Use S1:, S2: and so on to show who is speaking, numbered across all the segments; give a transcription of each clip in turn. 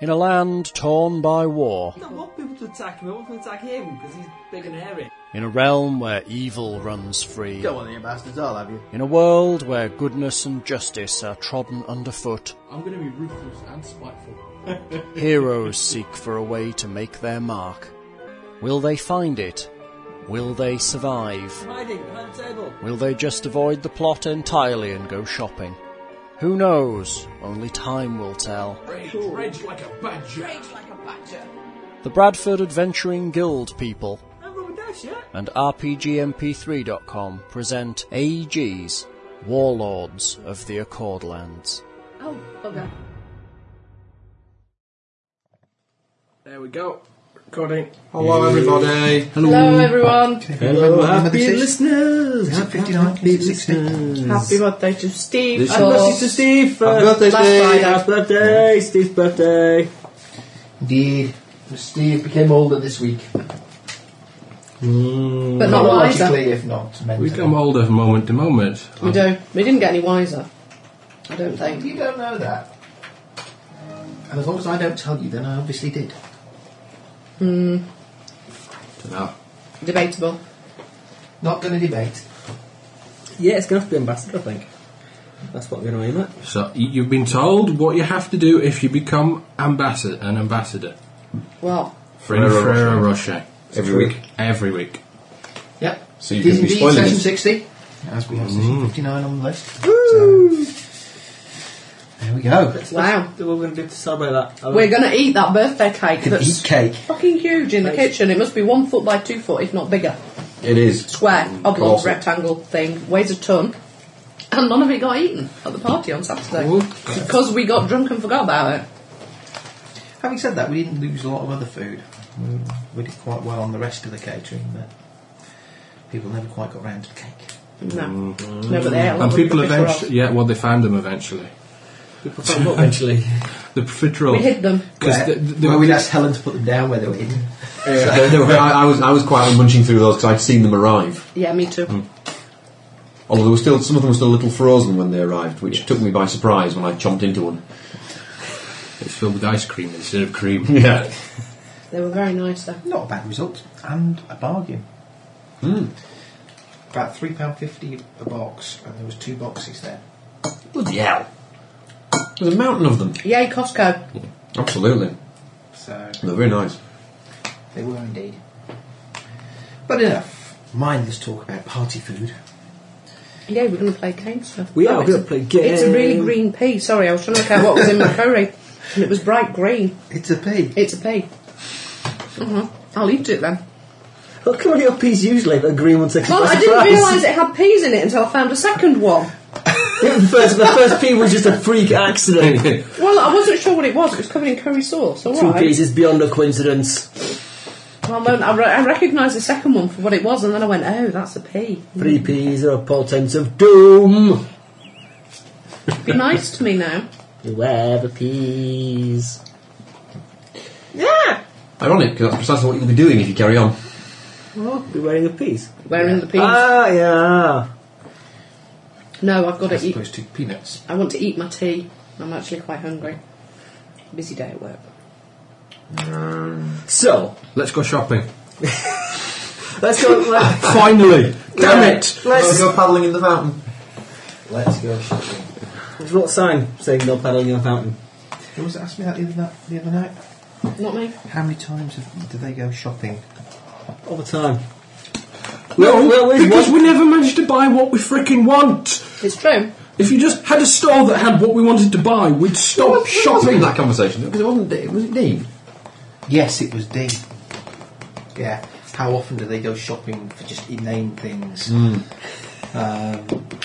S1: in a land torn by war,
S2: I don't want people to attack him. I want people to attack him because he's big and hairy.
S1: in a realm where evil runs free,
S3: You don't want the ambassadors, I'll have you.
S1: in a world where goodness and justice are trodden underfoot,
S4: I'm going to be ruthless and spiteful.
S1: heroes seek for a way to make their mark. Will they find it? Will they survive?
S2: Hiding behind the table.
S1: Will they just avoid the plot entirely and go shopping? Who knows? Only time will tell.
S4: Rage, rage like a badger.
S5: Rage like a badger.
S1: The Bradford Adventuring Guild people
S2: I'm Robin Dash, yeah?
S1: and RPGMP3.com present AEG's Warlords of the Accordlands.
S5: Oh, bugger.
S4: There we go. Recording.
S3: Hello, everybody.
S5: Hello, everyone.
S3: Happy
S4: listeners.
S3: Is it 59? Is it 60?
S5: Happy birthday to Steve.
S3: This
S5: Oh,
S3: was-
S2: to Steve.
S3: Happy birthday,
S5: last
S3: Steve.
S5: Friday.
S2: Happy birthday, Steve's birthday.
S3: Indeed. Steve became older this week.
S5: but not wiser.
S3: Chronologically, if not mentally.
S4: We come older from moment to moment.
S5: We do. We didn't get any wiser. I don't think.
S3: You don't know that. And as long as I don't tell you, then I obviously did.
S4: Dunno.
S5: Debatable.
S3: Not going to debate.
S2: Yeah, it's going to have to be ambassador, I think. That's what we're going to aim at.
S4: So y- you've been told what you have to do if you become ambassador, an ambassador
S5: Well,
S4: for any
S6: Ferrero
S4: Ferrero Rocher
S6: Every
S3: True.
S6: week.
S4: every week.
S3: Yep.
S6: So you
S3: It is
S6: can be
S3: indeed
S6: spoiling
S3: session 60,
S6: it.
S3: as we have session 59 on the list. Woo! there we go.
S5: Wow.
S2: That's what we're going to do to celebrate that. I
S5: we're going to eat that birthday cake that's
S3: cake.
S5: fucking huge in the kitchen. It must be one foot by two foot, if not bigger.
S6: It is.
S5: Square, oblong,
S6: Colossal.
S5: rectangle thing. Weighs a ton. And none of it got eaten at the party on Saturday. Because we got drunk and forgot about it.
S3: Having said that, we didn't lose a lot of other food. We, we did quite well on the rest of the catering, but people never quite got round to the cake.
S5: No. No, but they ate a lot
S4: And
S5: of
S4: people
S5: fish were off.
S4: eventually, yeah, well, they found them eventually.
S2: People found out eventually.
S4: The profiterole.
S5: We hid them.
S4: Because
S3: Where- well, we'd asked Helen to put them down where they were hidden.
S6: Yeah, they- they were- I, I was I was quietly munching through those because I'd seen them arrive.
S5: Yeah, me too.
S6: Although there were still some of them were still a little frozen when they arrived, which took me by surprise when I chomped into one.
S4: it's filled with ice cream instead of cream.
S6: Yeah,
S5: They were very nice though.
S3: Not a bad result, Hmm. and a bargain. About three pound fifty a box, and there was two boxes there.
S6: bloody hell! There's a mountain of them.
S5: Yay, Costco.
S6: Absolutely,
S3: So
S6: they're very nice.
S3: they were indeed. But enough mindless talk about party food.
S5: Yeah, we're going to play game stuff.
S2: We are
S5: it's
S2: gonna
S5: a-
S2: play game.
S5: It's a really green pea. Sorry, I was trying to look out what was in my curry. And it was bright green.
S3: It's a pea.
S5: It's a pea. hmm I'll eat it then.
S2: Look at what your peas usually, but a green one takes
S5: Well,
S2: by
S5: I
S2: surprise.
S5: didn't realise it had peas in it until I found a second one.
S2: the first, the first pea was just a freak accident.
S5: Well, I wasn't sure what it was. It was covered in curry sauce. All
S2: Two
S5: right.
S2: peas is beyond a coincidence.
S5: Well, then I, re- I recognised the second one for what it was, and then I went, "Oh, that's a pea."
S2: Three peas are a portent of doom.
S5: Be nice to me now.
S2: Beware the peas.
S5: Yeah.
S6: Ironic, because that's precisely what you'll be doing if you carry on.
S2: What? Beware the peas.
S5: Wearing the peas.
S2: Ah, yeah.
S5: no, I've got to
S3: As
S5: eat.
S3: opposed to peanuts.
S5: I want to eat my tea. I'm actually quite hungry. Busy day at work.
S2: So,
S4: Let's go shopping.
S2: let's go. let-
S4: Finally! Damn it!
S6: Let's
S2: Let's.
S6: go paddling in the fountain.
S3: Let's go shopping.
S2: There's a little sign saying no paddling in the fountain.
S3: Who was it asked me that the other night? The other night?
S5: Not me.
S3: How many times have, do they go shopping?
S2: All the time.
S4: No,
S2: Well, well,
S4: because we never managed to buy what we fricking want.
S5: It's true.
S4: If you just had a store that had what we wanted to buy, we'd stop shopping.
S6: that conversation because it wasn't. It wasn't Dean.
S3: Yes, it was D. Yeah. How often do they go shopping for just inane things? Um,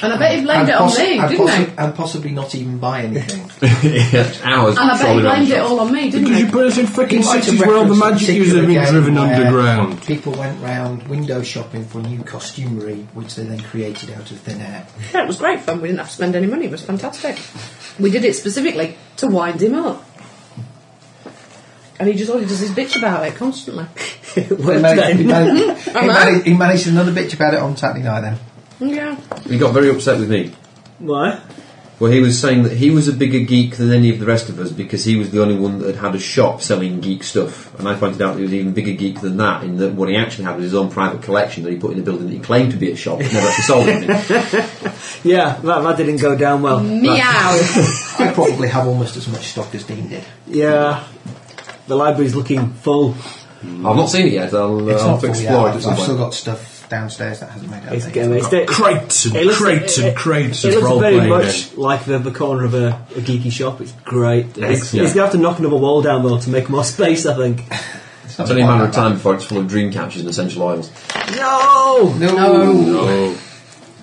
S5: And I bet he blamed
S3: and
S5: it on
S3: possi-
S5: me,
S3: and
S5: didn't
S3: possi-
S5: he?
S3: And possibly not even buy anything.
S6: yeah, hours.
S5: And I bet he
S6: trolling around
S5: blamed Uh, it
S6: shops.
S5: all on me, didn't
S4: Because
S5: he?
S4: you put us in
S3: He
S4: fricking
S3: might have
S4: cities where all the
S3: referenced a
S4: magic users
S3: particular
S4: have been
S3: game
S4: driven
S3: where
S4: underground.
S3: People went round window shopping for new costumery, which they then created out of thin air.
S5: Yeah, it was great fun. We didn't have to spend any money. It was fantastic. We did it specifically to wind him up. And he just all he does is bitch about it constantly.
S2: It
S3: He
S2: worked
S3: managed, he,
S2: then.
S3: managed, he,
S5: Am I?
S3: managed, he managed another bitch about it on Saturday night then.
S5: yeah.
S6: He got very upset with me
S2: Why?
S6: where he was saying that he was a bigger geek than any of the rest of us because he was the only one that had had a shop selling geek stuff. And I pointed out that he was even bigger geek than that in that what he actually had was his own private collection that he put in a building that he claimed to be a shop but never actually sold anything.
S2: Yeah, that, that didn't go down well.
S5: Hmm. Meow.
S3: I probably have almost as much stock as Dean did.
S2: Yeah, the library's looking full.
S6: I've not seen it yet. I'll, uh, I'll have to
S3: full yet.
S6: explore it at
S3: I've,
S6: some
S3: I've still
S6: point.
S3: got stuff downstairs that hasn't made it.
S2: It's
S3: up yet.
S2: getting it's, it,
S4: Crates and
S2: it looks,
S4: crates
S2: it-
S4: and crates
S2: it
S4: of
S2: looks
S4: role
S2: very
S4: playing.
S2: much like the, the corner of a, a geeky shop. It's great. It's,
S6: Excellent.
S2: it's going to have to knock another wall down though to make more space. I think.
S3: It's not
S6: It's only a
S3: quite
S6: matter of
S3: that bad.
S6: time before it's full of dream catchers and essential oils.
S2: No.
S3: No,
S4: Oh,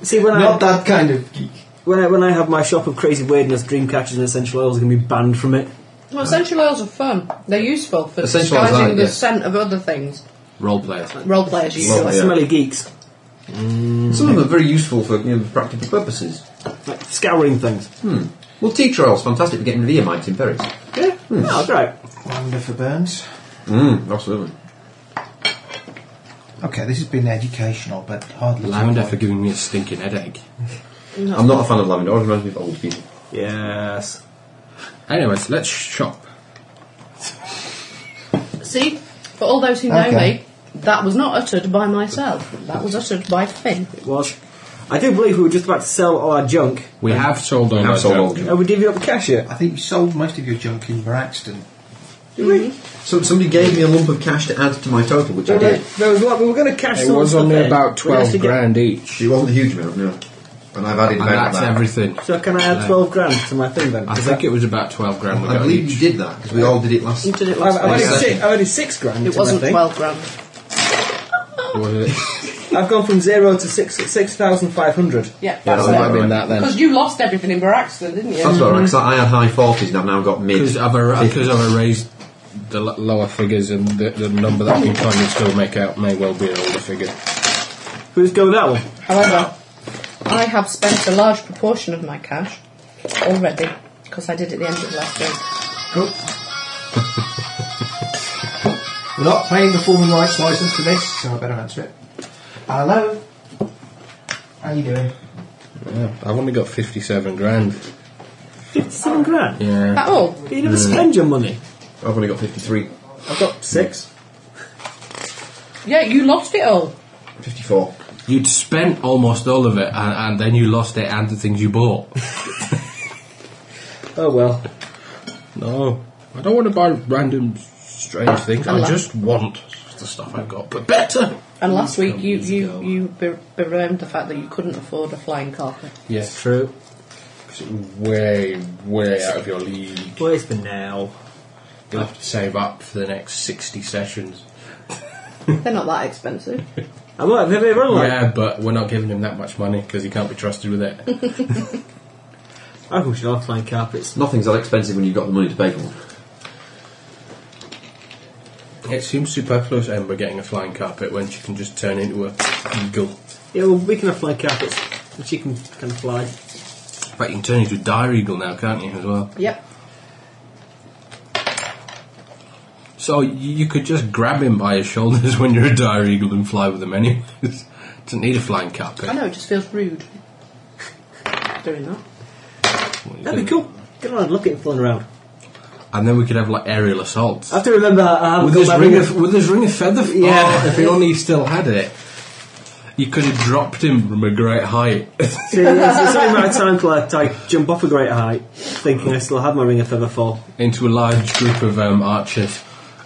S2: See when I
S3: not that kind of geek.
S2: when I when I have my shop of crazy weirdness, dream catchers and essential oils are going to be banned from it.
S5: well, essential oils are fun. They're useful for
S6: Essential oils
S5: disguising
S6: are,
S5: the
S6: yes.
S5: scent of other things.
S4: role players.
S5: Role players use
S6: Role
S5: them.
S6: Yeah.
S2: Smelly geeks
S3: Mm.
S6: Some of them are very useful for you know, practical purposes.
S2: like scouring things.
S6: Well, tea trial's fantastic for getting rid of earmites in Paris.
S2: Yeah, oh, great.
S3: Wonder for Burns.
S6: Mm, absolutely.
S3: Okay, this has been educational, but hardly.
S4: Lavender for giving me a stinking headache.
S6: I'm not a fan of lavender. It always reminds me of old people.
S2: Yes.
S4: Anyways, let's shop.
S5: See, for all those who know
S3: Okay.
S5: me, that was not uttered by myself. That was uttered by Finn.
S2: It was. I do believe we were just about to sell all our junk.
S4: We have sold all
S6: have
S4: our
S6: sold
S4: junk.
S6: all the junk.
S2: Are we divvying up the cash yet?
S3: I think you sold most of your junk in Braxton.
S6: So somebody gave me a lump of cash to add to my total, which I did.
S2: There was what we were going to cash.
S4: It
S2: some
S4: was
S2: stuff
S4: only
S2: in.
S4: about
S2: We actually get-
S4: 12 grand each.
S6: It wasn't a huge amount, no. And I've added
S4: And
S6: about
S4: that's
S6: that.
S4: everything.
S2: So can I add
S4: Yeah.
S2: twelve grand to my thing then?
S4: I
S2: Is
S4: think
S2: that-
S4: it was about 12 grand we
S6: I
S4: got
S6: believe
S4: each.
S6: you did that because we all did it last.
S5: You did it
S2: I've,
S5: last
S2: I've, added
S5: week.
S6: Yeah.
S2: six, I've added six grand.
S5: It
S2: to my
S5: wasn't
S2: thing.
S5: twelve grand.
S4: Was it?
S2: I've gone from zero to six six thousand five hundred.
S5: Yeah,
S6: Yeah,
S5: that's
S6: that
S5: it.
S6: might
S4: been that then.
S5: Because you lost everything in Baraxton, didn't you?
S6: That's all right. Because I had high forties and I've now got mid.
S4: Because I've, ar- 'cause I've erased the l- lower figures and the, the number that we kind of still make out may well be an older figure.
S2: Who's go with that one?
S5: However, I have spent a large proportion of my cash already because I did at the end of last week.
S3: We're not paying the formal rights license for this, so I better answer it. Hello. How you doing?
S4: Yeah, I've only got 57 grand.
S2: Fifty-seven grand.
S4: Yeah.
S5: That all?
S2: You never spend your money.
S6: I've only got 53,
S2: I've got six.
S5: Yeah, you lost it all.
S6: 54.
S4: You'd spent almost all of it and, and then you lost it and the things you bought.
S2: Oh well.
S4: No. I don't want to buy random strange things. I
S5: Hello.
S4: just want the stuff I've got, but better.
S5: And
S6: Mm.
S5: last week
S4: Come,
S5: you
S4: let's
S5: you
S4: go.
S5: you be- bemoaned the fact that you couldn't afford a flying carpet.
S4: Yeah, true. Way, way out of your league.
S2: Wait for now.
S4: You'll have to save up for the next 60 sessions.
S5: They're not that expensive.
S2: I'm like, have they run like?
S4: Yeah, but we're not giving him that much money because he can't be trusted with it.
S2: I think we should all climb carpets.
S6: Nothing's that expensive when you've got the money to pay for. it.
S4: it seems superfluous, Ember, getting a flying carpet when she can just turn into a eagle.
S2: Yeah, well, we can have fly carpets. And she can kind of fly.
S4: In fact, you can turn into a dire eagle now, can't you, as well?
S5: Yep.
S4: So y- you could just grab him by his shoulders when you're a dire eagle and fly with him anyways. Doesn't need a flying carpet.
S5: I know it just feels rude doing that.
S4: What you
S2: That'd be
S4: think?
S2: cool. Get on and look at it flying around.
S4: And then we could have like aerial assaults.
S2: I have to remember I have
S4: With his ring of with his ring of feather,
S2: Yeah.
S4: yeah. if he only still had it, you could have dropped him from a great height.
S2: See, it's, it's only about time till I, till I jump off a great height, thinking I still have my ring of feather fall.
S4: into a large group of um, archers.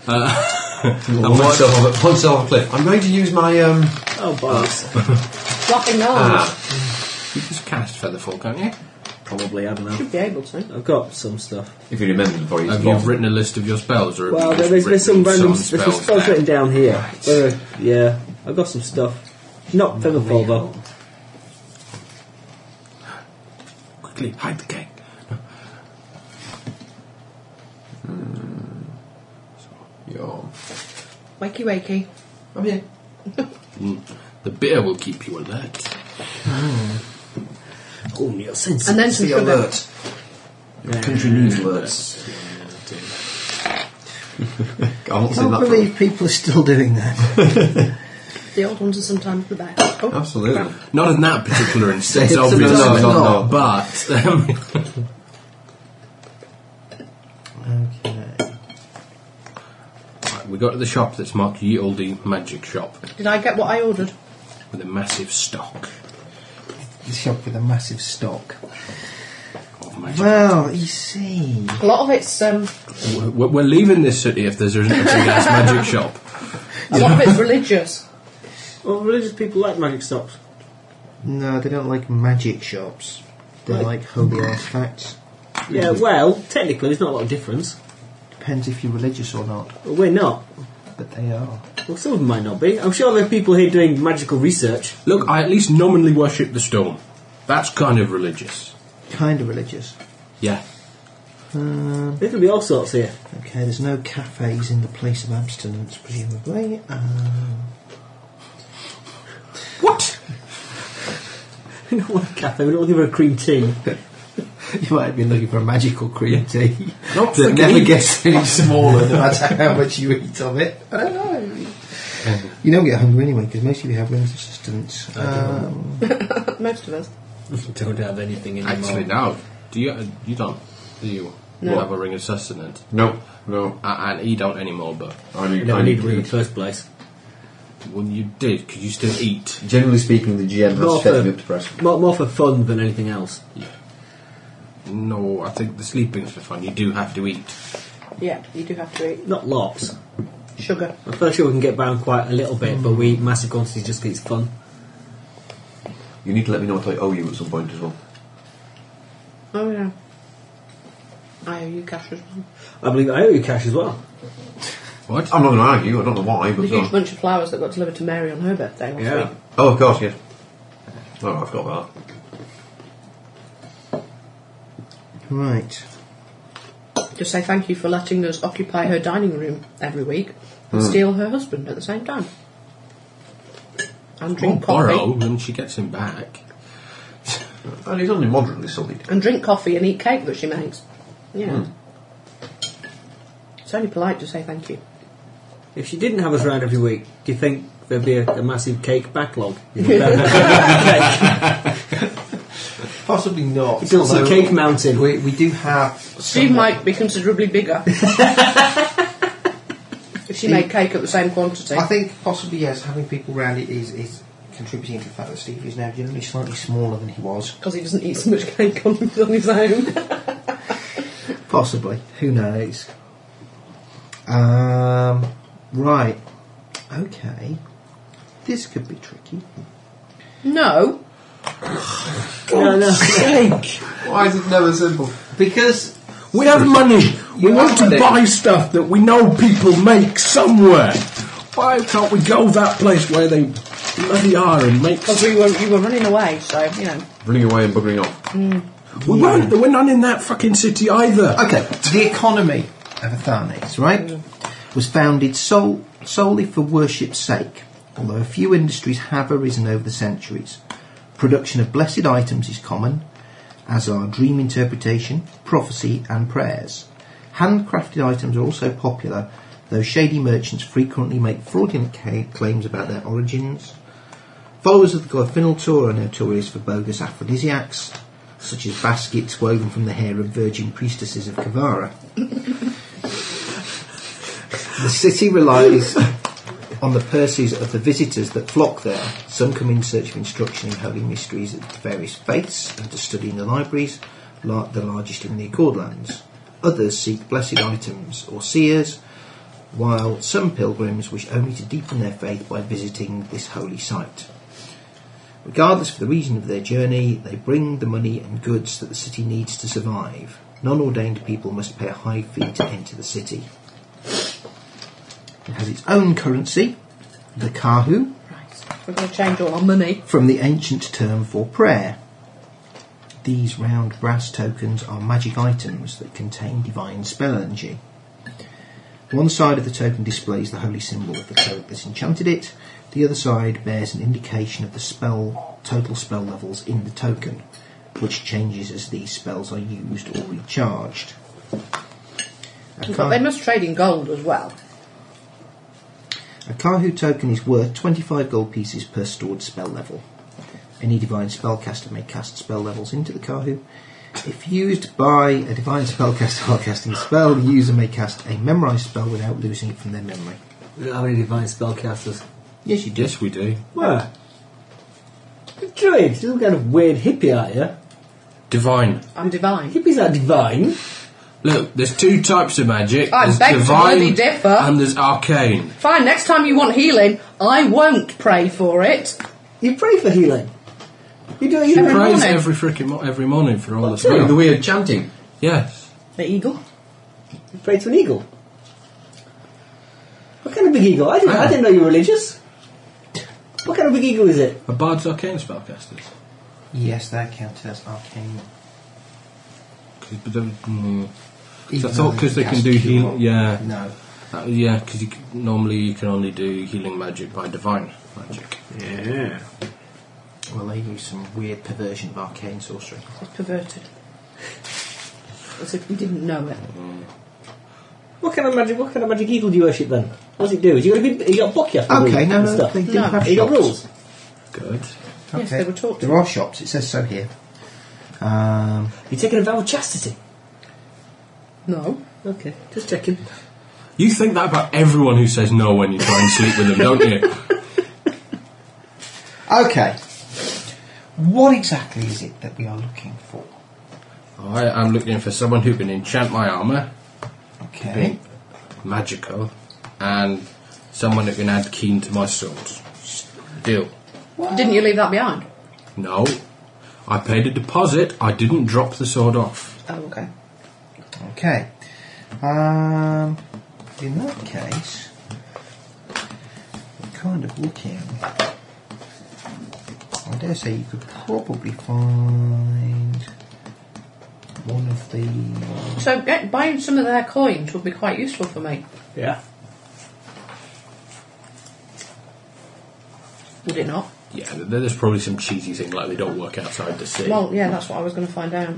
S4: Uh, and
S6: Once
S4: watch,
S6: off, once off a cliff. I'm going to use my um.
S2: Oh bollocks!
S5: Flapping arms.
S6: Ah,
S4: you just cast Featherfall, can't you?
S2: Probably I don't know.
S5: Should be able to.
S2: I've got some stuff.
S6: if you remember before you.
S4: Have you written a list of your spells? Or have
S2: Well,
S4: you just
S2: there's, there's some
S4: written
S2: random there's some
S4: spells
S2: stuff
S4: there?
S2: written down here. Whether- yeah, I've got some stuff. Not feather fall though.
S4: Quickly, hide the cake. Hmm.
S5: Wakey wakey.
S6: I'm here.
S4: The beer will keep you alert.
S2: Oh, Neil
S5: And then some
S6: Be
S5: sugar.
S6: alert. Your country needs alerts. I'm not
S3: I
S6: saying
S3: can't
S6: that.
S3: believe people are still doing that.
S5: The old ones are sometimes the best. Oh,
S6: Absolutely.
S4: Not in that particular instance,
S6: It's a-
S4: obviously.
S6: no, no, no.
S4: But um,
S3: Okay.
S4: right, we go to the shop that's marked Ye Olde Magic Shop
S5: Did I get what I ordered?
S4: with a massive stock
S3: The shop with a massive stock.
S4: of magic.
S3: Well, you see.
S5: A lot of it's um,
S4: We're, we're leaving this city if there's isn't a big ass magic shop.
S5: a lot of it's religious.
S2: Well, religious people like magic stops.
S3: No, they don't like magic shops. They
S2: Right.
S3: like holy artifacts.
S2: Yeah, well, technically, there's not a lot of difference.
S3: Depends if you're religious or not,
S2: But we're not.
S3: but they are.
S2: Well, some of them might not be. I'm sure there are people here doing magical research.
S4: Look, I at least nominally worship the storm. That's kind of religious.
S3: Kind of religious.
S4: Yeah.
S3: Um,
S2: There could be all sorts here.
S3: okay, there's no cafes in the place of abstinence, presumably. Um,
S4: What?
S2: We don't want a cafe, we're not looking for a cream tea.
S3: you might have been looking for a magical cream tea.
S4: Not
S3: that never
S4: freaking-
S3: gets any smaller no matter how much you eat of it. I don't know. You don't get hungry anyway because most of you have limited sustenance. Um,
S5: Most of us.
S7: Don't have anything anymore.
S4: Actually, now, do you? uh, You don't? Do you?
S5: No.
S4: Have a ring of sustenance,
S6: No, no.
S4: A- and he don't anymore. But
S6: I need,
S2: No,
S6: I
S2: we need
S6: need
S2: one in
S6: to
S2: the first place.
S4: well, you did because you still eat.
S6: Generally speaking, the GM
S2: More
S6: has fed me
S2: for,
S6: up to press.
S2: more, more for fun than anything else.
S4: No, I think the sleeping's for fun. You do have to eat.
S5: Yeah, you do have to eat
S2: Not lots.
S5: sugar.
S2: I'm fairly sure we can get by on quite a little bit, but we eat massive quantities just 'cause it's fun.
S6: You need to let me know what I owe you at some point as well.
S5: Oh yeah. I owe you cash as well.
S2: I believe I owe you cash as well.
S4: What?
S6: I'm not going to argue. I don't know why,
S5: The
S6: but
S5: huge
S6: no.
S5: bunch of flowers that got delivered to Mary on her birthday last
S2: Yeah.
S5: week.
S6: oh, of course, yes. Oh, I've got that.
S3: right.
S5: Just say thank you for letting us occupy her dining room every week and steal her husband at the same time. And
S4: Or
S5: drink
S4: borrow
S5: coffee.
S4: when Oh, she gets him back.
S6: And he's only moderately sullied.
S5: And drink coffee and eat cake that she makes. Yeah. It's only polite to say thank you.
S2: If she didn't have us round every week, do you think there'd be a, a massive cake backlog? You think that- cake.
S3: Possibly not.
S2: It's also
S3: although
S2: cake mountain.
S3: We, we do have.
S5: She might be considerably bigger. if she made cake at the same quantity.
S3: I think possibly yes. Having people round it is is contributing to the fact that Steve is now generally slightly smaller than he was.
S5: Because he doesn't eat so much cake on, on his own.
S3: Possibly. Who knows? Um, right. Okay. This could be tricky.
S5: no.
S2: no, no.
S6: Why is it never simple?
S3: Because
S4: We have money. We
S3: You
S4: want
S3: have
S4: to
S3: money.
S4: buy stuff that we know people make somewhere. Why can't we go that place where they bloody are and make?
S5: Because we were, you were running away, so, you know.
S6: Running away and buggering off.
S4: We weren't. We're not in that fucking city either.
S3: okay, the economy of Athanes, right, was founded sole, solely for worship's sake. Although a few industries have arisen over the centuries, production of blessed items is common, as are dream interpretation, prophecy, and prayers. Handcrafted items are also popular, though shady merchants frequently make fraudulent ca- claims about their origins. Followers of the god Finaltor are notorious for bogus aphrodisiacs, such as baskets woven from the hair of virgin priestesses of Kavara. the city relies on the purses of the visitors that flock there. Some come in search of instruction in holy mysteries of the various faiths and to study in the libraries, la- the largest in the Accord lands. Others seek blessed items or seers, while some pilgrims wish only to deepen their faith by visiting this holy site. Regardless of the reason of their journey, they bring the money and goods that the city needs to survive. Non ordained people must pay a high fee to enter the city. It has its own currency, the kahu,
S5: We're going to change all our money.
S3: from the ancient term for prayer. These round brass tokens are magic items that contain divine spell energy. One side of the token displays the holy symbol of the cleric that enchanted it, the other side bears an indication of the spell total spell levels in the token, which changes as these spells are used or recharged. A
S5: But they must trade in gold as well.
S3: a A Kahu token is worth 25 gold pieces per stored spell level. Any divine spellcaster may cast spell levels into the Kahu. If used by a divine spellcaster while casting a spell, the user may cast a memorized spell without losing it from their memory.
S2: We don't have any divine spellcasters.
S3: Yes, you do.
S4: Yes, we do.
S2: Where? The druids. You're some kind of weird hippie, aren't you?
S4: Divine.
S5: I'm divine.
S2: Hippies aren't divine.
S4: Look, there's two types of magic.
S5: I
S4: there's
S5: beg to
S4: divine
S5: bloody differ.
S4: and there's arcane.
S5: Fine, next time you want healing, I won't pray for it.
S2: You pray for healing. You do it
S4: She
S2: every
S4: prays
S5: morning.
S4: every freaking mo- every morning for all the
S6: Wait, the
S4: spells.
S6: weird chanting.
S4: Yes.
S5: The eagle.
S2: You pray to an eagle. What kind of big eagle? I didn't,
S3: Ah.
S2: I didn't know you were religious. What kind of big eagle is it?
S4: A bard's arcane spellcasters.
S3: Yes, that counts as arcane.
S4: 'Cause- but then- mm.
S3: Even
S4: I thought
S3: though
S4: 'cause they can
S3: cast
S4: do heal-
S3: cure.
S4: yeah.
S3: No.
S4: That- Uh, yeah, because normally you can only do healing magic by divine magic.
S2: Yeah.
S3: Well, they use some weird perversion of arcane sorcery.
S5: It's perverted. As if you didn't know it.
S2: What kind of magic? What kind of magic eagle do you worship then? What does it do? Is you got a big, you got a book you have to
S3: Okay,
S2: read
S3: no,
S2: and
S3: no,
S2: stuff.
S3: they do
S5: No,
S3: have
S2: You got
S3: shops.
S2: rules.
S4: Good.
S5: Yes, they were taught to.
S3: There are shops. It says so here. Um,
S2: You're taking a vow of chastity.
S5: No.
S2: Okay, just checking.
S4: You think that about everyone who says no when you try and sleep with them, don't you?
S3: okay. What exactly is it that we are looking for?
S4: I, I'm looking for someone who can enchant my armour,
S3: Okay.
S4: magical, and someone who can add keen to my sword. Deal.
S5: Didn't you leave that behind?
S4: No. I paid a deposit, I didn't drop the sword off.
S5: Oh, okay.
S3: Okay. Um, in that case, we're kind of looking. I dare say you could probably find one of the.
S5: So get, buying some of their coins would be quite useful for me.
S2: Yeah.
S5: Would it not?
S4: Yeah, th- there's probably some cheesy thing like they don't work outside the city.
S5: Well, yeah, that's what I was going to find out.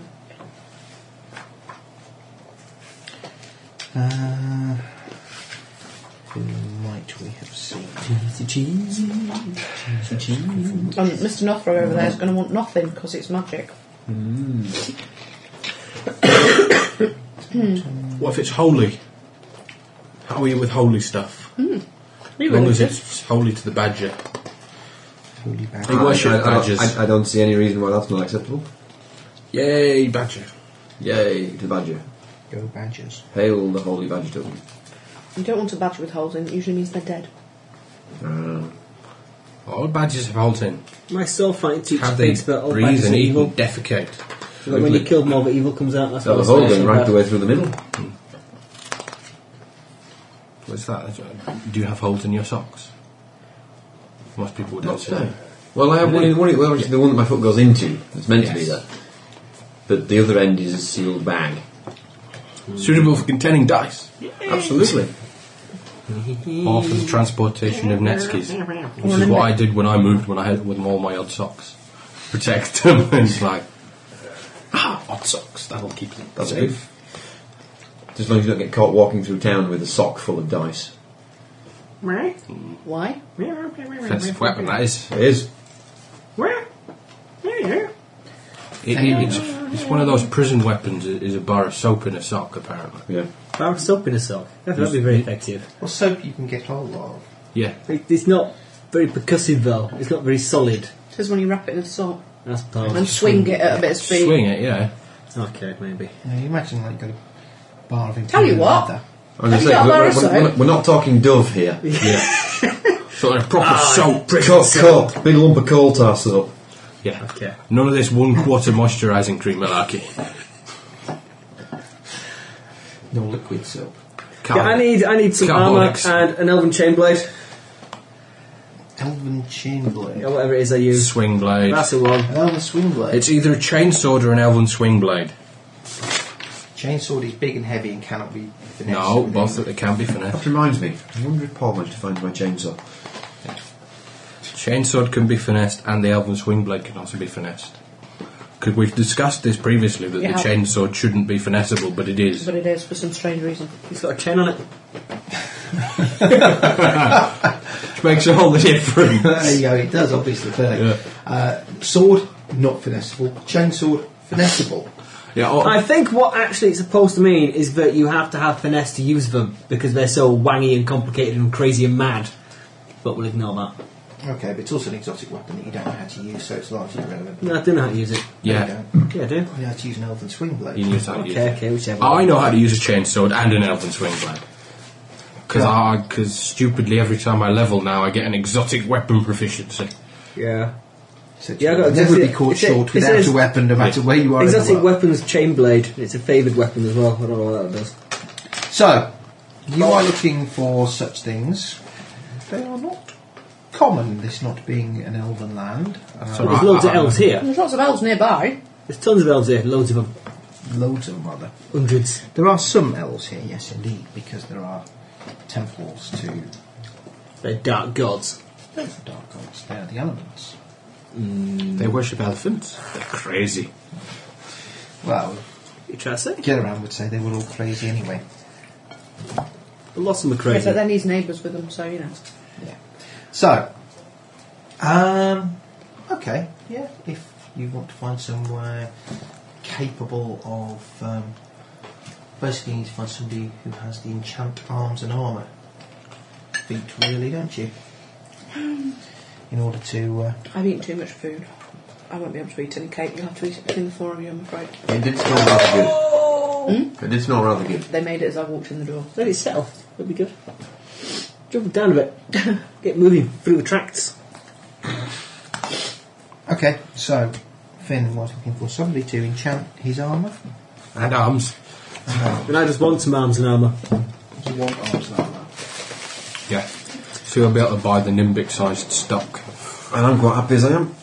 S3: Uh, who might we have seen?
S5: And Mr. Nothro over there is going to want nothing because it's magic.
S4: What if it's holy? How are you with holy stuff?
S5: You
S4: As long as
S5: religious?
S4: it's holy to the badger.
S3: Holy bag.
S4: They worship
S6: I, I,
S4: badgers.
S6: I, I don't see any reason why that's not acceptable.
S4: Yay, badger.
S6: Yay to the badger.
S3: Go badgers.
S6: Hail the holy badger token.
S5: You don't want a badger with holes in. It usually means they're dead.
S6: Uh,
S4: All badgers have holes in.
S2: My soul fight teaches
S4: Have they
S2: things about all
S4: breathe
S2: badges
S4: and
S2: and
S4: eat
S2: evil.
S4: and defecate?
S2: So that when you kill them, all the evil comes out. That's
S6: that
S2: what
S6: was
S2: I
S6: hole
S2: was
S6: going
S2: saying
S6: right
S2: about-
S6: the way through the middle.
S4: What's that? Do you have holes in your socks? Most people don't say that.
S6: Well, I have one, in- one, in- well, actually, the one that my foot goes into. It's meant to be there. But the other end is a sealed bag.
S4: Suitable for containing dice.
S6: Absolutely.
S4: Or for the transportation of net skis. Which is what I did when I moved when I had with all my odd socks. Protect them. and it's like, ah, odd socks. That'll keep them.
S6: That's
S4: safe.
S6: good. Just as long as you don't get caught walking through town with a sock full of dice.
S5: Why?
S4: Offensive weapon, that is.
S6: It is.
S4: It, it- it's, it's one of those prison weapons, i- is a bar of soap in a sock, apparently.
S6: Yeah.
S2: Bar of soap in a sock. That'd be
S6: Mm-hmm.
S2: very effective.
S3: Well, soap you can get hold of.
S4: Yeah.
S2: It, it's not very percussive though. It's not very solid.
S5: It says when you wrap it in salt
S2: That's part.
S5: and swing it at a bit of speed.
S4: Swing it, yeah.
S2: Okay, maybe.
S3: You know, you imagine like you've got a bar of
S5: Tell you
S3: Imperial
S5: what.
S3: leather.
S5: Have
S6: I'm going
S5: you
S6: to say,
S5: got a
S6: we're,
S5: bar of
S6: we're- we're-
S5: soap?
S6: we're not talking dove here.
S4: Yeah. so a proper
S6: Ah,
S2: Ah,
S4: soap.
S6: Coal, coal, big lump of coal tar soap.
S4: Yeah.
S2: Okay.
S4: None of this one quarter moisturising cream malarkey.
S3: No liquid soap.
S4: Can't.
S2: Yeah, I need I need some armour
S4: Carbonics.
S2: and an elven chain blade
S3: Elven chain blade.
S2: or whatever it is I use.
S4: Swing blade.
S2: That's the one.
S3: An elven swing blade.
S4: It's either a chainsword or an elven swing blade.
S3: Chainsword is big and heavy and cannot be finessed.
S4: No,
S3: with
S4: both
S3: any-
S4: it can be finessed.
S6: That reminds me, I wonder if Paul managed to find my chainsaw.
S4: Chainsword can be finessed, and the elven swing blade can also be finessed. Because we've discussed this previously that
S5: Yeah.
S4: the chainsword shouldn't be finessable, but it is.
S5: But it is for some strange reason.
S2: It's got a chain on it.
S4: Makes all the difference.
S3: there you go, it does, obviously, clearly. Uh, sword, not finessable. Chainsword, finessable.
S4: Yeah, oh, or-
S2: I think what actually it's supposed to mean is that you have to have finesse to use them because they're so wangy and complicated and crazy and mad. But we'll ignore that.
S3: Okay, but it's also an exotic weapon that you don't know how to use, so it's largely irrelevant.
S2: No, I do know how to use it.
S4: yeah.
S3: You
S2: Yeah, I do.
S3: don't know how to use an elven swing blade.
S4: You knew how to use
S2: Okay,
S4: it.
S2: okay, whichever.
S4: I know how to use a chainsword and an elven swing blade. Because I, because stupidly every time I level now, I get an exotic weapon proficiency.
S2: Yeah.
S3: So
S2: Yeah, I got-
S3: you'll never
S2: it's-
S3: be caught
S2: it's-
S3: short
S2: it
S3: without
S2: says-
S3: a weapon, no matter where you are. in the
S2: Exotic
S3: world.
S2: weapons chain blade. It's a favoured weapon as well. I don't know what that does.
S3: So, you are looking for such things. They are not common, this not being an elven land. Uh,
S4: So
S2: There's
S4: I-
S2: loads of
S4: I-
S2: elves here.
S5: There's lots of elves nearby.
S2: There's tons of elves here. Loads of them.
S3: loads of them, rather.
S2: Hundreds.
S3: There are some elves here, yes, indeed, because there are temples to
S2: They're dark gods.
S3: the dark gods. They are the elements.
S4: They worship elephants. They're crazy.
S3: Well,
S2: You try to say?
S3: Gilliran would say they were all crazy anyway.
S2: Lots of them are
S5: Yeah,
S2: crazy.
S5: but then he's neighbours with them, so you know.
S3: Yeah. So, um, okay, yeah. If you want to find somewhere capable of, um, basically, you need to find somebody who has the enchant arms and armour feat, really, don't you? In order to, uh,
S5: I've eaten too much food. I won't be able to eat any cake. You'll have to eat it between the four of you, I'm afraid.
S6: It did smell rather good.
S2: Hmm?
S6: It did smell rather good.
S5: They made it as I walked in the door.
S2: Let it settle. That'd be good. Jump it down a bit. Get moving through the tracts.
S3: okay, so Finn was looking for somebody to enchant his armour.
S4: And arms.
S2: And I just want some arms and armour.
S3: You want arms and armour.
S4: Yeah. So you'll be able to buy the nimbic sized stock.
S6: And I'm quite happy as I am.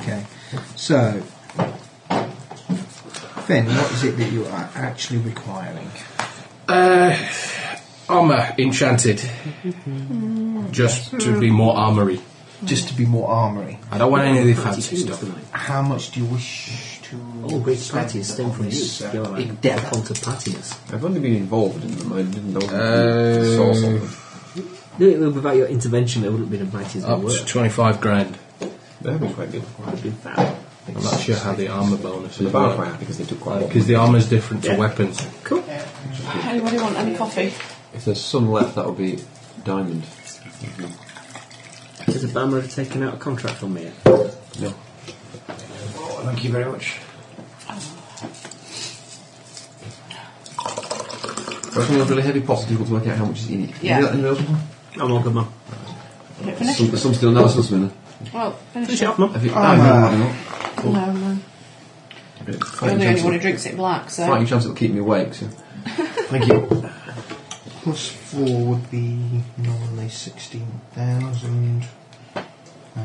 S3: Okay, so Finn, what is it that you are actually requiring?
S4: Uh, armour, enchanted. Just to be more armoury.
S3: just to be more armoury.
S4: I don't want any of the fancy stuff.
S3: How much do you wish to?
S7: All
S2: Oh,
S6: Oh,
S7: great
S3: spend
S7: patties stem
S3: on
S7: from you.
S3: this, uh,
S7: You're like
S3: endeavour?
S7: Conquer patties.
S6: I've only been involved in them. I didn't know.
S4: Uh,
S6: Source of them.
S2: No, it would- without your intervention, there wouldn't have been a mighty as well
S4: Up
S3: Oh,
S4: to
S2: work.
S4: 25 grand.
S6: They have been quite good.
S2: It'd been fab.
S4: I'm not sure how the armour bonus
S6: The
S4: is.
S6: bar quite happy because they took quite a lot.
S4: Because the armour's different to weapons.
S2: Cool.
S5: Anybody want any coffee?
S6: If there's some left, that'll be diamond.
S2: Has a bummer taken out a contract from me?
S6: No.
S3: Thank you very much.
S6: That's one of those really heavy pots. Difficult to work out how much is in it.
S5: Yeah.
S6: Anything else?
S2: I'm all good, man.
S5: Get it finished?
S6: Some, some still now, some still now.
S5: Well, finish
S2: Finish it
S5: it.
S2: off, man.
S6: Have you?
S3: Oh,
S6: Ah,
S3: no.
S6: no, no,
S5: No, no.
S6: no.
S5: You're
S6: Fighting
S5: the only
S6: chance.
S5: one who drinks it black, so.
S6: Fighting chance it'll keep me awake. So. Thank you.
S3: Plus four would be normally sixteen thousand. Uh,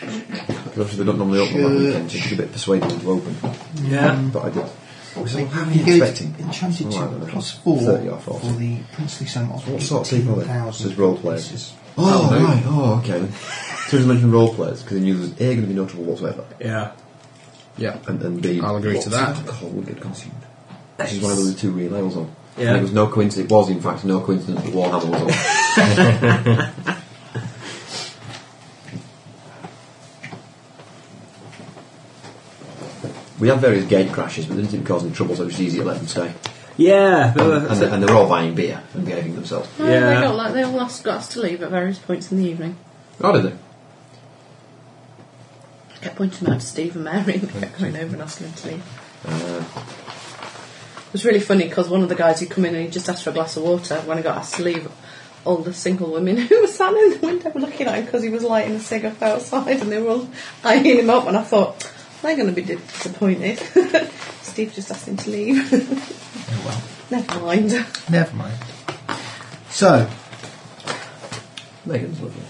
S6: Because obviously they don't normally open on weekends. It's a bit persuading to open,
S2: Yeah.
S6: but I did. What was I
S3: you go
S6: expecting?
S3: Enchanted
S6: Oh, I
S3: to
S6: don't know.
S3: plus four
S6: 30 or
S3: for
S6: 40.
S3: the princely sum of
S6: What sort of people are they?
S3: 18,000
S6: There's role players.
S3: pieces.
S6: Oh,
S4: That'll do.
S6: right. Oh, okay. then. So as mentioned role players, because they knew there was A, going to be no trouble whatsoever,
S2: Yeah.
S4: Yeah.
S6: and, and B,
S4: I'll agree
S6: lots
S4: to that.
S6: of alcohol would get consumed. Which is one of the two real nails on.
S2: Yeah.
S6: And it was no coincidence, it was in fact no coincidence that Warhammer was on. we had various gate crashes, but they didn't seem to cause any trouble, so it was easy to let them stay.
S2: Yeah. there were-
S6: And, they- and they were all buying beer and behaving themselves.
S5: Oh,
S2: Yeah.
S5: They, got, like, they all asked, got us to leave at various points in the evening.
S6: Oh, did they?
S5: I kept pointing them out to Steve and Mary and they kept going over and asking them to leave. Uh, It was really funny because one of the guys who'd come in and he just asked for a glass of water when I got asked to leave. All the single women who were sat in the window were looking at him because he was lighting a cig up outside and they were all eyeing him up. And I thought, they're going to be disappointed. Steve just asked him to leave.
S3: Oh, well.
S5: Never mind.
S3: Never mind. So,
S6: Megan's lovely.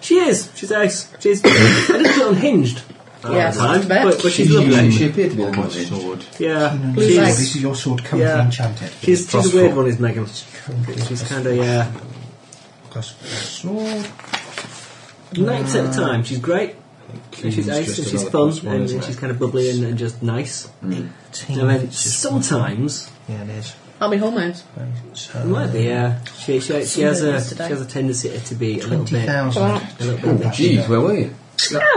S2: She is. She's ace. She's a little bit unhinged. at
S5: Yes,
S2: the time,
S5: I bet.
S2: But, but she's lovely.
S6: She appeared to be the
S4: Armour,
S6: most
S4: sword.
S2: Yeah.
S5: Blue
S3: your-
S2: She's,
S5: lights.
S3: this is your sword coming
S2: Yeah.
S3: enchanted.
S2: she's, she's a weird one, is Megan. She's kind of, yeah.
S3: Plus four sword.
S2: 90% of the time, she's great. And she's
S4: Keen's
S2: ace
S4: just
S2: and she's
S4: another
S2: fun
S4: plus one,
S2: and
S4: isn't
S2: she's
S4: it?
S2: kind of bubbly and, and just nice.
S3: Eighteen.
S2: And then sometimes
S3: Yeah, it is.
S5: I'll be home house.
S3: So,
S2: Might be, yeah. She, she, she, has a,
S5: Something
S2: she has a tendency to be a little bit.
S3: 20,000.
S5: Wow.
S2: A little bit
S6: Oh, jeez, where were you?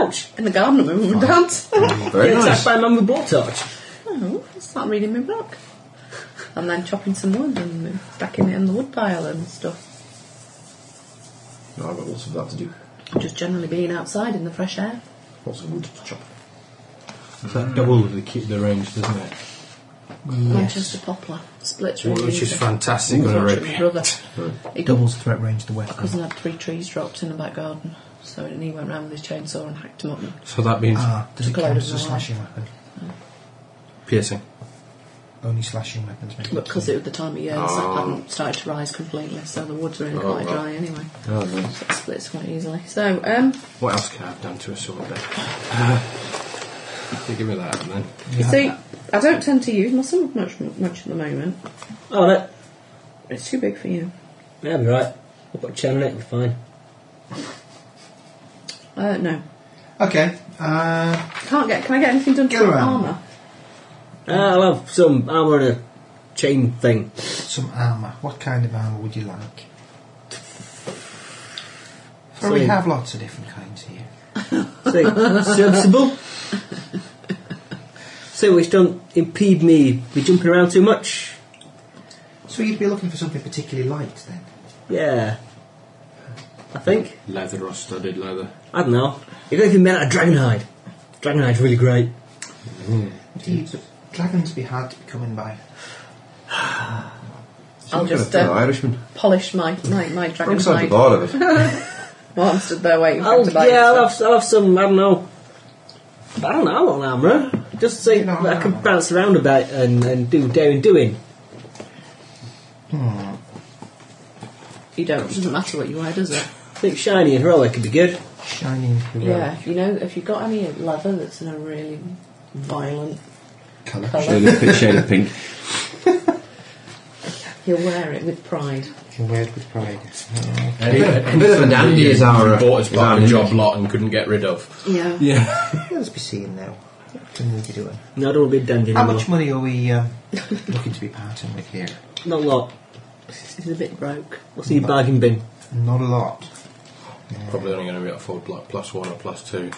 S5: Ouch! In the garden of my mum and dad's.
S6: Very nice.
S2: by a man with blowtorch.
S5: oh, I start reading my book. And then chopping some wood and stacking it in the wood pile and stuff.
S6: No, I've got lots of that to do.
S5: Just generally being outside in the fresh air.
S6: Lots of wood to chop.
S4: It's like double the, ki- the range, doesn't it?
S5: Manchester poplar. Splits really
S4: Which is
S5: easy.
S4: fantastic on a
S5: Naturally,
S4: rapier.
S5: brother. He doubles.
S3: Doubles the threat range to weapon.
S5: Cousin had three trees dropped in the back garden, so and he went round with his chainsaw and hacked them up. And
S4: So that means
S3: Ah, does it
S5: Glide
S3: count
S5: of
S3: as a
S5: the light.
S3: slashing weapon?
S4: piercing.
S3: Only slashing weapons make
S5: But
S3: it.
S5: because it was the time of year, the sap hadn't started to rise completely, so the wood's really
S4: Oh,
S5: quite
S4: well.
S5: dry anyway.
S6: Oh, nice.
S5: So it splits quite easily. So, um,
S4: What else can I have done to a sword then? They give me that and then.
S5: you see, I don't tend to use my sword much, much at the moment.
S2: All right.
S5: It's too big for you.
S2: Yeah, be right. I'll put a chain on it, we're fine.
S5: Uh, no.
S3: Okay. Uh,
S5: Can't get, can I get anything done to
S3: Get
S5: my
S3: around.
S5: armour?
S2: Uh, I'll have some armour and a chain thing.
S3: some armour. What kind of armour would you like? For
S2: So-
S3: we have lots of different kinds here.
S2: Say, serviceable. So which don't impede me be jumping around too much.
S3: So you'd be looking for something particularly light then?
S2: Yeah. I think.
S4: Leather or studded leather.
S2: I don't know. You've got anything made out of dragonhide. Dragonhide's really great.
S3: Indeed, but dragons would be hard to be coming by.
S5: I'll just
S6: Kind of
S5: uh,
S6: Irishman.
S5: polish my, my, my dragon
S6: Looks
S5: hide
S6: like a board of it.
S5: while I'm stood there waiting for him
S2: I'll,
S5: to bite.
S2: Oh, yeah, I'll have, I'll have some, I don't know. I don't know, I want an armourer. Just so
S3: You don't
S2: that I can
S3: know.
S2: bounce around a bit and, and do daring doing.
S5: You don't, it doesn't matter what you wear, does it?
S2: I think shiny and heroic could be good.
S3: Shining
S5: Yeah,
S3: heroic
S5: if you know, if you've got any leather that's in a really violent
S3: colour.
S5: colour,
S6: Shade of pink- Shade of pink.
S5: you'll wear it with pride.
S3: You can wear it with pride. Oh.
S4: A
S6: bit of- a bit of a dandy is our-
S4: bought us
S6: is our
S4: part of a job
S6: image.
S4: lot and couldn't get rid of.
S5: Yeah.
S4: Yeah.
S3: Let's be seeing now. What can we be doing?
S2: No, I don't want to be a dungeon
S3: How
S2: anymore.
S3: much money are we um, looking to be parting with here?
S2: Not a lot.
S5: It's a bit broke.
S2: What's in your bargain bin?
S3: Not a lot.
S4: Probably only going to be able to afford like plus one or plus two.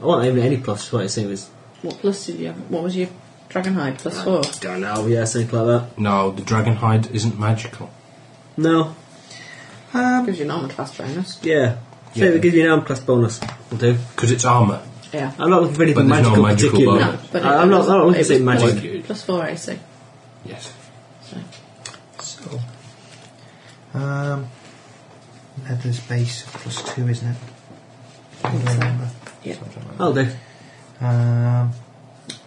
S2: I want even any plus, what I say was.
S5: What plus did you have? What was your dragon hide? Plus four.
S2: Don't know, yeah, something like that.
S4: No, the dragon hide isn't magical.
S2: No,
S5: Gives you an armor class bonus.
S2: yeah. So
S4: Yeah.
S2: it gives you an arm class bonus. Will do.
S4: Because it's armour.
S5: Yeah.
S2: I'm not looking for
S4: But
S2: anything
S4: there's no
S2: magical,
S4: magical
S2: particularly.
S4: bonus.
S5: but
S2: I- I'm not, I'm not looking for
S5: it
S2: something
S5: was
S2: magic.
S4: magic.
S5: Plus four AC.
S4: Yes.
S3: So, um, Leather's base plus two, isn't it? I don't remember.
S5: Yeah.
S2: I'll do.
S3: Um,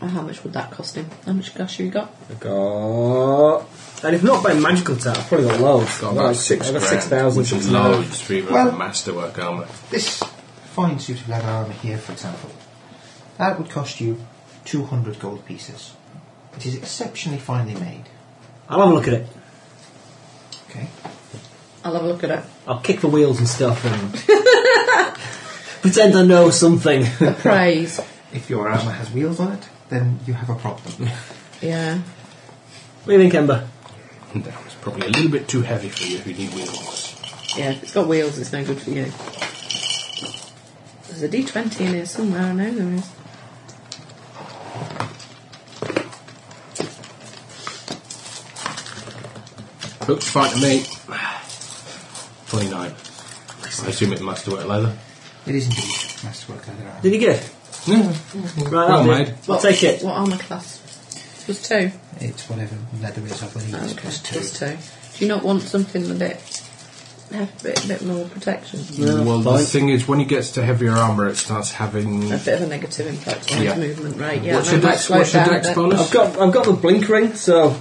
S5: And how much would that cost him? How much cash have you got?
S2: I got. And if not by magical tap, I've probably got loads.
S4: Got
S2: I've
S4: about
S2: like-
S4: six
S2: I've got
S4: grand,
S2: 6,000.
S4: Which is
S2: something like that.
S4: loads for even
S3: Well-
S4: masterwork armour.
S3: this fine suit of leather armour here, for example, that would cost you 200 gold pieces. It is exceptionally finely made.
S2: I'll have a look at it.
S3: Okay.
S5: I'll have a look at it.
S2: I'll kick the wheels and stuff and. pretend I know something.
S5: Praise.
S3: If your armour has wheels on it, then you have a problem.
S5: Yeah.
S2: What do you think, Ember?
S4: And that was probably a little bit too heavy for you if you need wheels.
S5: Yeah, if it's got wheels, it's no good for you. There's a D20 in here somewhere, I know there is.
S4: Looks fine to me. 29. I assume it's masterwork leather.
S3: it is indeed masterwork leather armour.
S2: Did you get it? Right,
S4: Well
S2: I'll do.
S4: made.
S2: I'll take it.
S5: What armour class? Plus two.
S3: It's whatever leather is of when it's plus two.
S5: Plus two. Do you not want something a bit, have a bit, bit more protection?
S4: well, the
S2: fine.
S4: thing is, when it gets to heavier armour, it starts having.
S5: A bit of a negative impact on
S4: Yeah.
S5: his movement rate. Yeah,
S4: What's
S5: that
S4: your
S5: might
S4: dex-
S5: slow
S4: what's
S5: it
S4: your
S5: down a
S4: dex
S5: bit.
S4: bonus?
S2: I've got I've got the blink ring, so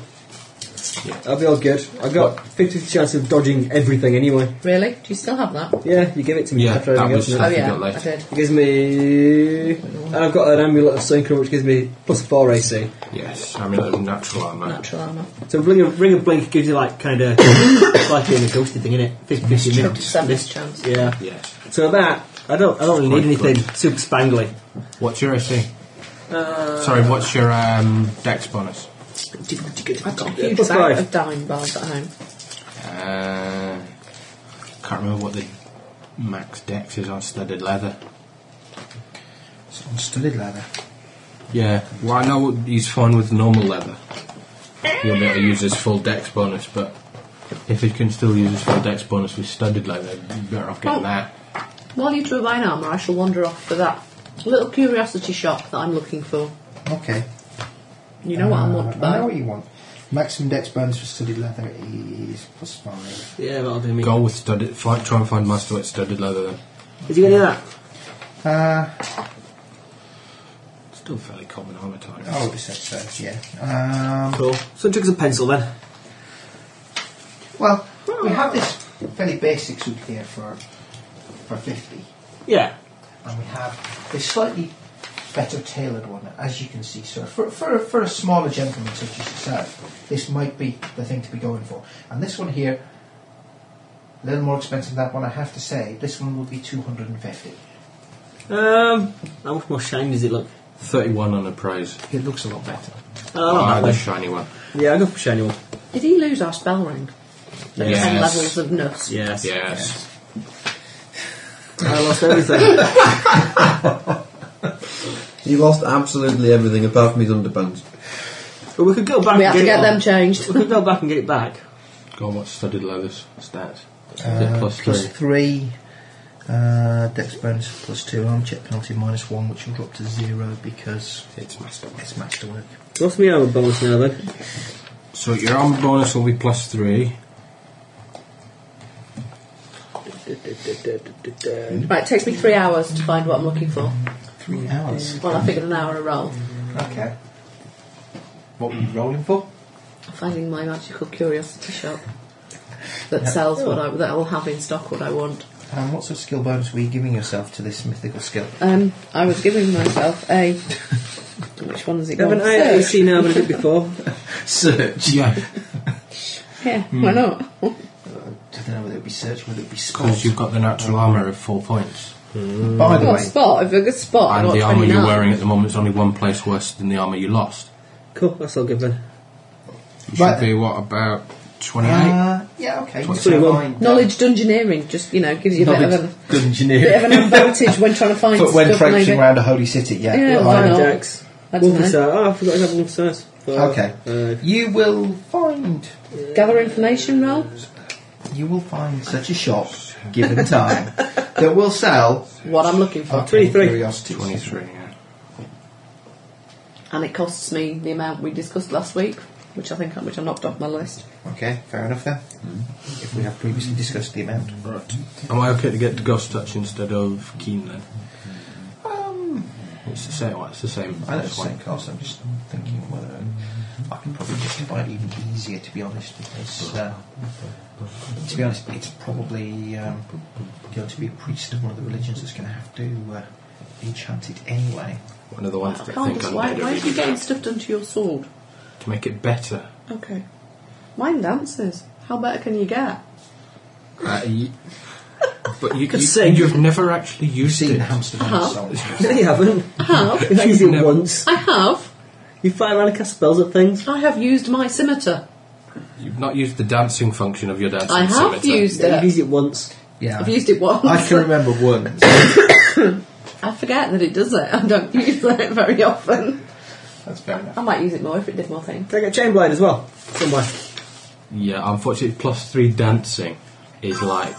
S2: I'll be all good. I've got fifty chance of dodging everything anyway.
S5: Really? Do you still have that?
S2: Yeah, you give it to me
S4: Yeah,
S2: after
S4: that
S2: I
S4: was-
S5: Oh
S4: I think
S5: yeah,
S4: I left.
S5: I did.
S2: It gives me, and I've got an amulet of synchro which gives me plus four AC.
S4: Yes, I mean, that's natural armour.
S5: Natural armour.
S2: So ring of ring of blink gives you like kind of it's like doing a ghosted thing, innit? 50 50
S5: Chance.
S2: miss.
S5: Some miss chance.
S2: Yeah.
S4: Yes.
S2: So that I don't I don't really
S4: Quite
S2: need anything
S4: good.
S2: super spangly.
S4: What's your AC? Sorry, what's your um, dex bonus?
S5: I've got a huge bag of dime bars at home.
S4: Uh, can't remember what the max dex is on studded leather.
S3: It's on studded leather.
S4: Yeah, well, I know he's fine with normal leather. He'll be able to use his full dex bonus, but if he can still use his full dex bonus with studded leather, you better off getting
S5: Oh.
S4: that.
S5: While you draw mine armour, I shall wander off for that little curiosity shop that I'm looking for.
S3: Okay.
S5: You know what I want to
S3: Uh, I know
S5: buy.
S3: what you want. Maximum dex bonus for studded leather is plus five.
S2: Yeah, that'll do me.
S4: Go with studded. Find, try and find master with studded leather then.
S2: Is he going to do that?
S3: Uh,
S4: Still fairly common armor type.
S3: I
S6: Oh.
S3: would have said so, yeah. Um,
S2: Cool. So took us a pencil then.
S3: well, we have this fairly basic suit here for, for 50.
S2: Yeah.
S3: and we have a slightly better tailored one, as you can see, sir. For, for, for a smaller gentleman such as yourself, this might be the thing to be going for. And this one here, a little more expensive than that one, I have to say. This one will be 250.
S2: Um, how much more shiny does it look?
S4: Thirty-one on appraise.
S3: It looks a lot better.
S2: Oh,
S4: Ah,
S2: I
S4: the
S2: like that
S4: shiny one.
S2: one. Yeah, I go for shiny one.
S5: Did he lose our spell ring? At
S4: Yes.
S5: 10 levels of nuts.
S2: Yes.
S4: Yes.
S2: I lost everything.
S6: He lost absolutely everything apart from his underpants.
S2: but we could go back
S5: We
S2: and
S5: have to
S2: it
S5: get them
S2: on.
S5: changed.
S2: We could go back and get it back.
S4: Go on, what's studded leather's stats? Is
S3: Uh,
S4: it plus three?
S3: three. Uh, dex bonus plus two, arm check penalty minus one, which will drop to zero because
S4: It's master.
S3: it's masterwork.
S2: What's my armour bonus now then?
S4: So your armor bonus will be plus three.
S5: Right, it takes me three hours to find what I'm looking for.
S3: Three hours.
S5: Well, I figured an hour a roll.
S3: Okay. What were you rolling for?
S5: Finding my magical curiosity shop that sells what I that will have in stock what I want.
S3: Um, what sort of skill bonus were you giving yourself to this mythical skill?
S5: Um, I was giving myself a. Which one is it?
S2: Haven't I
S5: going?
S2: actually
S5: Search.
S2: seen how I did before?
S3: Search.
S4: Yeah,
S5: Yeah,
S4: Hmm.
S5: why not?
S3: I don't know whether it would be search, whether it would be
S4: because
S3: spot.
S4: you've got the natural armor of four points.
S3: By
S5: I've
S3: the
S5: got a
S3: way,
S5: spot. I've got a good spot. I've
S4: And
S5: got
S4: the armour you're
S5: 29.
S4: wearing at the moment is only one place worse than the armour you lost.
S2: Cool, that's all good then.
S4: You should
S3: Right.
S4: be, what, about 28?
S3: uh, yeah, okay.
S4: What's
S3: you
S2: the
S3: don't
S2: one?
S3: mind, uh,
S5: Knowledge dungeoneering just, you know, gives you a bit of,
S3: knowledge
S5: an,
S3: good
S5: bit of
S3: engineer.
S5: an advantage when trying to find
S3: But when
S5: stuff.
S3: traipsing
S5: maybe.
S3: around a holy city, yeah.
S5: Yeah,
S3: fine.
S5: why not?
S2: Dex.
S5: I don't
S2: Wolfie
S5: know.
S2: size. Oh, I forgot to have wolf size. Well,
S3: Okay.
S2: Uh,
S3: You will find
S5: Gather information roll.
S3: you will find such a shop given time that will sell
S5: What I'm looking for.
S3: arcane
S2: 23.
S3: curiosities.
S4: 23, yeah.
S5: And it costs me the amount we discussed last week, which I think I- which I knocked off my list.
S3: Okay, fair enough then. If we have previously discussed the amount,
S4: Right. Am I okay to get the Ghost Touch instead of Keen then?
S3: um,
S4: It's the same, well, it's the same.
S3: I know it's
S4: It's
S3: the same
S4: like-
S3: cost. I'm just thinking whether I can probably justify it even easier, to be honest, because. Uh, To be honest, it's probably um, going to be a priest of one of the religions that's going to have to uh, enchant it anyway.
S4: One of the ones that
S5: Can't
S4: think
S5: just-
S4: I'm
S5: why,
S4: dead
S5: why
S4: already.
S5: is you getting stuff done to your sword?
S4: To make it better.
S5: Okay. Mine dances. How better can you get?
S4: Uh, you, but you,
S2: Good
S4: you,
S2: sing.
S4: you've never actually
S3: You've
S4: used
S3: seen
S4: it.
S3: the hamster
S5: Uh-huh.
S3: song.
S2: no, you haven't.
S5: I have.
S2: You've used it
S4: never-
S2: once.
S5: I have.
S2: You fly around and cast spells at things.
S5: I have used my scimitar.
S4: You've not used the dancing function of your dancing
S5: I have
S4: scimitar.
S5: used
S2: You've
S5: it.
S2: used it once.
S3: Yeah,
S5: I've used it once.
S3: I can remember ones.
S5: I forget that it does it. I don't use it very often.
S3: That's fair enough.
S5: I might use it more if it did more things.
S2: Can I get chain blade as well? Somewhere.
S4: Yeah, unfortunately, plus three dancing is like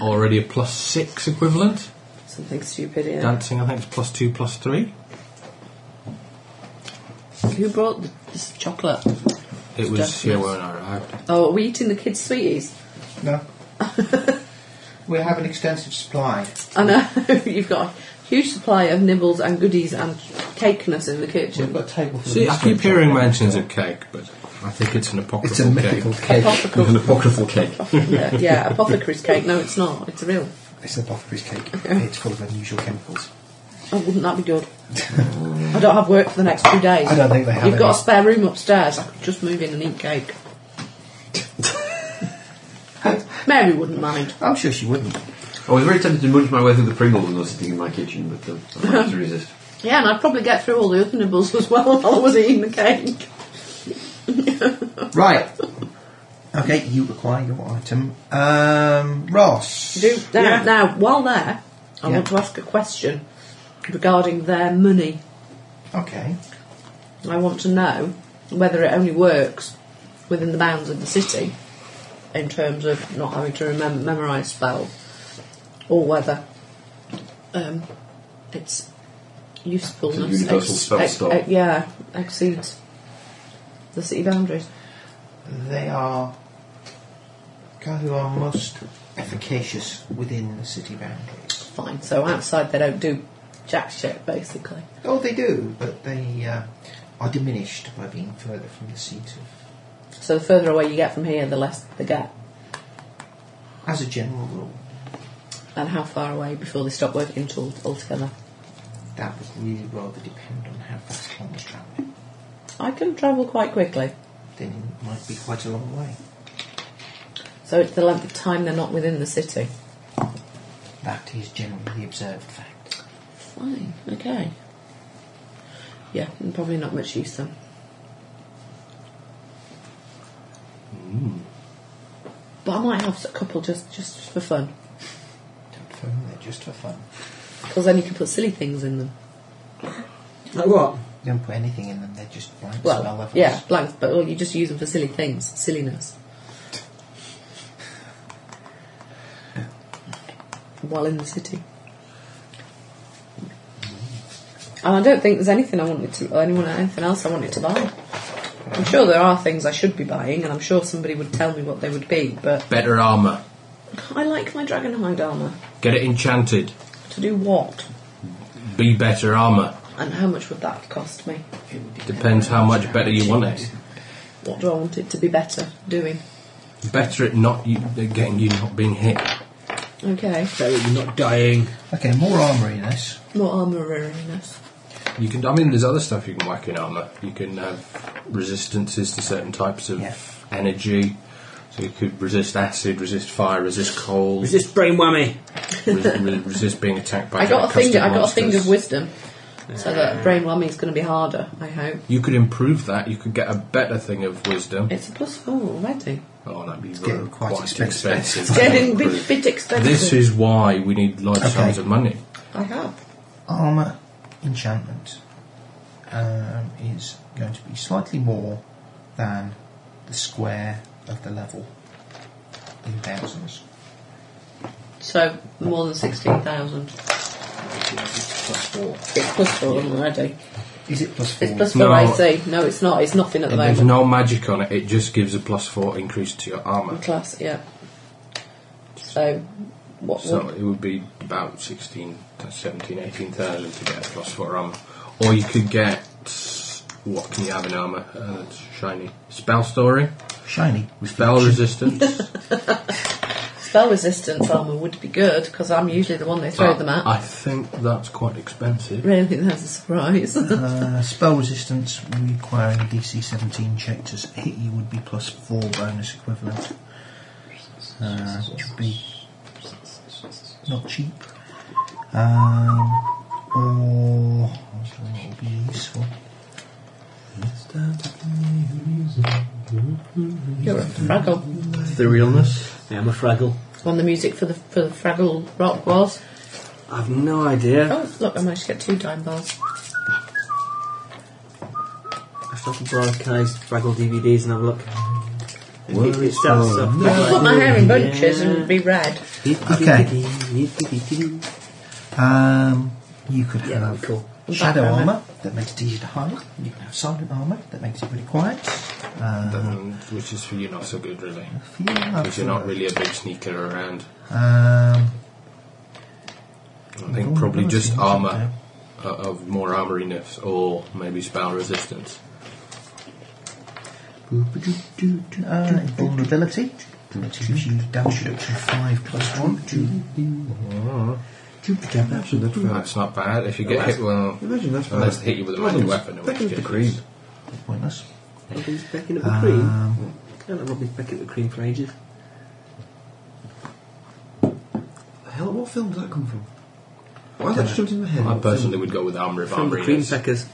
S4: already a plus six equivalent.
S5: Something stupid here.
S4: Dancing, I think, is plus two, plus three.
S5: Who brought the, this chocolate?
S4: It was
S5: Dancing
S4: here
S5: is-
S4: when I arrived.
S5: Oh, are we eating the kids' sweeties?
S3: No, we have an extensive supply.
S5: I know you've got a huge supply of nibbles and goodies and cakeness in the
S3: We've
S5: kitchen.
S3: got a table. For
S4: See,
S3: the
S4: I keep hearing mentions of cake, but I think it's an apocryphal
S3: It's a mythical
S4: cake.
S3: cake.
S5: Apocryphal.
S6: An apocryphal cake.
S5: yeah, yeah, apothecary's cake. No, it's not. It's real.
S3: It's an apothecary's cake. It's full of unusual chemicals.
S5: Oh, wouldn't that be good? I don't have work for the next two days.
S3: I don't think they have
S5: You've got
S3: any.
S5: a spare room upstairs. I could just move in and eat cake. Mary wouldn't mind.
S3: I'm sure she wouldn't.
S6: I was very tempted to munch my way through the Pringles when I was sitting in my kitchen, but um, I managed to resist.
S5: Yeah, and I'd probably get through all the other nibbles as well while I was eating the cake.
S3: right. Okay, you acquire your item. Um, Ross.
S5: Do now,
S2: Yeah.
S5: now while there, I
S3: Yeah.
S5: want to ask a question regarding their money.
S3: Okay.
S5: I want to know whether it only works within the bounds of the city in terms of not having to remem- memorise spells, or whether um, its usefulness
S4: It's a universal spell stock.
S5: yeah, exceeds the city boundaries.
S3: They are. Kahu are most efficacious within the city boundaries.
S5: Fine, so outside they don't do jack shit basically.
S3: Oh, they do, but they uh, are diminished by being further from the seat of.
S5: So the further away you get from here, the less they get.
S3: As a general rule,
S5: And how far away before they stop working until altogether?
S3: that would really rather depend on how fast one was travelling.
S5: I can travel quite quickly,
S3: Then it might be quite a long way.
S5: so it's the length of time they're not within the city.
S3: That is generally the observed fact.
S5: Fine, okay. Yeah, and probably not much use then. Hmm. But I might have a couple just just for fun,
S3: Don't phone there just for fun.
S5: because then you can put silly things in them.
S2: Like what?
S3: You don't put anything in them, they're just blank spell
S5: Well,
S3: levels.
S5: yeah, blanks, but well, you just use them for silly things, silliness. While in the city. And I don't think there's anything I wanted to, or anyone, anything else I wanted to buy. I'm sure there are things I should be buying, and I'm sure somebody would tell me what they would be. But
S4: Better armour.
S5: I like my dragonhide armor.
S4: Get it enchanted.
S5: To do what?
S4: Be better armour.
S5: And how much would that cost me?
S4: Depends how much better you want it.
S5: What do I want it to be better doing?
S4: Better at not you, at getting you not being hit.
S5: Okay,
S2: Better you're not dying.
S3: Okay, more armouriness.
S5: more armouriness.
S4: You can. I mean, there's other stuff you can whack in armor. You can have resistances to certain types of
S3: Yeah.
S4: energy. So you could resist acid, resist fire, resist cold,
S2: Is
S4: resist,
S2: this brain whammy?
S4: resist, being attacked by.
S5: I got a
S4: thing.
S5: finger. I got a finger of wisdom, so that brain is going to be harder. I hope
S4: You could improve that. You could get a better thing of wisdom.
S5: it's a plus four already.
S4: Oh, that'd be
S3: getting
S4: very-
S3: quite
S4: quite,
S3: expensive.
S4: expensive.
S5: Getting a bit, bit expensive.
S4: This is why we need large sums of money.
S5: I have.
S3: Armour enchantment um, is going to be slightly more than the square of the level in thousands.
S5: So more than sixteen thousand.
S3: Plus four.
S5: It's plus four already.
S3: Is it plus four?
S5: It's plus four.
S4: No.
S5: I see. No, it's not. It's nothing at the
S4: And there's
S5: moment.
S4: no magic on it. It just gives a plus four increase to your armor.
S5: Class. Yeah. So what?
S4: So
S5: what
S4: it would be about 16, 17, 18,000 to get a plus 4 armour. Or you could get. What can you have in armour uh, that's shiny? Spell story,
S3: Shiny.
S4: spell resistance.
S5: spell resistance armor would be good because I'm usually the one they throw
S4: But
S5: them at.
S4: Ah, I think that's quite expensive.
S5: really think that's a surprise.
S3: Uh, spell resistance requiring a DC 17 check to s- hit you would be plus 4 bonus equivalent. Uh, which would be not cheap. Um, or. I don't know what would be useful.
S5: You're a Fraggle.
S4: Etherealness.
S2: Yeah, I'm a fraggle.
S5: When the music for the for the Fraggle Rock was.
S2: I've no idea.
S5: Oh look, I managed to get two dime bars.
S2: I have to broadcast Fraggle DVDs and have a look. Oh,
S4: Where
S2: It-
S4: is
S2: it starts
S4: my
S2: off-
S4: knife?
S5: Put my hair in bunches and be red.
S3: Okay. Um, you could
S2: Yeah, that'd
S3: have
S2: be cool.
S3: shadow
S5: Background,
S3: armour that makes it easy to hide. You can have silent armour that makes it really quiet. Uh,
S4: Um, which is for you not so good, really.
S3: for you,
S4: Because you're not
S3: uh,
S4: really a big sneaker around.
S3: Um,
S4: I think
S2: Oh,
S4: probably just armour uh, of more armouriness or maybe spell resistance.
S3: Uh, vulnerability, which gives you damage reduction 5 plus 1.
S4: That's not bad. If you get hit, well,
S6: Imagine that's
S4: Unless they hit you with a magic weapon, in
S6: Back
S4: which
S6: into the
S4: case
S6: cream.
S4: it's-
S3: Pointless.
S2: Robbie's back in the cream.
S3: Um,
S2: Can't have Robbie's back in the cream for ages.
S6: The hell, what film did that come from? Why is that shot in my head?
S4: I personally would go with armour of
S2: From the cream
S4: armouriness.
S2: peckers.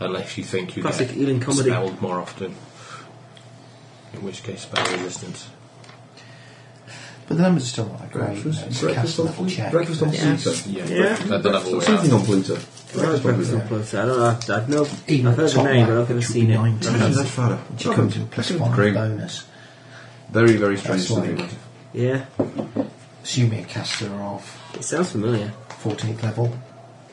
S4: Unless you think you
S2: Classic
S4: get
S2: Ealing comedy.
S4: spelled more often. in which case spell resistance.
S3: But the numbers are still not that great. you know, it's a cast level check.
S6: breakfast on
S5: Yeah.
S6: Pluto.
S4: Yeah,
S2: Yeah.
S4: At the level we
S6: Something
S4: are.
S6: on Pluto. Breakfast on
S2: Breakfast
S6: Pluto.
S2: on Pluto. I don't know. I've, I've, no,
S3: Even
S2: I've heard
S3: at
S2: the
S3: top
S2: name, but I've
S3: left,
S2: never
S3: which would
S2: seen
S3: be
S2: it.
S3: 19.
S6: Imagine that far up.
S3: Which comes with a plus one
S6: Grim.
S3: bonus.
S6: Very, very strange
S3: That's
S6: to think
S3: like,
S6: about.
S2: Yeah,
S3: assuming a caster of
S2: it sounds familiar.
S3: 14th level,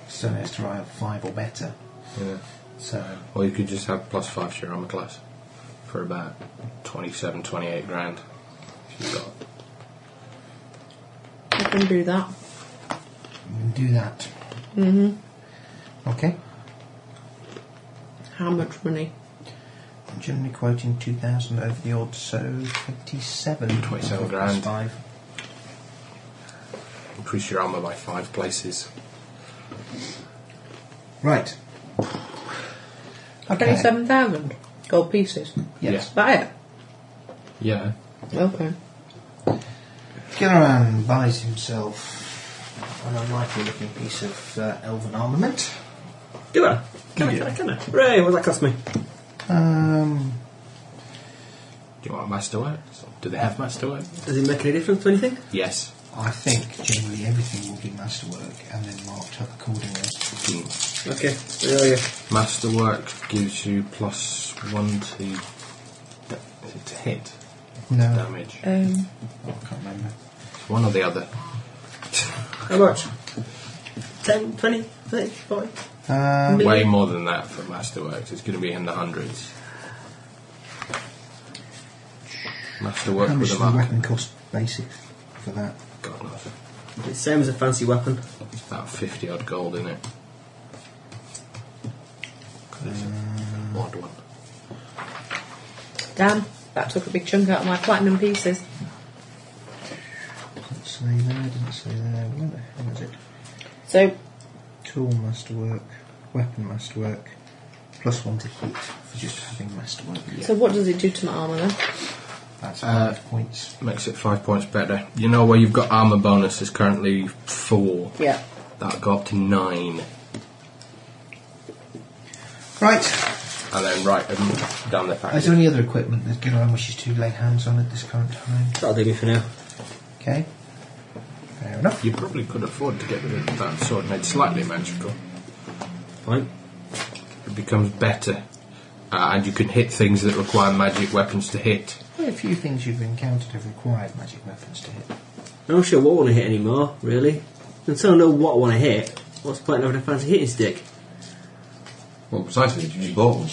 S3: so has to arrive at 5 or better.
S4: Yeah.
S3: So,
S4: Or you could just have plus five to your armor class for about 27, 28 grand. If you've got
S5: I can do that.
S3: we can do that. Mm-hmm. Okay.
S5: How much money?
S3: I'm generally quoting 2,000 over the odds, so 27.
S4: 27
S3: Plus
S4: grand.
S3: 5.
S4: increase your armor by five places.
S3: Right. Okay.
S5: Twenty-seven thousand gold pieces.
S3: Yes.
S5: Buy it.
S4: Yeah.
S5: Okay.
S3: Gilliran buys himself an unlikely looking piece of uh, elven armament.
S2: Do I? Can I? Can I? Can I? Hooray! What does that cost me?
S3: Um,
S4: Do you want masterworks? Do they have masterworks?
S2: Does it make any difference to anything?
S4: Yes.
S3: I think generally everything will be masterwork and then marked up accordingly.
S4: Mm.
S2: Okay. There we go.
S4: Masterwork gives you plus one to, is it to hit
S3: No,
S4: damage.
S5: Um,
S3: I can't remember.
S4: It's one or the other.
S2: How much? 10, 20, 30, 40?
S3: Um,
S4: Way more than that for masterworks. It's going to be in the hundreds. Masterwork
S3: how much
S4: with
S3: does
S4: a
S3: the
S4: mark.
S3: weapon cost basic for that?
S4: God knows.
S2: It's same as a fancy weapon.
S4: It's about 50 odd gold in it. It's an odd one.
S5: damn, that took a big chunk out of my platinum pieces.
S3: Didn't say there, didn't say there. Where the hell is it?
S5: So
S3: Tool masterwork, weapon masterwork, plus one to hit for just having masterwork.
S5: So what does it do to my armour then?
S3: That's five points.
S4: Makes it five points better. You know where you've got armour bonus is currently four.
S5: Yeah.
S4: That got up to nine.
S3: Right.
S4: And then right um, down the
S3: Is there
S4: package.
S3: any other equipment that Gillian wishes to lay hands on at this current time?
S2: That'll do me for now.
S3: Okay. Fair enough.
S4: You probably could afford to get rid of that sword made slightly magical.
S2: Fine.
S4: It becomes better. Uh, and you can hit things that require magic weapons to hit.
S3: Very few things you've encountered have required magic weapons to hit.
S2: I'm not sure what I want to hit anymore, really. Until I know what I want to hit, what's the point of having a fancy hitting stick?
S6: Well, precisely, you just bought one.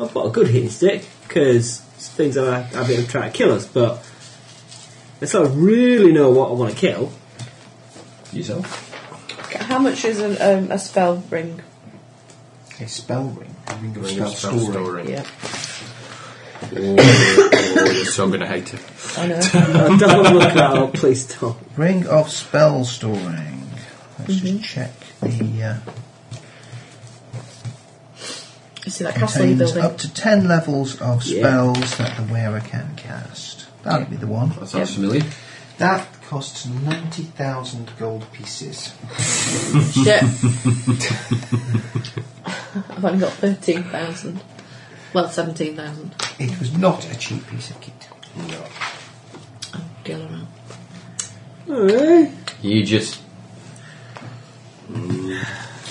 S2: I've got a good hitting stick, because things are a bit of trying to kill us, but until I really know what I want to kill,
S6: Yourself?
S5: How much is an, um, a spell ring?
S3: A spell ring. A ring of
S4: Ring
S3: spell,
S4: of spell storing.
S5: Yeah.
S4: Oh, you're so going to hate it.
S5: I know.
S2: I don't want to look that up, please don't.
S3: Ring of spell storing. Let's just check the. Uh,
S5: you see that castle you're
S3: contains up
S5: building?
S3: to ten levels of
S2: Yeah.
S3: spells that the wearer can cast. That'd be the one.
S6: That sounds familiar.
S3: That costs ninety thousand gold pieces.
S5: Shit. I've only got 13,000. Well, 17,000.
S3: It was not a cheap piece of kit.
S5: Oh, deal around.
S6: You just.
S5: Um,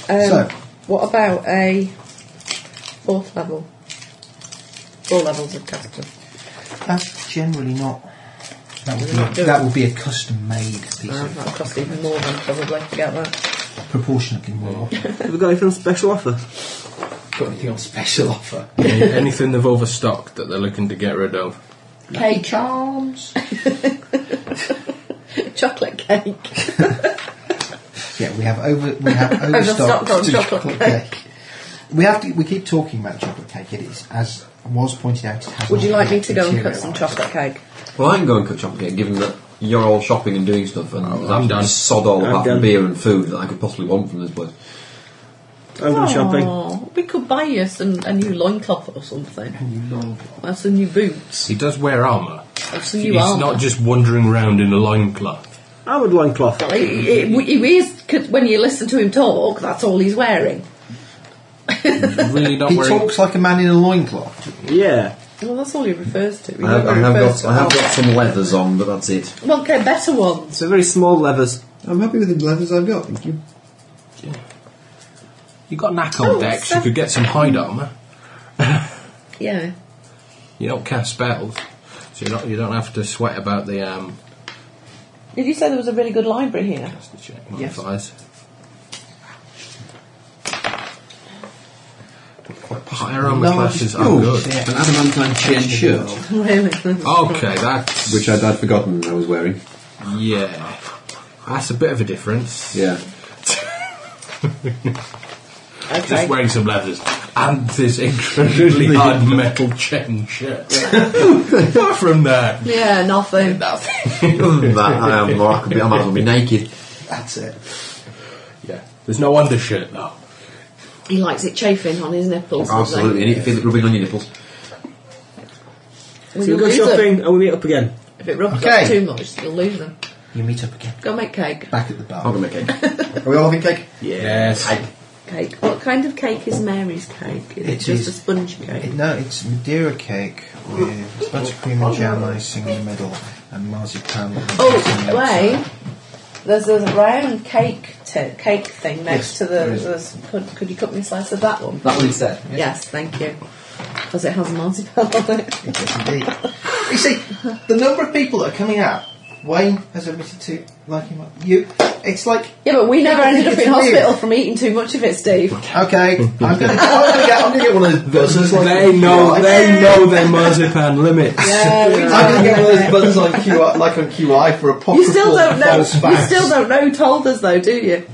S3: So-
S5: What about a fourth level? Four levels of caster.
S3: That's generally not. That would
S5: They're not
S3: be
S5: doing
S3: that
S5: it.
S3: would be a custom made piece
S5: Uh,
S3: of
S5: that cost even more than probably to get that.
S3: proportionately more.
S2: Have we got anything on special offer?
S3: Got anything on special offer?
S4: Any- Anything they've overstocked that they're looking to get rid of.
S3: Hey charms.
S5: Chocolate cake.
S3: Yeah, we have over we have
S5: Overstocked
S3: overstocked
S5: on
S3: to
S5: chocolate
S3: cake. We have to. We keep talking about chocolate cake. It is, as was pointed out, it has
S5: Would
S3: not
S5: you like me
S3: yet
S5: to go and cut some
S3: materialised.
S5: chocolate cake?
S6: Well, I can go and cut chocolate cake, given that you're all shopping and doing stuff, and there's
S4: Oh, I'm
S6: absolutely
S4: done.
S6: sod all
S2: I'm
S6: apart
S2: done.
S6: from beer and food that I could possibly want from this place.
S2: I'm going shopping.
S5: Oh, we could buy you some, a new loincloth or something.
S3: You long-
S5: Have some new boots.
S4: He does wear armour.
S5: Have some
S4: He's
S5: new armour.
S4: not just wandering around in a loincloth.
S2: I would loincloth.
S5: Well, he, he, he is, 'cause when you listen to him talk, that's all he's wearing.
S4: He's really not
S3: He
S4: wearing
S3: talks like a man in a loincloth.
S2: Yeah.
S5: Well, that's all he refers to. He
S6: I have, I
S5: never
S6: have
S5: refers to
S6: got I have
S5: our-
S6: got some leathers on, but that's it.
S5: Well, okay, better ones.
S2: So very small levers.
S6: I'm happy with the leathers I've got. Thank you.
S4: You got Nakon
S5: Oh,
S4: decks, you
S5: so-
S4: could get some hide armour.
S5: Yeah.
S4: You don't cast spells, so you don't, you don't have to sweat about the um,
S5: Did you say there was a really good library here?
S4: That's the check
S5: Yes.
S4: modifiers. Higher armor classes are good.
S7: An adamantine chain shirt.
S5: really?
S4: Okay, that's
S6: Which I'd, I'd forgotten I was wearing.
S4: yeah. That's a bit of a difference.
S6: Yeah.
S5: okay.
S4: Just wearing some leathers and this incredibly hard metal chain shirt. Apart from that,
S5: Yeah, nothing.
S6: Other than that, I am. I, could be, I might as well be naked.
S3: That's it.
S4: yeah, there's no undershirt though.
S5: He likes it chafing on his nipples. doesn't he?
S6: Absolutely, and you feel it rubbing on your nipples.
S5: Well,
S2: So we
S5: you'll
S2: go
S5: lose them.
S2: shopping and we meet up again.
S5: If it rubs
S3: Okay.
S5: up too much, you'll lose them.
S3: You meet up again.
S5: Go make cake.
S3: Back at the
S6: I'll
S3: bar.
S6: go make cake.
S3: Are we all having cake?
S4: Yes.
S5: Cake. What kind of cake is Mary's cake? Is it,
S3: It
S5: just
S3: is-
S5: a sponge cake?
S3: It- no, it's Madeira cake with
S5: Oh.
S3: buttercream and jam icing in the middle and marzipan.
S5: Oh, wait. There's a round cake t- cake thing next
S3: Yes,
S5: to
S3: there
S5: the.
S3: is.
S5: There's, could, could you cut me a slice of that one?
S2: That one instead.
S5: Yes, thank you. Because it has marzipan on it.
S3: Yes, indeed. You see, the number of people that are coming out, Wayne has admitted to liking what you. It's like,
S5: Yeah, but we never ended up
S3: It's
S5: in
S3: weird.
S5: hospital from eating too much of it, Steve.
S3: okay, I'm going to get, I'm gonna get one of those buzzers. Like,
S4: They know.
S3: like-
S4: They know their marzipan limits.
S5: Yeah, we
S3: I'm going to
S5: did.
S3: get one of those buzzers on QI, like on QI for apocryphal
S5: You still don't know.
S3: false
S5: You
S3: facts.
S5: still don't know. Told us though, do you?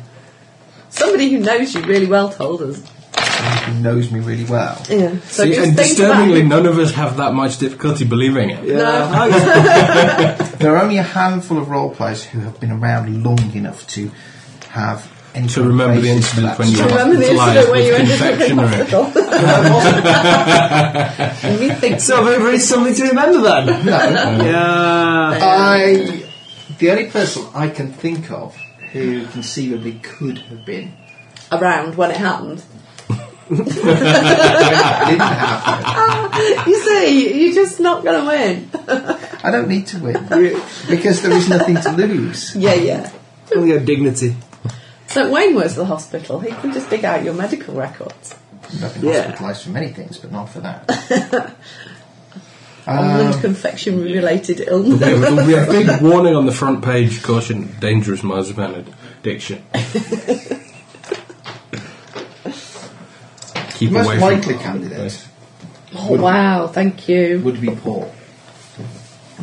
S5: Somebody who knows you really well told us.
S3: He knows me really well.
S5: Yeah. So
S4: See,
S5: just
S4: and
S5: think
S4: disturbingly,
S5: about
S4: none of us have that much difficulty believing it.
S5: No.
S3: There are only a handful of role players who have been around long enough to have any
S4: To remember the
S3: basis for
S4: incident when you
S3: that
S5: Do
S4: were
S5: you
S4: hospitalised
S5: remember the incident where you
S4: with
S5: ended up in
S4: confectionery.
S5: hospital? and you think
S2: So very, very something to remember then.
S3: No.
S2: Yeah.
S3: I, the only person I can think of who conceivably could have been
S5: around when it happened.
S3: didn't happen.
S5: You see, you're just not going to win.
S3: I don't need to win because there is nothing to lose.
S5: Yeah, yeah.
S2: There we go, dignity.
S5: So Wayne works at the hospital. He can just dig out your medical records.
S3: I've been
S2: Yeah.
S3: hospitalised for many things, but not for that.
S5: Almond confectionery related illness.
S4: There'll be a big warning on the front page: caution, dangerous marzipan addiction. Keep
S3: The most
S4: away
S3: likely
S4: from
S3: candidate
S5: Oh wow! Thank you,
S3: would be Paul,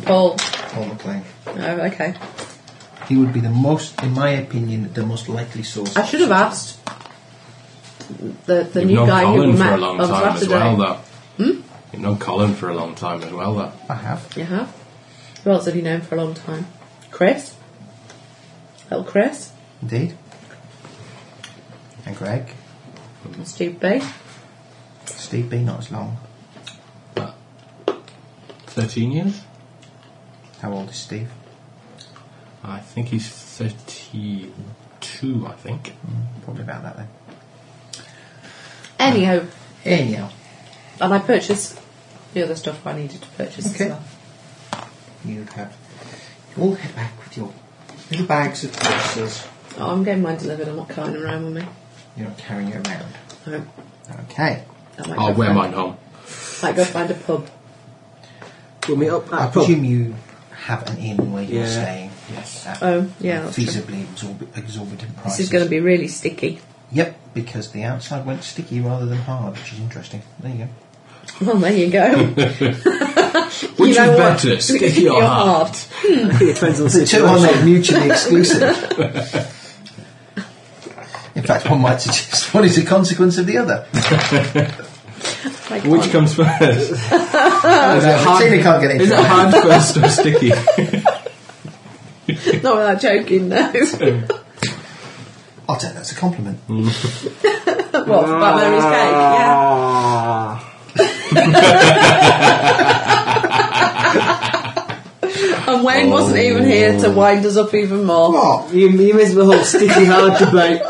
S5: Paul.
S3: Paul McLean.
S5: Oh, okay.
S3: He would be the most, in my opinion, the most likely source.
S5: I should have asked the the
S4: You've
S5: new
S4: known
S5: guy
S4: Colin
S5: who we
S4: for
S5: met
S4: a long
S5: on
S4: time as
S5: Saturday.
S4: well, though. You've known Colin for a long time as well, though.
S3: I have.
S5: You have. Who else have you known for a long time? Chris. Little Chris.
S3: Indeed. And Greg.
S5: Steve B.
S3: Steve B, not as long.
S4: Thirteen years?
S3: How old is Steve?
S4: I think he's thirty-two. I think.
S3: Mm, Probably about that then.
S5: Anyhow,
S3: Anyhow,
S5: and I purchased the other stuff I needed to purchase
S3: Okay.
S5: as well.
S3: you have. You all head back with your little bags of boxes.
S5: Oh, I'm getting mine delivered. I'm not carrying them around with me.
S3: You're not carrying it around.
S5: No,
S3: Okay.
S5: I might
S4: I'll
S5: go
S4: wear
S5: find-
S4: Oh, mine home.
S5: Might go find a pub.
S2: We'll meet up
S4: Ah,
S3: I
S2: at a pub.
S3: presume you have an inn where you're
S2: Yeah.
S3: staying. Yes. At
S5: Oh, yeah, that's true.
S3: Feasibly exorbi- exorbitant prices.
S5: This is going to be really sticky.
S3: Yep, because the outside went sticky rather than hard, which is interesting. There you go.
S5: Well, there you go.
S4: Which
S5: you know
S4: is
S5: what?
S4: better, sticky or hard?
S2: It depends on the
S3: Two are
S2: situation.
S3: not mutually exclusive. In fact, one might suggest one is a consequence of the other.
S5: Like,
S4: Which
S5: on.
S4: comes first? Oh, is it
S3: Tina can't get into
S4: Is it
S3: it.
S4: hard first or sticky?
S5: Not without joking, no.
S3: I'll take that as a compliment.
S4: Mm.
S5: what, about Mary's cake? Yeah.
S2: Ah.
S5: And Wayne wasn't even here
S4: Oh.
S5: to wind us up even more.
S3: What?
S2: You, you missed the whole sticky hard debate.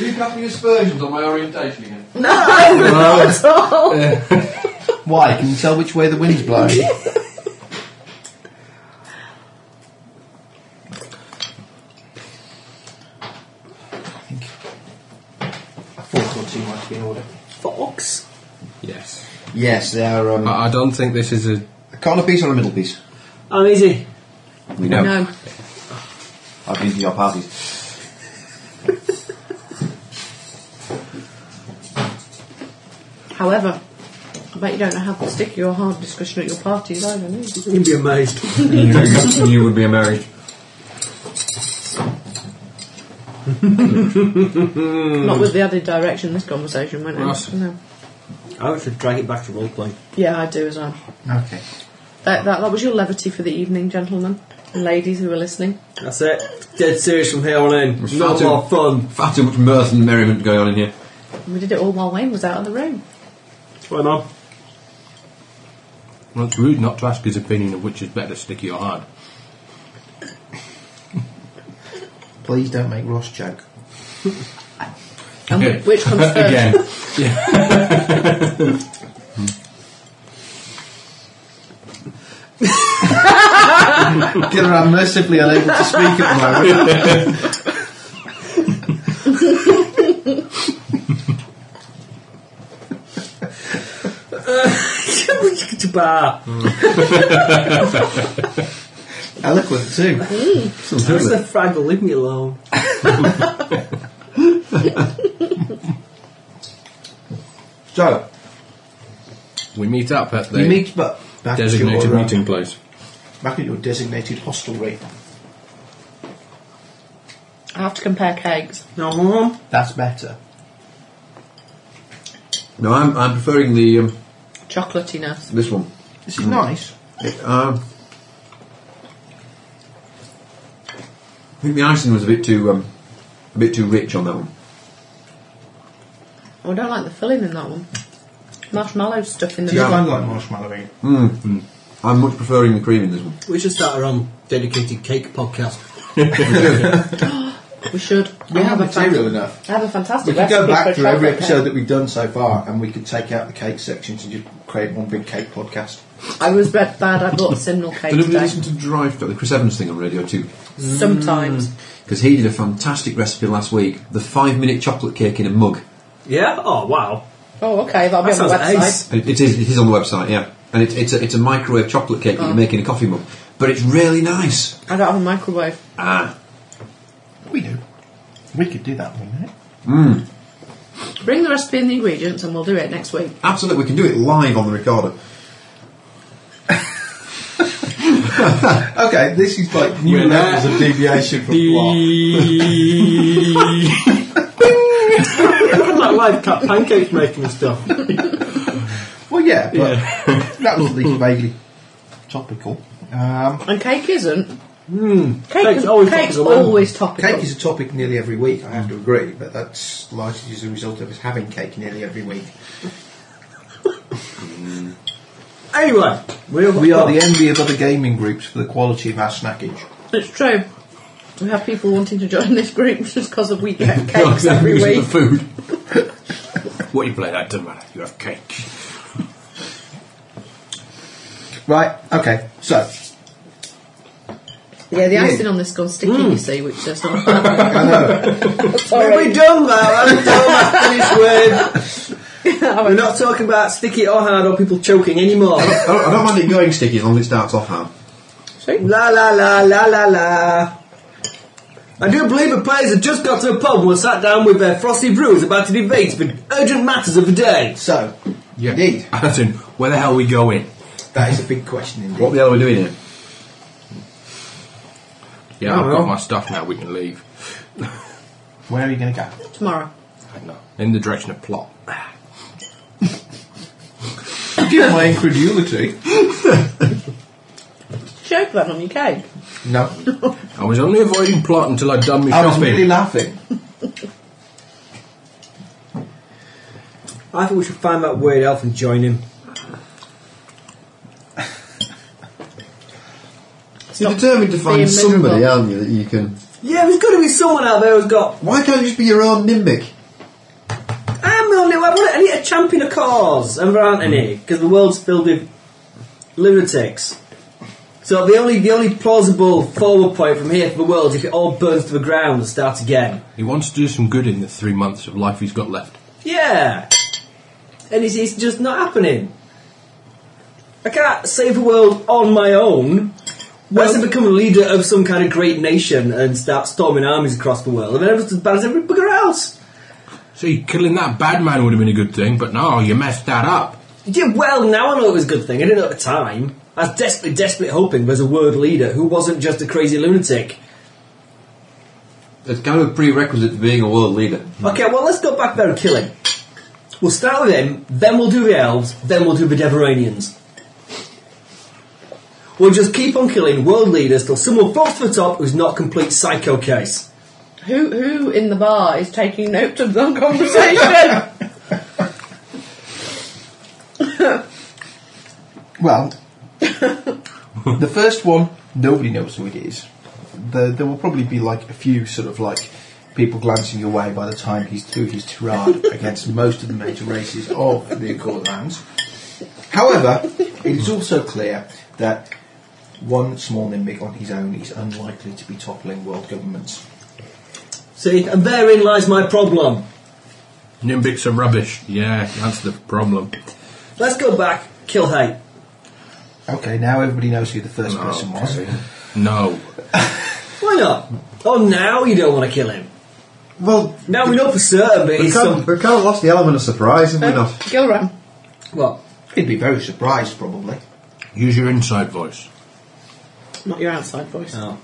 S8: you casting aspersions on my orientation again?
S3: uh, Why? Can you tell which way the wind's blowing? Four or two might be in order.
S2: Fox.
S4: Yes.
S6: Yes, they are um,
S4: But I don't think this is a.
S6: a corner piece or a middle piece.
S2: I'm easy.
S6: We know.
S5: No.
S6: I've been to your parties.
S5: However, I bet you don't know how to stick your hard discussion at your parties either, do you?
S2: You'd be amazed.
S6: you, you would be married.
S4: Hmm.
S5: Not with the added direction this conversation went in.
S4: Ross.
S5: No.
S2: I would should drag it back to roleplay.
S5: Yeah, I do as well.
S3: Okay.
S5: That, Uh, that, that was your levity for the evening, gentlemen and ladies who were listening.
S2: That's it. Dead serious from here on in.
S6: far
S2: No
S6: too-
S2: more fun.
S6: Far too much mirth and merriment going on in here.
S5: We did it all while Wayne was out of the room.
S2: Right on.
S4: Well, it's rude not to ask his opinion of which is better, sticky or hard.
S3: Please don't make Ross joke.
S5: And wh- which comes first?
S4: Again.
S3: Killer, I'm mercifully unable to speak at the moment.
S2: Bar.
S3: Eloquent too.
S2: That's the fraggle, leave me alone.
S3: So,
S4: We meet up at
S3: you
S4: the
S3: meet but back at
S4: designated
S3: your, uh,
S4: meeting place.
S3: back at your designated hostelry.
S5: I have to compare cakes.
S2: No more.
S3: That's better.
S6: No, I'm, I'm preferring the um,
S5: Chocolatiness.
S6: this one.
S3: This is nice.
S6: It, um, I think the icing was a bit too um, a bit too rich on that one.
S5: Oh, I don't like the filling in that one. Marshmallow stuff in the
S3: Do you
S5: middle.
S3: find like marshmallowy?
S6: I'm much preferring the cream in this one.
S2: We should start our own dedicated cake podcast.
S5: We should.
S3: We
S5: I
S3: have
S5: a
S3: material
S5: fan-
S3: enough.
S5: I have a
S3: We
S5: fantastic
S3: could
S5: recipe
S3: go back
S5: for a
S3: through every
S5: chocolate
S3: episode that we've done so far, and we could take out the cake sections and just create one big cake podcast.
S5: cake. I was bad. bad. I bought a simnel cake
S6: Did you
S5: today.
S6: listen to Drive the Chris Evans thing on radio too?
S3: Mm.
S5: Sometimes.
S6: Because he did a fantastic recipe last week: the five-minute chocolate cake in a mug.
S2: Yeah? Oh, wow.
S5: Oh, okay. That'll be
S2: That
S5: on the
S2: sounds
S5: website.
S2: ace.
S6: It, it is it is on the website, yeah, and it, it's a, it's a microwave chocolate cake
S4: Oh.
S6: that you make in a coffee mug, but it's really nice.
S5: I don't have a microwave.
S6: Ah,
S3: We do. We could do that one minute.
S5: Bring the recipe and the ingredients, and we'll do it next week.
S6: absolutely, we can do it live on the recorder.
S3: Okay, this is like new
S4: We're
S3: levels
S4: there.
S3: of deviation from plot.
S2: like live cut pancake making and stuff.
S3: Well, yeah, but that was at least vaguely topical. Um,
S5: And cake isn't.
S3: Hmm.
S5: Cake
S2: Cake's
S5: is
S2: always
S5: cake's
S2: topical, man.
S5: always topical.
S3: cake is a topic nearly every week, I have to agree, but that's largely as a result of us having cake nearly every week.
S2: Anyway, we're,
S3: We are the envy of other gaming groups for the quality of our snackage.
S5: It's true. We have people wanting to join this group just because we get cakes
S4: Because
S5: every
S4: of
S5: week.
S4: The food. what you play that doesn't matter. You have cake.
S3: Right, okay, so
S5: Yeah, the icing on this gone sticky, you see, which is not
S2: Are we
S5: Sorry.
S2: done now? That's all I finished with. We're not talking about sticky or hard or people choking anymore.
S6: I don't, I don't mind it going sticky as long as it starts off hard.
S5: See?
S2: la la la la la la. I do believe the players had just got to a pub and were sat down with their frosty brews about to debate the urgent matters of the day.
S3: so
S4: Yeah.
S3: Indeed.
S4: As in, where the hell we going?
S3: that is a big question indeed.
S6: What the hell are we doing here?
S4: Yeah,
S3: Oh,
S4: I've
S3: well.
S4: got my stuff now. We can leave.
S3: Where are you going to go?
S5: Tomorrow.
S4: I know. In the direction of plot.
S3: Forgive my incredulity.
S5: Choke that on your cake.
S3: No,
S4: I was only avoiding plot until I'd done my
S3: I was
S4: shopping.
S3: really laughing.
S2: I think we should find that weird elf and join him.
S6: You're determined to
S5: being
S6: find
S5: miserable.
S6: somebody, aren't you, that you can
S2: Yeah, there's got to be someone out there who's got.
S3: Why can't it just be your own Nimbic?
S2: I'm the only one. I need a champion of cause, and there aren't any because the world's filled with lunatics. So the only the only plausible forward point from here for the world is if it all burns to the ground and starts again.
S4: He wants to do some good in the three months of life he's got left.
S2: Yeah. And it's, it's just not happening. I can't save the world on my own. Once I become a leader of some kind of great nation and start storming armies across the world, and then everyone's as bad as every bugger else.
S4: See, killing that bad man would have been a good thing, but no, you messed that up.
S2: Yeah, well, now I know it was a good thing. I didn't know at the time. I was desperately, desperately hoping there's a world leader who wasn't just a crazy lunatic.
S6: It's kind of a prerequisite to being a world leader.
S3: Hmm.
S2: Okay, well, let's go back there and kill him. We'll start with him, then we'll do the elves, then we'll do the Deveranians. We'll just keep on killing world leaders till someone falls to the top who's not a complete psycho case.
S5: Who who in the bar is taking note of that conversation?
S3: Well, the first one, nobody knows who it is. There, there will probably be like a few sort of like people glancing your way by the time he's through his tirade against most of the major races of the Accord lands. However, it is also clear that one small Nimbic on his own is unlikely to be toppling world governments.
S2: See, and therein lies my problem.
S4: Nimbics are rubbish. Yeah, that's the problem.
S2: Let's go back, kill hate.
S3: Okay, now everybody knows who the first person was.
S4: Okay. No.
S2: Why not? Oh, now you don't want to kill him.
S9: Well,
S2: Now we know for certain that
S9: we
S2: he's
S9: can't,
S2: some.
S9: we can't lost the element of surprise, have we not?
S5: Gilran.
S2: Well,
S3: He'd be very surprised, probably.
S4: Use your inside voice.
S5: Not your outside voice.
S2: oh.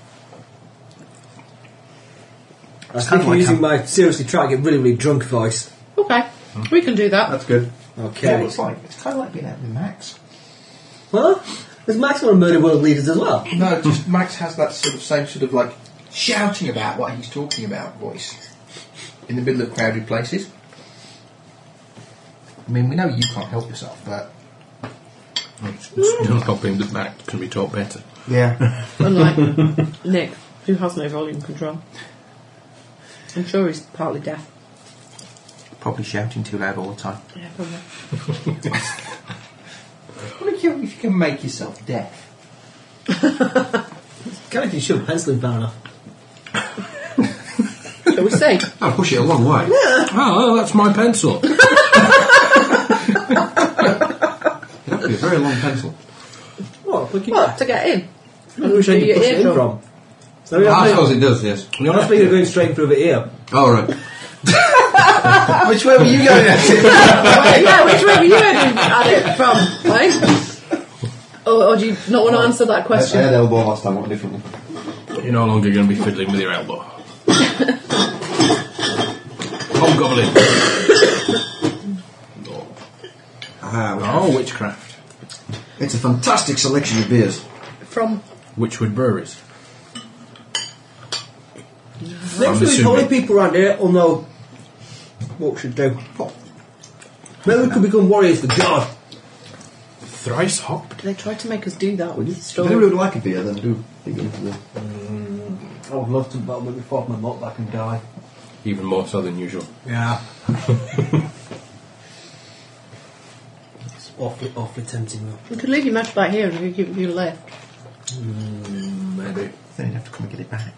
S2: I was thinking
S3: like
S2: using my seriously trying to get really, really drunk voice.
S5: Okay, we can do that.
S9: That's good.
S3: Yeah,
S2: Okay.
S3: it's like it's kind of like being out with Max.
S2: Well, there's Max want to murder world leaders as well?
S3: No, just Max has that sort of same sort of like shouting about what he's talking about voice in the middle of crowded places. I mean, we know you can't help yourself, but
S4: It's- it's Still hoping that that can be taught better.
S3: yeah,
S5: Unlike Nick, who has no volume control. I'm sure he's partly deaf.
S3: probably shouting too loud all the time.
S5: Yeah, probably.
S3: What if you, if you can make yourself deaf?
S2: Can you shove a pencil in far enough?
S5: Shall we see?
S4: I'll push it a long way. Oh, that's my pencil.
S6: That would be a very long pencil.
S2: What? Look
S5: What, to get in?
S2: I wish I
S5: Through
S2: could
S5: your
S2: push it in from.
S5: eardrum.
S2: Ah, So you're
S6: I
S2: not
S6: suppose it does, yes.
S4: You know,
S2: speaking of going straight through the ear.
S6: All right.
S3: Which way were you going? At?
S5: Well, yeah, which way were you aiming at it from, right? Or, or do you not want to answer that
S6: I, I
S5: question?
S2: Uh,
S6: had elbow last time, what differently?
S4: You're no longer going to be fiddling with your elbow. Hobgoblin.
S9: Ah,
S4: Oh, witchcraft.
S9: It's a fantastic selection of beers.
S2: uh,
S5: From
S4: Witchwood breweries.
S2: Next week,
S4: assuming-
S2: holy people around here will know what we should do. Maybe we could become warriors for God.
S4: Thrice hopped.
S5: they tried to make us do that with the
S9: If anybody
S5: story.
S9: would like a beer, then do dig into the.
S2: I would love to, but I'm before my motorbike back and die.
S4: Even more so than usual.
S2: Yeah. it's awfully, awfully tempting though.
S5: We could leave your match back here and you could you left.
S4: Maybe.
S3: then you'd have to come and get it back.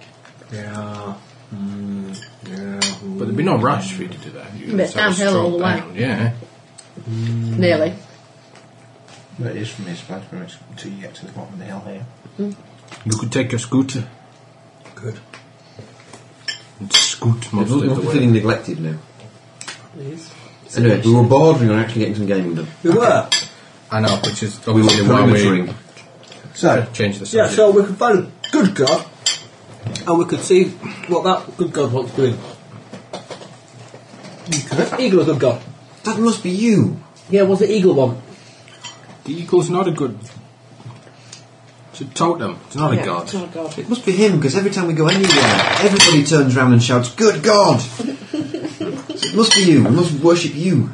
S2: Yeah. Mm, yeah.
S4: But there'd be no rush for you to do that. You
S5: But
S4: just have a
S5: downhill
S4: stroll
S5: all the way.
S4: down, Yeah.
S5: Nearly.
S3: But it is from his bad from it's until you get to the bottom of the hill here.
S4: You could take a scooter
S2: Good.
S4: and scoot
S6: We're
S4: most of the way.
S6: feeling neglected now. Anyway, we were bordering on actually getting some gaming done.
S2: We were.
S4: I know, which is
S6: We were
S4: obviously why we
S6: perimetering.
S3: So
S4: change the
S2: Yeah,
S4: subject.
S2: so we could find a good God and we could see what that good God wants doing. Eagle or good God?
S6: That must be you.
S2: Yeah, was the eagle one?
S4: The eagle's not a good. It's a totem. It's
S2: Oh
S4: not a god.
S5: It's not a Oh god.
S6: It must be him, because every time we go anywhere, everybody turns round and shouts, Good God! So it must be you. We must worship you.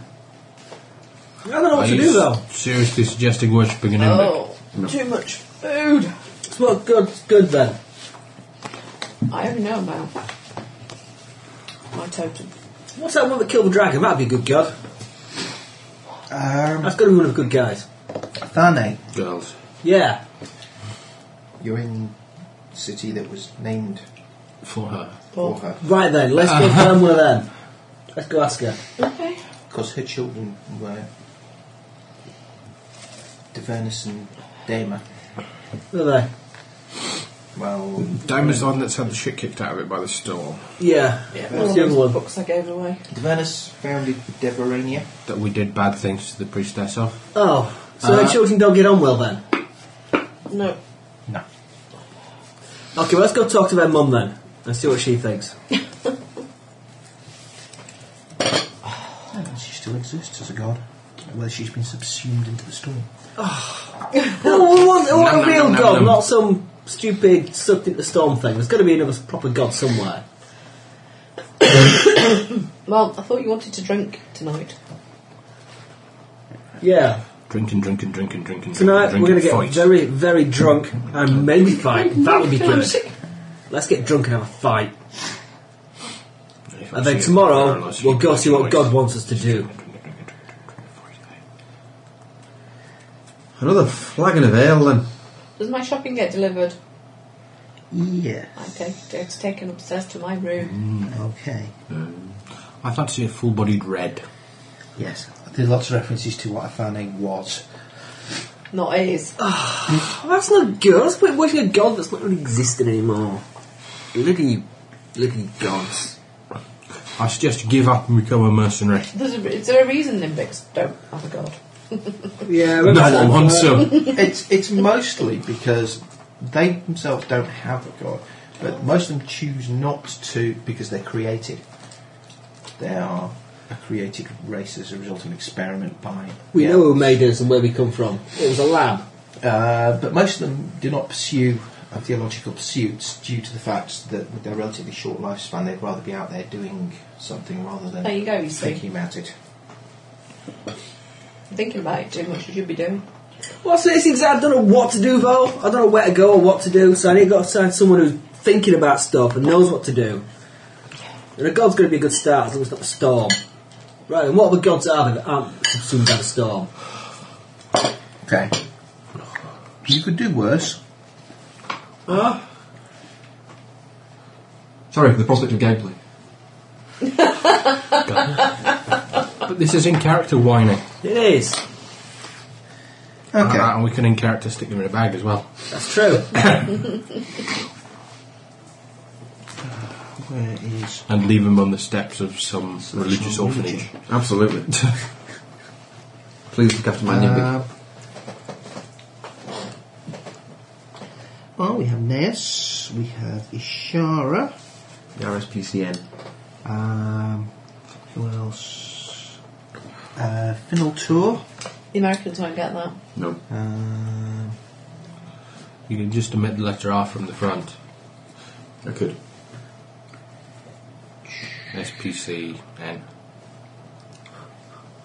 S2: I don't know
S4: Are
S2: what to
S4: you
S2: do though.
S4: seriously suggesting worshipping an image?
S5: Oh, too much food.
S2: It's what good, good then.
S5: I don't know now. My totem.
S2: What's that one that killed the dragon? That'd be a good god.
S3: Um,
S2: That's got to be one of the good guys.
S3: Thane,
S4: Girls.
S2: Yeah.
S3: you're in city that was named
S4: For her.
S3: for her
S2: Right then, let's go find one of them. Let's go ask her.
S5: Okay.
S3: because her children were Devernus and Dama.
S2: Are they?
S3: Well,
S10: Diamond's the one that's had the shit kicked out of it by the storm
S2: Yeah.
S5: One
S2: What's
S5: of
S2: the
S5: those
S2: other one?
S5: books I gave away.
S3: Devernus founded Deverania.
S4: That we did bad things to the priestess of.
S2: Oh, so their children don't get on well then.
S5: No.
S3: No.
S2: Okay, well, let's go talk to their mum then and see what she thinks.
S3: Oh, She still exists as a god. Don't know Whether she's been subsumed into the storm.
S2: No, we want, we want
S4: Nom,
S2: a
S4: nom,
S2: real
S4: nom, nom,
S2: god,
S4: nom.
S2: not some stupid sucked into storm thing. There's got to be another proper god somewhere.
S5: Well, I thought you wanted to drink tonight.
S2: Yeah.
S4: Drinking, drinking, drinking, drinking.
S2: Tonight
S4: drinking,
S2: we're going to get
S4: fight.
S2: very, very drunk and maybe fight. That would be good. Let's get drunk and have a fight. And then tomorrow we'll go see what God wants us to do.
S6: Another flagon of ale then.
S5: Does my shopping get delivered?
S3: Yeah.
S5: I take it's taken upstairs to my
S2: Mm.
S5: room.
S3: Okay.
S4: I fancy a full-bodied red.
S3: Yes. There's lots of references to what a Thane was.
S5: Not is.
S2: Oh, that's not good. That's like worshiping a god that's not really existing anymore. Bloody, bloody gods.
S4: I suggest you give up and become a mercenary.
S5: There's a, is there a reason Nimbics don't have a god?
S2: Yeah,
S4: No one wants to.
S3: it's it's mostly because they themselves don't have a god, but most of them choose not to because they're created. They are a created race as a result of an experiment by.
S2: We
S3: yeah.
S2: know who made us and where we come from. It was a lab.
S3: Uh, but most of them do not pursue uh, theological pursuits due to the fact that with their relatively short lifespan, they'd rather be out there doing something rather than
S5: There you go, you see.
S3: thinking about it.
S5: Thinking about it too much, you should be doing.
S2: What's this exact? I don't know what to do though. I don't know where to go or what to do. So I need to go find someone who's thinking about stuff and knows what to do. And a god's going to be a good start as long as it's not a storm. Right, and what other gods are there that aren't subsumed by the storm?
S3: Okay. You could do worse.
S6: Sorry for the prospect of gameplay.
S4: But this is in character whining.
S2: It is.
S3: Okay.
S4: Uh, and we can in character stick them in a bag as well.
S2: That's true.
S3: Where is
S4: And leave them on the steps of some religious orphanage.
S6: Absolutely. Please look after my nimbic.
S3: Uh, well, we have Nes, we have Ishara.
S6: The RSPCN.
S3: Um, who else? Uh, Finaltor.
S5: The Americans won't get that.
S6: No.
S3: Um,
S4: You can just omit the letter R from the front.
S6: I could.
S4: SPCN.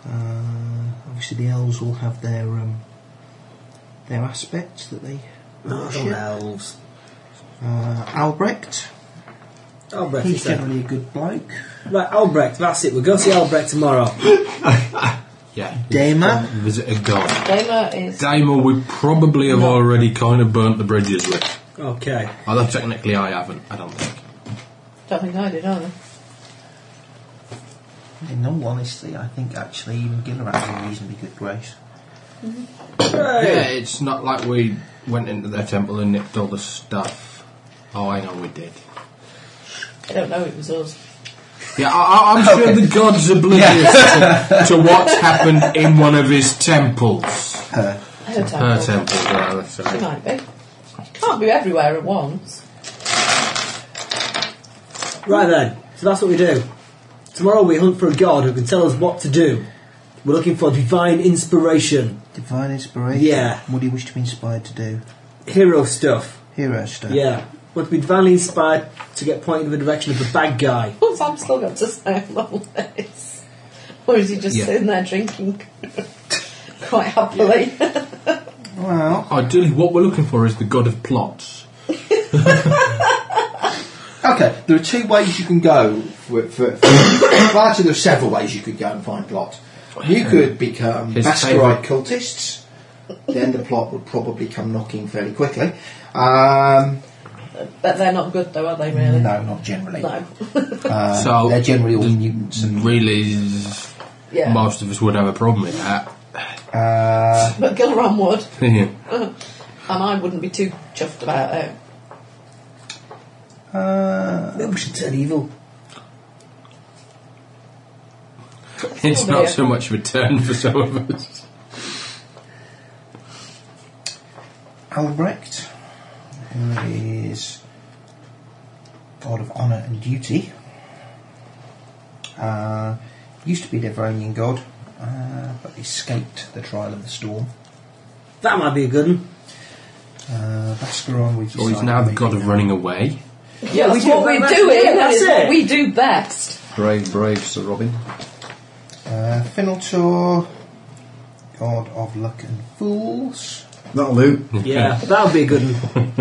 S3: uh, obviously, the elves will have their um, their aspects that they
S2: Not
S3: worship.
S2: elves.
S3: Uh, Albrecht.
S2: Albrecht,
S3: He's
S2: is there.
S3: generally a good bloke.
S2: Right, Albrecht, that's it. We'll go see Albrecht tomorrow.
S4: Yeah.
S3: Daima.
S4: Visit a god.
S5: Daima is.
S4: Daimon, we probably have already kind of burnt the bridges with.
S2: Okay.
S4: Although technically I haven't, I don't think.
S5: Don't think I did either.
S3: In all honesty, I think actually even Gillerat's in reasonably good grace.
S4: Yeah, it's not like we went into their temple and nicked all the stuff. Oh, I know we did.
S5: I don't know, it was us.
S4: Yeah, I, I- I'm sure the god's oblivious to, to what's happened in one of his temples.
S5: Her temple.
S4: Her uh, temple, rather, sorry.
S5: She might be. She can't be everywhere at once.
S2: Right then, so that's what we do. Tomorrow we hunt for a god who can tell us what to do. We're looking for divine inspiration.
S3: Divine inspiration.
S2: Yeah.
S3: What do you wish to be inspired to do?
S2: Hero stuff.
S3: Hero stuff.
S2: Yeah. Want to be divinely inspired to get pointed in the direction of the bad guy.
S5: Oops, I'm still got to say I'm all this. Or is he just
S4: Yeah.
S5: sitting there drinking quite happily?
S3: Well,
S4: Oh, Ideally, what we're looking for is the god of plots.
S3: Okay, there are two ways you can go. For, for, for, well, actually, there are several ways you could go and find plot. You could become
S4: His
S3: Baskerite cultists. Then the plot would probably come knocking fairly quickly. Um,
S5: But they're not good though, are they really?
S3: No, not generally.
S5: No.
S3: Uh,
S4: So-
S3: they're generally all mutants. And,
S4: Really,
S5: Yeah.
S4: most of us would have a problem with that.
S3: uh,
S5: But Gilram would,
S4: Yeah.
S5: and I wouldn't be too chuffed about it.
S3: uh,
S2: Maybe we should turn evil.
S4: it's
S5: Oh,
S4: not
S5: dear.
S4: so much of a turn for some of us.
S3: Albrecht, who is god of honour and duty, uh, used to be Devronian god, uh, but escaped the trial of the storm.
S2: That might be a good one.
S3: Uh, Bascaron, we've
S4: So he's
S3: decided
S4: now the
S3: maybe
S4: god of
S3: now.
S4: running away.
S5: Yeah, that's
S2: we do.
S5: what we
S2: That's-
S5: do.
S2: yeah,
S5: It that
S2: that's
S5: is what
S2: it.
S5: we do best.
S6: Brave, brave Sir Robin.
S3: Uh, Finaltor, god of luck and fools.
S9: That'll do.
S2: Yeah, that would be a good one.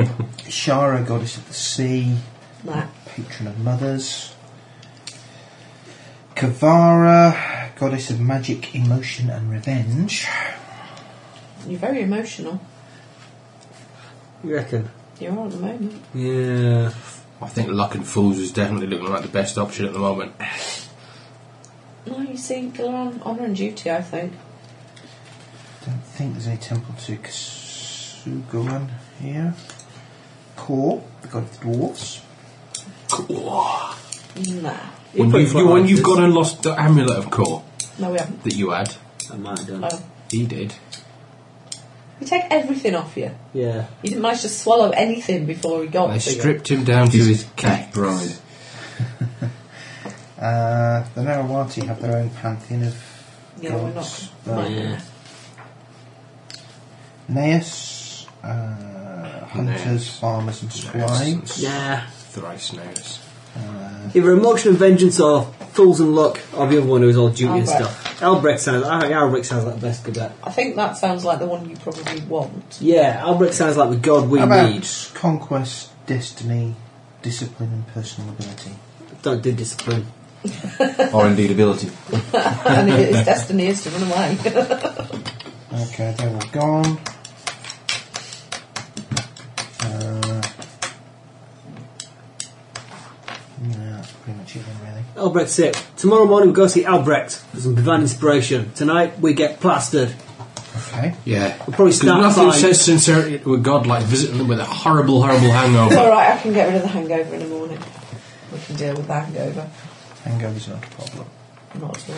S3: Shara, goddess of the sea.
S5: Like,
S3: patron of mothers. Kavara, goddess of magic, emotion, and revenge.
S5: you're very emotional.
S2: You reckon?
S5: You are at the moment.
S2: Yeah.
S4: I think Luck and Fools is definitely looking like the best option at the moment.
S5: No, you see, Gilram, honour and duty. I think.
S3: Don't think there's any temple to Kasugaran here. Kor, the god of the dwarves.
S5: Nah,
S4: When
S2: put
S4: you've,
S2: foot
S4: when
S2: like
S4: you've
S2: this.
S4: gone and lost the amulet of core
S5: no, we haven't.
S4: that you had,
S2: I might have done.
S5: No.
S4: he did.
S5: We take everything off you.
S2: Yeah.
S5: You didn't manage to swallow anything before we got
S4: They
S5: to you.
S4: stripped him down to his cake.
S6: Bride.
S3: Uh, the Narawati have their own pantheon of
S5: Yeah, we're
S3: gods.
S5: not.
S3: Uh,
S2: Yeah.
S3: Naeus, uh, hunters,
S4: Naeus.
S3: farmers, and scribes.
S2: Yeah.
S4: Thrice nails.
S3: Uh,
S2: Either emotion and vengeance or fools and luck, or the other one who is all duty and
S5: Albrecht.
S2: stuff. Albrecht sounds. I think Albrecht sounds like the best good at.
S5: I think that sounds like the one you probably want.
S2: Yeah, Albrecht sounds like the god we
S3: how about
S2: need.
S3: conquest, destiny, discipline, and personal ability.
S2: Don't do discipline.
S6: or indeed ability.
S5: and it is destiny is to run away.
S3: Okay, they're all gone. Uh, yeah, that's pretty much it then, really.
S2: Albrecht's it. Tomorrow morning we go see Albrecht for some divine inspiration. Tonight we get plastered.
S3: Okay.
S4: Yeah.
S2: We'll probably
S4: 'Cause
S2: start
S4: nothing
S2: by-
S4: says sincerity to a god like visiting them with a horrible, horrible
S5: It's
S4: hangover.
S5: alright, I can get rid of the hangover in the morning. We can deal with the hangover.
S3: Hangover's not a problem.
S5: Not at all.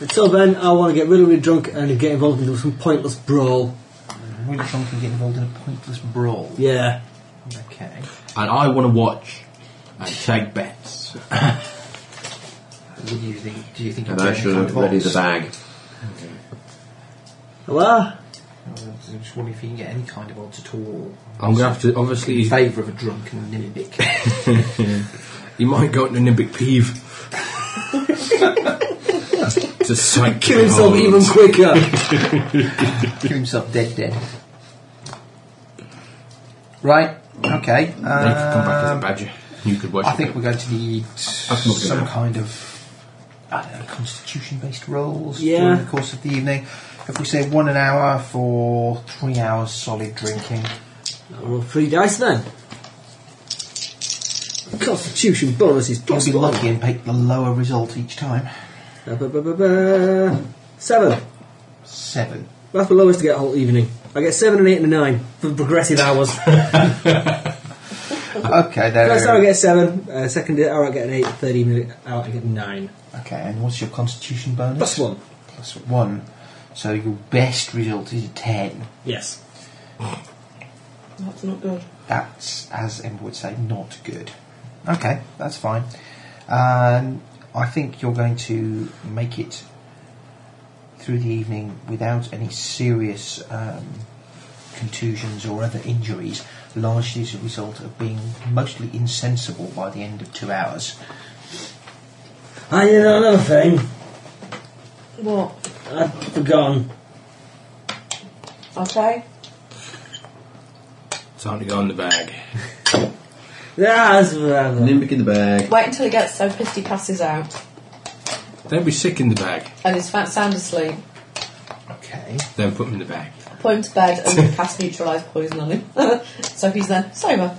S2: Until then, I want to get really, really drunk and get involved in some pointless brawl.
S3: Really drunk and get involved in a pointless brawl.
S2: Yeah.
S3: Okay.
S4: and I want to watch and take bets.
S3: What do you think? Do you think
S6: And
S3: you're
S6: I
S3: getting
S6: should have ready the
S3: involved?
S6: bag.
S2: Well, uh,
S3: I was just wondering if you can get any kind of odds at all.
S4: I'm going to have to, obviously,
S3: in
S4: he's-
S3: favour of a drunken nimbic.
S4: he might go into Nimbic Peeve. to psych
S2: kill himself
S4: out.
S2: even quicker.
S3: Kill himself dead, dead. Right.
S4: They
S3: Okay. Um,
S4: could come back as a badger. You could watch
S3: I
S4: it.
S3: think we're going to need
S4: not gonna
S3: some
S4: happen.
S3: kind of I don't know, constitution-based roles
S2: Yeah.
S3: during the course of the evening. If we say one an hour for three hours solid drinking,
S2: I'll roll three dice then. Constitution bonus is
S3: you'll
S2: plus
S3: be
S2: one.
S3: lucky and pick the lower result each time.
S2: Ba, ba, ba, ba, ba. Seven.
S3: Seven.
S2: That's the lowest to get a whole evening. I get seven and eight and a nine for progressive hours.
S3: Okay,
S2: First hour I
S3: there.
S2: get seven, uh, second hour I get an eight, third evening hour I get nine.
S3: Okay, and what's your constitution bonus?
S2: Plus one.
S3: Plus one. So your best result is a ten.
S2: Yes.
S5: That's not good.
S3: That's, as Emma would say, not good. Okay, that's fine. Um, I think you're going to make it through the evening without any serious um, contusions or other injuries, largely as a result of being mostly insensible by the end of two hours.
S2: And you know another thing?
S5: What?
S2: I've forgotten.
S5: Okay.
S4: Time to go in the bag.
S2: That's rather.
S6: Nimbic in the bag.
S5: Wait until he gets so pissed he passes out
S4: Then we sick in the bag.
S5: and is fat sound asleep.
S3: Okay.
S4: Then put him in the bag.
S5: Put him to bed and we cast neutralise poison on him. so he's then sober.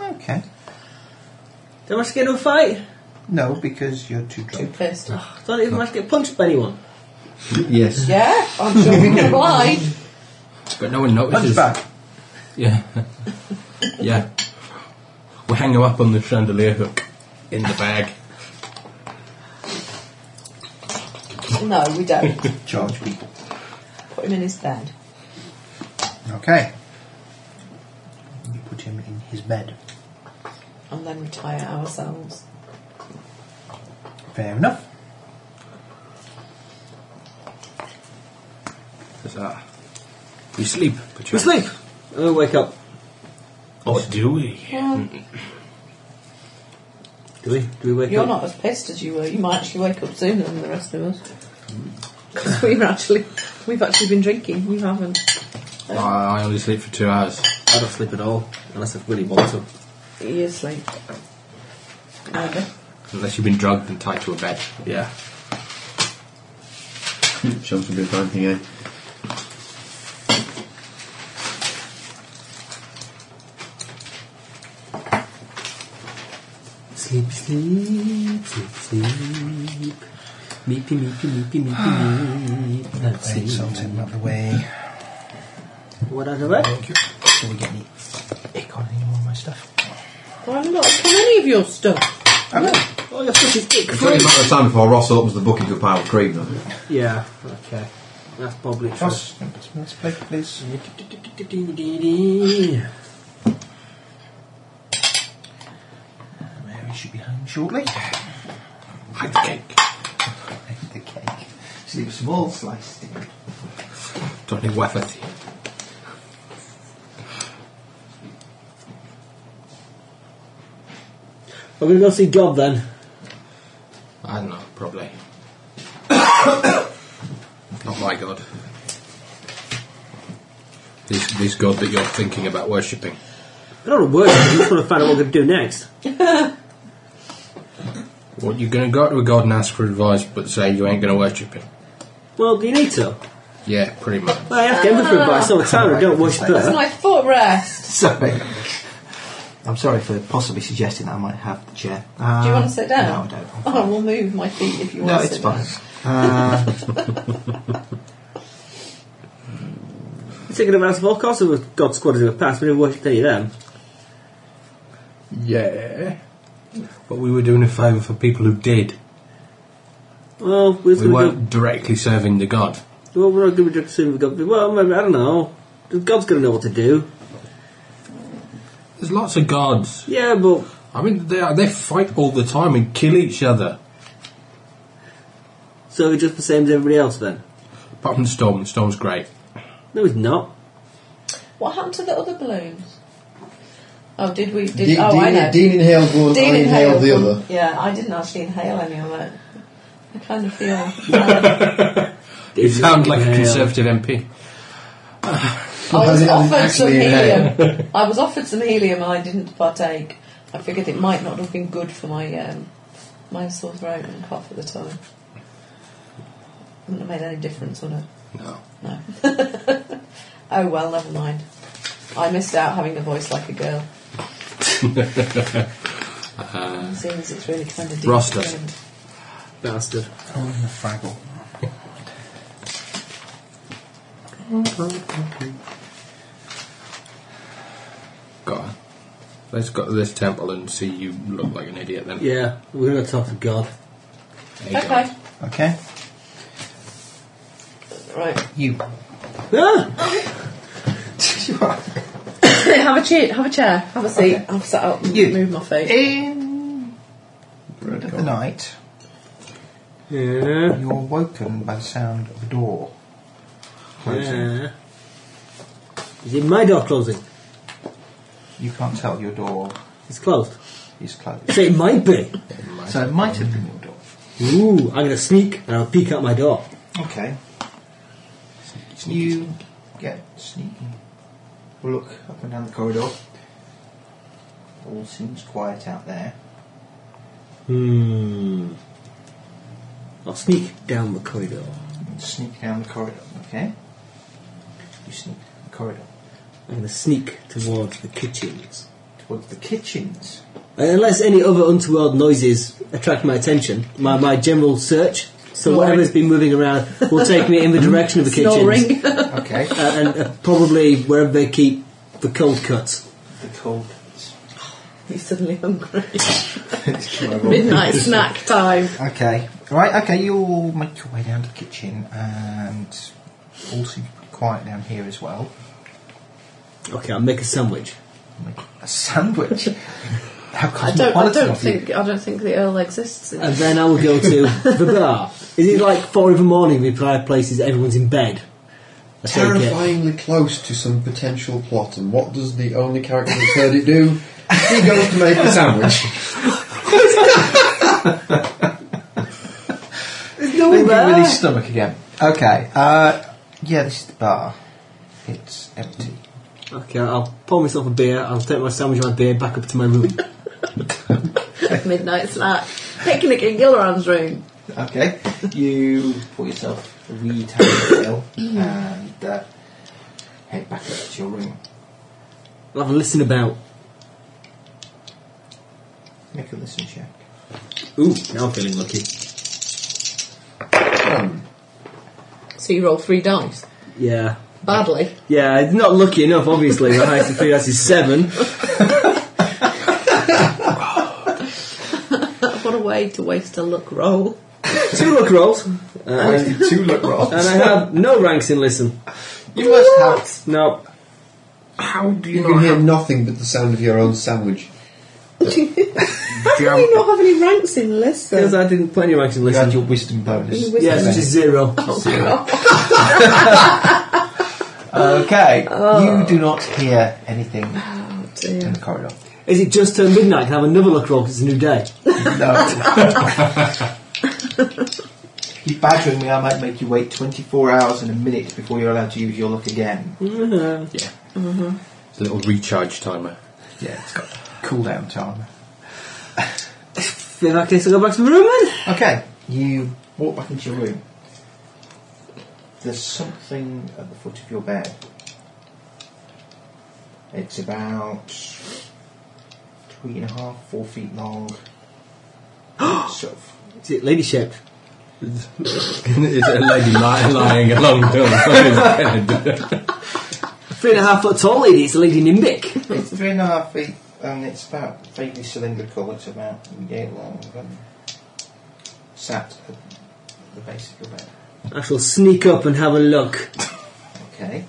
S3: Okay.
S2: Did I manage to get into a fight?
S3: No, because you're too
S5: Too
S3: drunk.
S5: pissed.
S2: I don't even manage to get punched by anyone.
S6: Yes.
S5: Yeah, I'm sure we can lie.
S4: But no one
S3: Punch
S4: notices.
S3: back.
S4: Yeah. yeah. We hang him up on the chandelier hook in the bag.
S5: No, we don't.
S3: Charge people.
S5: Put him in his bed.
S3: Okay. You put him in his bed.
S5: And then retire ourselves.
S3: Fair enough.
S4: It's, ah, we sleep. But
S2: We sleep. And we wake up.
S4: Or Oh, do we?
S2: Do we? Do we wake
S5: You're
S2: up?
S5: not as pissed as you were. You might actually wake up sooner than the rest of us. Because we've actually, we've actually been drinking. You haven't.
S4: I, I only sleep for two hours.
S2: I don't sleep at all, unless I really want to.
S5: He is asleep. Andy.
S4: Unless you've been drugged and tied to a bed.
S2: Yeah.
S6: Shows some good time thing, eh?
S2: Sleep, sleep, sleep, sleep. Meepy, meepy, meepy, meepy, meep. That's
S3: Great, salt him out of the way.
S2: What out of it?
S3: Do we get any ick on any more of my stuff?
S5: Well, I'm not from any of your stuff.
S3: I know.
S2: Oh, your fish is dick
S6: It's only a
S2: free.
S6: matter of time before Ross opens the book into a pile of cream, though.
S2: Yeah, okay. That's probably true.
S3: Ross, let's play, please. Mary should be home shortly.
S4: Hide the cake.
S3: Take the cake. Sleep a small slice.
S4: Don't need wafer tea.
S2: We're gonna go see God then.
S4: I don't know, probably. Not my god. This, this god that you're thinking about worshipping.
S2: I don't know words, I just want to find out what we're gonna do next.
S4: What, you're going to go to a god and ask for advice, but say you ain't going to worship him?
S2: Well, do you need to?
S4: Yeah, pretty much.
S2: Well, I have to for advice all the time, I don't worship
S5: It's
S2: her.
S5: my footrest.
S3: Sorry. I'm sorry for possibly suggesting that I might have the chair. Uh,
S5: Do you want to sit down?
S3: No, I don't.
S5: Oh, we'll move my feet if you
S3: No,
S5: want to
S3: it's
S5: sit down.
S3: fine. Uh,
S2: We're taking advice of all kinds of God squads in the past, we didn't worship any of them.
S4: Yeah. But we were doing a favour for people who did.
S2: Well, we're
S4: We
S2: gonna go,
S4: weren't directly serving the god.
S2: well, we're not gonna be just assuming God. Well, maybe, I don't know. God's gonna know what to do.
S4: There's lots of gods.
S2: Yeah, but
S4: I mean, they are, they fight all the time and kill each other.
S2: so we're just the same as everybody else then.
S4: Apart from Storm, Storm's great.
S2: No, he's not.
S5: What happened to the other balloons? Oh, did we? Did,
S9: Dean,
S5: oh, I know.
S9: Dean, Dean inhaled one, I inhaled the
S5: one.
S9: other.
S5: Yeah, I didn't actually inhale any of it. I kind of feel. bad.
S4: You sound like a Conservative MP.
S5: I was
S9: I didn't
S5: offered some
S9: actually inhale.
S5: helium. I was offered some helium and I didn't partake. I figured it might not have been good for my um, my sore throat and cough at the time. Wouldn't have made any difference, would it?
S4: No.
S5: No. oh well, never mind. I missed out having a voice like a girl. Seeing as it's really kind of deep.
S4: Ross doesn't.
S5: trimmed.
S2: Bastard.
S3: oh, and the fraggle.
S4: Go on. Let's go to this temple and see you look like an idiot then.
S2: Yeah, we're gonna talk to God.
S4: Hey, God.
S5: Okay.
S3: Okay.
S5: Right.
S3: You.
S2: Ah!
S5: have a chair. Have a chair. Have a seat. i I've sat up. And
S3: You.
S5: Move my feet.
S3: In
S6: Red
S3: the
S6: god.
S3: night,
S2: Yeah.
S3: you're woken by the sound of a door closing.
S2: Yeah. Is it my door closing?
S3: You can't tell your door
S2: It's closed.
S3: is closed.
S2: So it might be.
S3: So it might have been your door.
S2: Ooh, I'm gonna sneak and I'll peek out my door.
S3: Okay. You get sneaking. Look up and down the corridor. All seems quiet out there.
S2: Hmm. I'll sneak down the corridor.
S3: Sneak down the corridor, okay? You sneak down the corridor
S2: I'm going to sneak towards the kitchens.
S3: towards the kitchens.
S2: Unless any other untoward noises attract my attention, my, my general search, so whatever's been moving around, will take me in the direction of the kitchens.
S5: Snoring.
S3: Okay,
S2: Uh, and uh, probably wherever they keep the cold cuts.
S3: the cold.
S5: You're suddenly hungry. Midnight snack time.
S3: Okay, right, okay, you'll make your way down to the kitchen and all seems pretty quiet down here as well.
S2: Okay, I'll make a sandwich.
S3: Make a sandwich. How
S5: I don't, I
S3: cosmopolitan
S5: don't
S3: of you.
S5: think I don't think the Earl exists. In
S2: And then I will go to the bar. Is it like four in the morning? The entire place is everyone's in bed. I take it.
S9: Terrifyingly close to some potential plot, and what does the only character that's heard it do? He goes to make a sandwich.
S3: Thinking with
S5: ah.
S3: his stomach again. Okay, uh, yeah, this is the bar. It's empty.
S2: Okay, I'll pour myself a beer. I'll take my sandwich and my beer back up to my room.
S5: midnight snack. Picnic in Gilleran's room.
S3: Okay. You pour yourself a wee tail and uh, head back up to your room.
S2: I'll have a listen about.
S3: Make a listen check.
S2: Ooh, now I'm feeling lucky.
S5: So you roll three dice.
S2: Yeah.
S5: Badly.
S2: Yeah, it's not lucky enough, obviously. My highest of three, that's is seven.
S5: What a way to waste a luck roll.
S2: Two luck rolls. Uh, and
S9: Wasted two luck rolls.
S2: I have no ranks in listen.
S9: You must have.
S2: No.
S10: How do you,
S9: You
S10: not
S9: can hear
S10: have
S9: nothing but the sound of your own sandwich.
S5: How do you not have any ranks in
S2: Because
S5: listen?
S2: I didn't play any ranks in
S3: You add
S2: listen.
S3: your wisdom bonus.
S5: Your
S2: Yes, which is zero.
S3: Okay. You do not hear anything in
S5: Oh dear.
S3: the corridor.
S2: Is it just turned midnight? Can I have another luck roll 'cause it's a new day?
S3: No. Keep badgering me, I might make you wait 24 hours and a minute before you're allowed to use your luck again.
S4: It's a little recharge timer.
S3: Yeah, it's got cooldown time.
S2: In that case, I'll go back to the room then.
S3: Okay, you walk back into your room. There's something at the foot of your bed. It's about three and a half, four feet long. sort of
S2: Is it lady shaped?
S4: Is it a lady li- lying along the on his bed?
S2: Three and a half foot tall lady, it's a lady nimbic.
S3: It's three and a half feet, and it's about vaguely cylindrical. It's about yay long, and sat at the base of your bed.
S2: I shall sneak up and have a look.
S3: Okay,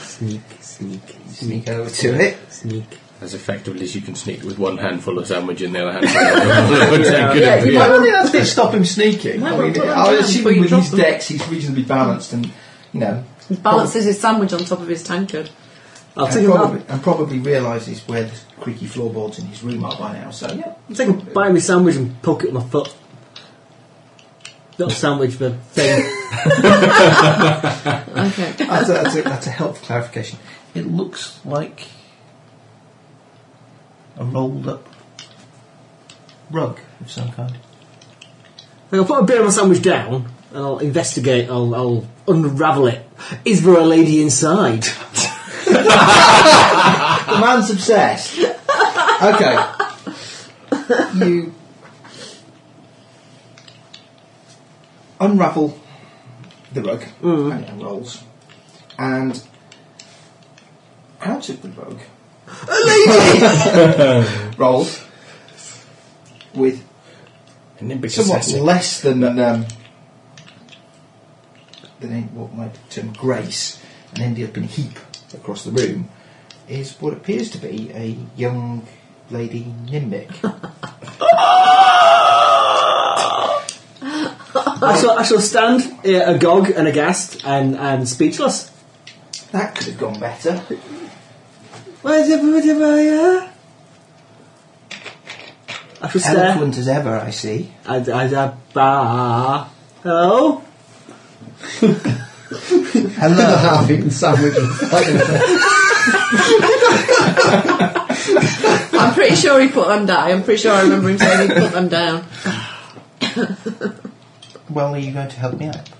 S2: Sneak, sneak,
S3: sneak over to it.
S2: sneak.
S4: As effectively as you can sneak with one hand full of sandwich and the other hand full of yeah.
S3: Yeah, you might want to to stop him sneaking.
S5: Might
S3: I
S5: well
S3: mean,
S5: put them
S3: I
S5: down
S3: assume
S5: before you
S3: with
S5: drop
S3: his
S5: them.
S3: decks, he's reasonably balanced, and you know,
S5: He balances his sandwich on top of his tankard.
S2: I'll
S3: and
S2: take him out.
S3: probably, and probably realises where the creaky floorboards in his room are by now. So yeah,
S2: I'll take a bite of my sandwich and poke it with my foot. Not a sandwich, but thing.
S5: Okay.
S3: that's a, that's a, that's a helpful clarification. It looks like a rolled up rug of some kind.
S2: I'll put a bit of my sandwich down and I'll investigate, I'll, I'll unravel it. Is there a lady inside?
S3: The man's obsessed. okay. You unravel the rug and it unrolls. And out of the rug a lady rolls with somewhat less than um, than in what might term grace, and ended up in a heap across the room, is what appears to be a young lady nimbic.
S2: I, shall, I shall stand uh, agog and aghast and, and speechless.
S3: that could have gone better.
S2: Where's uh, everybody by here? I shall stare.
S3: Eloquent as ever, I see.
S2: I, I, I, bah. Hello?
S3: Hello.
S9: Half eaten sandwich.
S5: I'm pretty sure he put them down. I'm pretty sure I remember him saying he put them down.
S3: Well, are you going to help me out?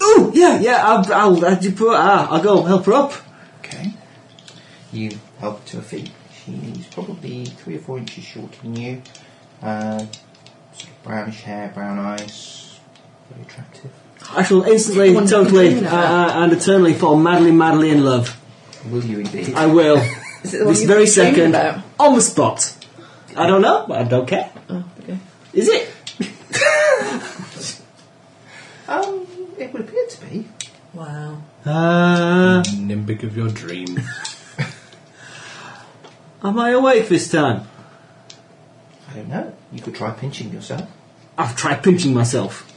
S2: Ooh, yeah, yeah, I'll, I'll, I'll, do- put- ah, I'll go help her up.
S3: Okay. You help her to her feet. She's probably three or four inches shorter than you. Uh, sort of brownish hair, brown eyes. Very attractive.
S2: I shall instantly,
S5: Wonder-
S2: totally, uh, uh, and eternally fall madly, madly in love.
S3: Will you indeed?
S2: I will.
S5: Is it the one
S2: this
S5: you've
S2: very
S5: been dreaming
S2: second,
S5: about?
S2: on the spot. I don't know, but I don't care.
S5: Oh, okay.
S2: Is it?
S3: Um, it would appear to be.
S5: Wow.
S2: Uh,
S4: Nimbic of your dream.
S2: am I awake this time?
S3: I don't know. You could try pinching yourself.
S2: I've tried pinching myself.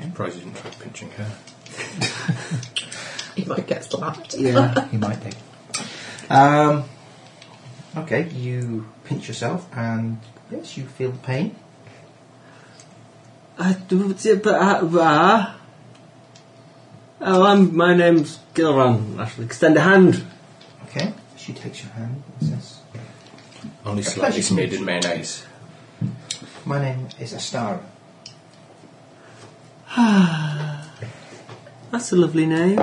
S4: Surprised you didn't try pinching her.
S5: He might get slapped.
S3: Yeah, you might do. Um, okay, you pinch yourself, and yes, you feel the pain.
S2: I do, but I, but I- oh, I'm, my name's Gilran. I shall extend a hand.
S3: Okay, she takes your hand and says,
S4: Only
S3: Pleasure
S4: slightly
S3: to meet
S4: smeared in mayonnaise.
S3: "My name is Astara."
S2: That's a lovely name.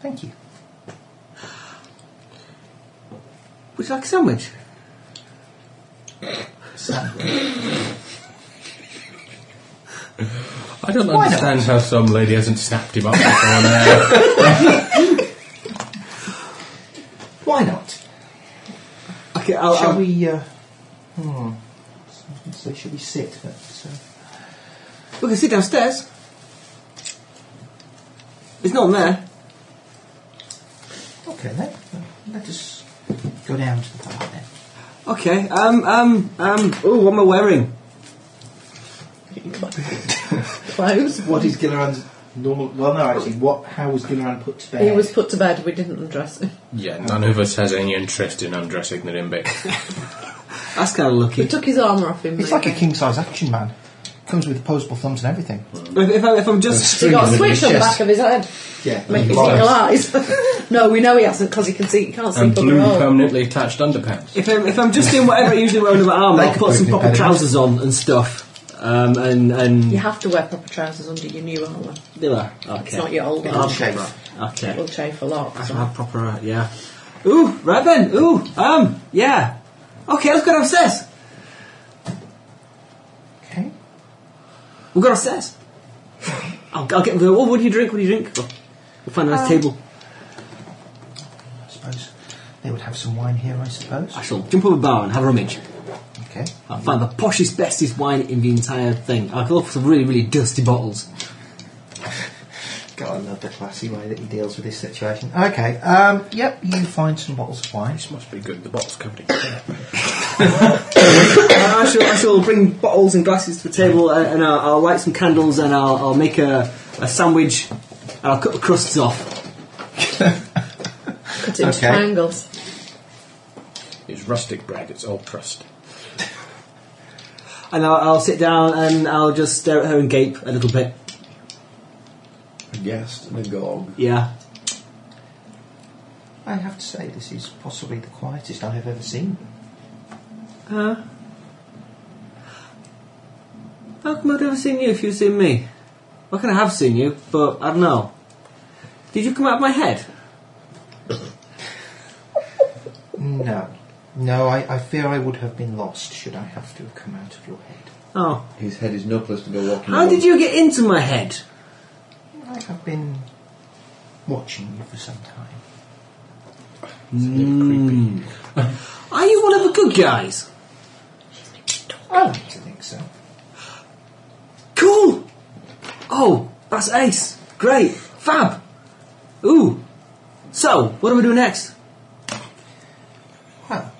S3: Thank you.
S2: Would you like a sandwich?
S4: I don't understand how some lady hasn't snapped him up before now.
S3: Why not?
S2: Okay, I'll,
S3: shall
S5: um,
S2: I'll,
S3: we? Uh, hmm. So shall we sit? That's, uh,
S2: we can sit downstairs. It's not there.
S3: okay then. Let us go down to the bar then.
S2: Okay. Um. Um. Um. Oh, what am I wearing?
S5: Clothes.
S3: What is Gilliran's normal? Well, no, actually, what? How was Gilliran put to bed?
S5: He was put to bed. We didn't undress him.
S4: Yeah, none of us has any interest in undressing the Nimbic.
S2: That's kind of
S5: We
S2: lucky.
S5: took his armour off him.
S3: It's like a
S5: maybe.
S3: king size action man. Comes with opposable thumbs and everything.
S2: If, if, I, if I'm just
S5: He got a
S3: String
S5: switch on the back of his head.
S3: Yeah.
S5: Make his
S3: Lies.
S5: little eyes. no, we know he hasn't because he can see. He can't see
S4: and
S5: from the
S4: blue
S5: road.
S4: permanently attached underpants.
S2: if I'm if I'm just doing whatever I usually wear under my arm,
S3: They
S2: I'll
S3: could
S2: put
S3: put
S2: some
S3: it in
S2: proper
S3: bed,
S2: trousers on and stuff. Um. And and
S5: You have to wear proper trousers under your new armour.
S2: do that. Okay.
S5: It's not your old
S3: Little
S5: armour.
S3: shape.
S2: Okay.
S5: It'll chafe a lot.
S2: I
S5: so.
S2: shall
S3: Uh-huh.
S2: have proper, uh, yeah. Ooh, right then. Ooh, um, yeah. Okay, let's go downstairs.
S3: Okay.
S2: We'll go downstairs. I'll, I'll get. Well, what do you drink? What do you drink? We'll, we'll find a nice table.
S3: I suppose they would have some wine here, I suppose.
S2: I shall jump up a bar and have a rummage.
S3: Okay.
S2: I'll find the poshest, bestest wine in the entire thing. I'll go for some really, really dusty bottles.
S3: God, I love the classy way that he deals with this situation. Okay. Um, yep, you find some bottles of wine.
S4: This must be good. The bottle's covered in crap.
S2: I shall, I shall bring bottles and glasses to the table uh, and, and I'll, I'll light some candles and I'll, I'll make a, a sandwich and I'll cut the crusts off.
S5: Cut it into
S3: Okay.
S5: triangles.
S4: It's rustic bread. It's all crust.
S2: And I'll, I'll sit down and I'll just stare at her and gape a little bit.
S9: Aghast and agog.
S2: Yeah.
S3: I have to say, this is possibly the quietest I have ever seen.
S2: Uh, how come I'd never seen you if you've seen me? Well, can I have seen you, but I don't know. Did you come out of my head?
S3: No. No, I, I fear I would have been lost should I have to have come out of your head.
S2: Oh.
S6: His head is no place to go walking.
S2: How did you get into my head?
S3: I have been watching you for some time.
S4: Creepy.
S2: Are you one of the good guys?
S3: I like to think so.
S2: Cool! Oh, that's ace. Great. Fab. Ooh. So, what do we do next?
S3: Well,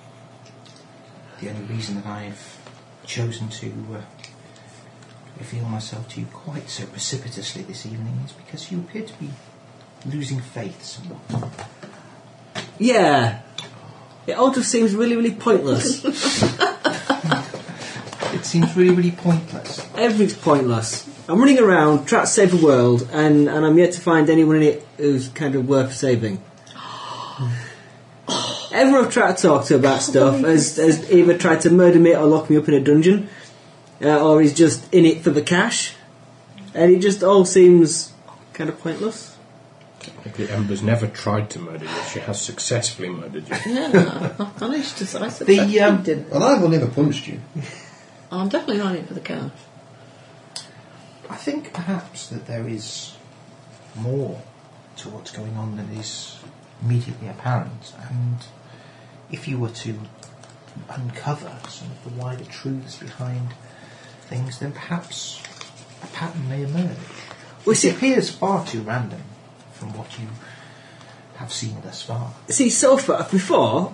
S3: the only reason that I've chosen to uh, reveal myself to you quite so precipitously this evening is because you appear to be losing faith somewhat.
S2: Yeah. It all just seems really, really pointless.
S3: It seems really, really pointless.
S2: Everything's pointless. I'm running around trying to save the world, and, and I'm yet to find anyone in it who's kind of worth saving. Everyone I've tried to talk to about stuff has, has either tried to murder me or lock me up in a dungeon, uh, or is just in it for the cash, and it just all seems kind of pointless.
S4: The Ember's never tried to murder you. She has successfully murdered you.
S5: Yeah, I've managed to. I said
S3: The,
S5: that.
S3: um,
S5: didn't.
S9: And I've never punched you.
S5: I'm definitely not in it for the cash.
S3: I think perhaps that there is more to what's going on than is immediately apparent, and if you were to uncover some of the wider truths behind things, then perhaps a pattern may emerge. Which appears far too random from what you have seen thus far.
S2: See, so far, before,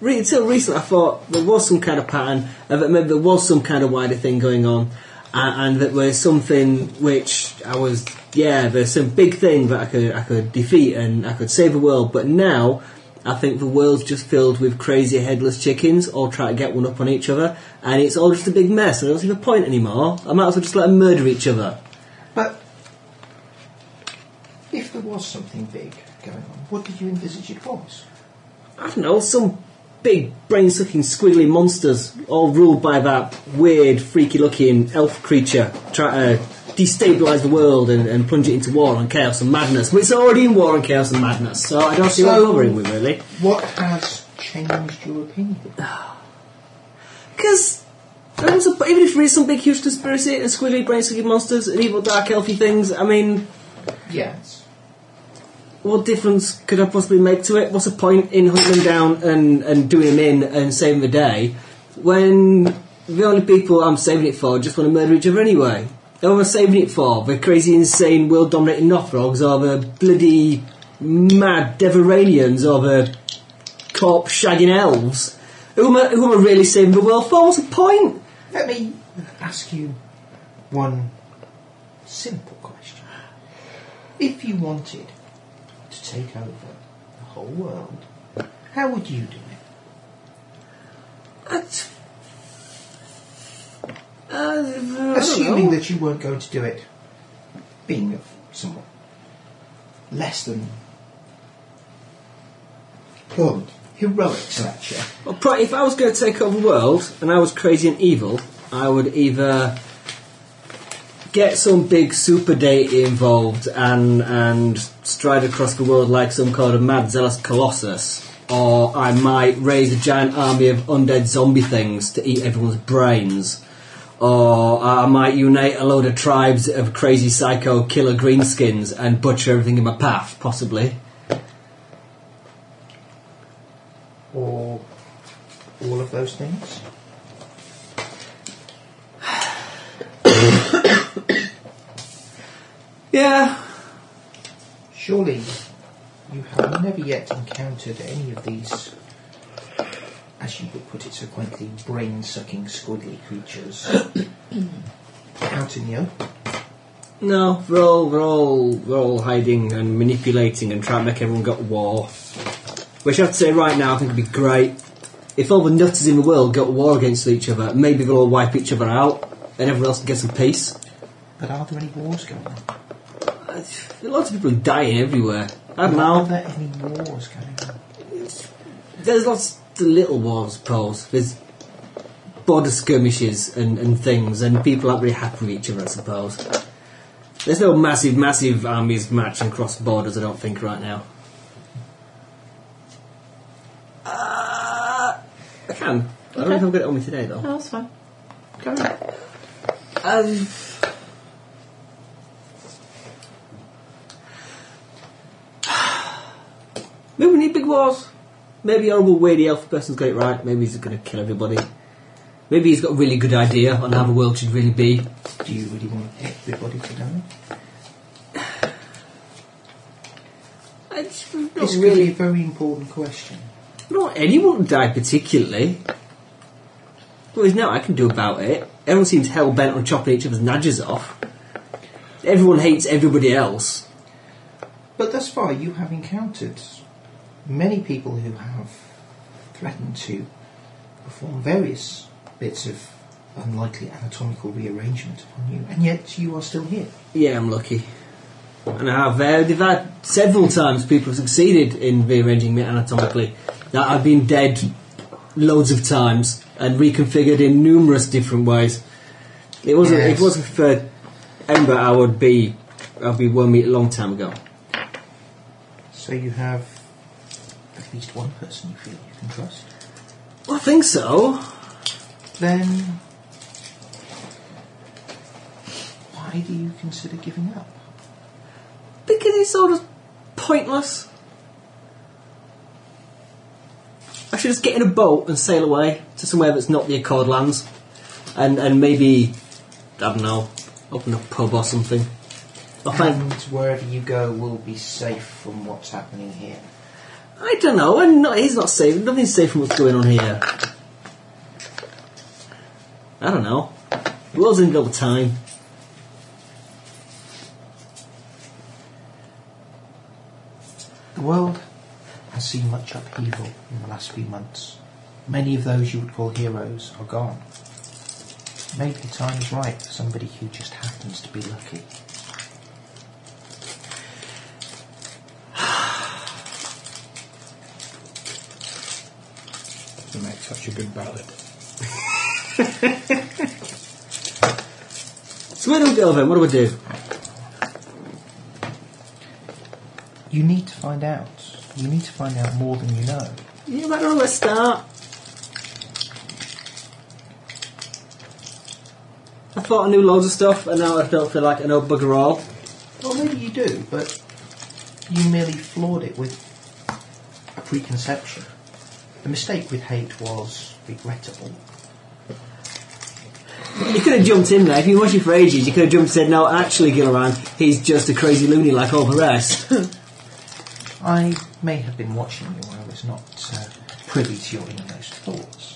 S2: re- until recently, I thought there was some kind of pattern, and that maybe there was some kind of wider thing going on, and, and that was something which I was, yeah, there's some big thing that I could, I could defeat and I could save the world, but now I think the world's just filled with crazy headless chickens all trying to get one up on each other, and it's all just a big mess, and I don't see the point anymore. I might as well just let them murder each other.
S3: But if there was something big going on, what did you envisage it was?
S2: I don't know, some big brain sucking squiggly monsters all ruled by that weird, freaky looking elf creature try to destabilise the world and, and plunge it into war and chaos and madness. But it's already in war and chaos and madness, so I don't see what I'm
S3: So-
S2: bothering with really.
S3: What has changed your opinion?
S2: Because even if there is some big, huge conspiracy and squiggly brain sucking monsters and evil, dark, elfy things, I mean,
S3: Yes.
S2: what difference could I possibly make to it? What's the point in hunting them down and, and doing them in and saving the day when the only people I'm saving it for just want to murder each other anyway? Who am I saving it for? The crazy, insane, world dominating Nothrogs or the bloody mad Deveranians or the corp shagging elves? Who am, I, who am I really saving the world for? What's the point?
S3: Let me ask you one simple question. If you wanted to take over the whole world, how would you do it?
S2: That's. Uh,
S3: Assuming that you weren't going to do it being of somewhat less than
S9: Plumbed.
S3: heroic stature.
S2: Well, pro- if I was going to take over the world and I was crazy and evil, I would either get some big super deity involved and and stride across the world like some kind of mad zealous colossus, or I might raise a giant army of undead zombie things to eat everyone's brains. Or I might unite a load of tribes of crazy psycho killer greenskins and butcher everything in my path, possibly.
S3: or all of those things?
S2: Yeah,
S3: Surely you have never yet encountered any of these, as you would put it so quaintly, brain sucking squiggly creatures out in the open.
S2: No, we're all we're all we're all hiding and manipulating and trying to make everyone go to war. Which I have to say right now I think would be great. If all the nutters in the world go to war against each other, maybe they'll all wipe each other out and everyone else can get some peace.
S3: But are there any wars going on?
S2: Uh, Lots of people are dying everywhere. I don't
S3: Are
S2: know.
S3: there any wars going on?
S2: There's lots of little wars, I suppose. There's border skirmishes and, and things, and people aren't really happy with each other, I suppose. There's no massive, massive armies matching across borders, I don't think, right now. Uh, I can. I don't know if I've got it on me today, though.
S5: No, that's fine. Go on.
S2: Um, maybe we need big wars. Maybe horrible weirdy elf person's got it right. Maybe he's going to kill everybody. Maybe he's got a really good idea on how the world should really be.
S3: Do you really want everybody to die?
S2: It's not
S3: This could be
S2: really.
S3: a very important question.
S2: Not anyone would die particularly. Well, there's nothing I can do about it. Everyone seems hell bent on chopping each other's nudges off. Everyone hates everybody else.
S3: But thus far, you have encountered many people who have threatened to perform various bits of unlikely anatomical rearrangement upon you, and yet you are still here.
S2: Yeah, I'm lucky. And I have uh, they've had several times people have succeeded in rearranging me anatomically. that I've been dead loads of times and reconfigured in numerous different ways. It wasn't. It
S9: Yes.
S2: wasn't for Ember. I would be. I'd be one meet a long time ago.
S3: So you have at least one person you feel you can trust.
S2: Well, I think so.
S3: Then why do you consider giving up?
S2: Because it's sort of pointless. I should just get in a boat and sail away to somewhere that's not the Accord lands. And, and maybe, I don't know, open a pub or something. Oh, Or find,
S3: And wherever you go will be safe from what's happening here.
S2: I don't know, and not, he's not safe. Nothing's safe from what's going on here. I don't know. The world's in double time.
S3: The world has seen much upheaval in the last few months. Many of those you would call heroes are gone. Maybe the time is right for somebody who just happens to be lucky.
S11: To make such a good ballad.
S2: So where do we go then? What do we do?
S3: You need to find out. You need to find out more than you know.
S2: Yeah, I don't know, let's start. I thought I knew loads of stuff, and now I don't feel like I know bugger all.
S3: Well, maybe you do, but you merely flawed it with a preconception. The mistake with hate was regrettable.
S2: You could have jumped in there. If you watched it for ages, you could have jumped and said, no, actually, Gilliran, he's just a crazy loony like all the rest.
S3: I may have been watching you when I was not uh, privy to your innermost thoughts.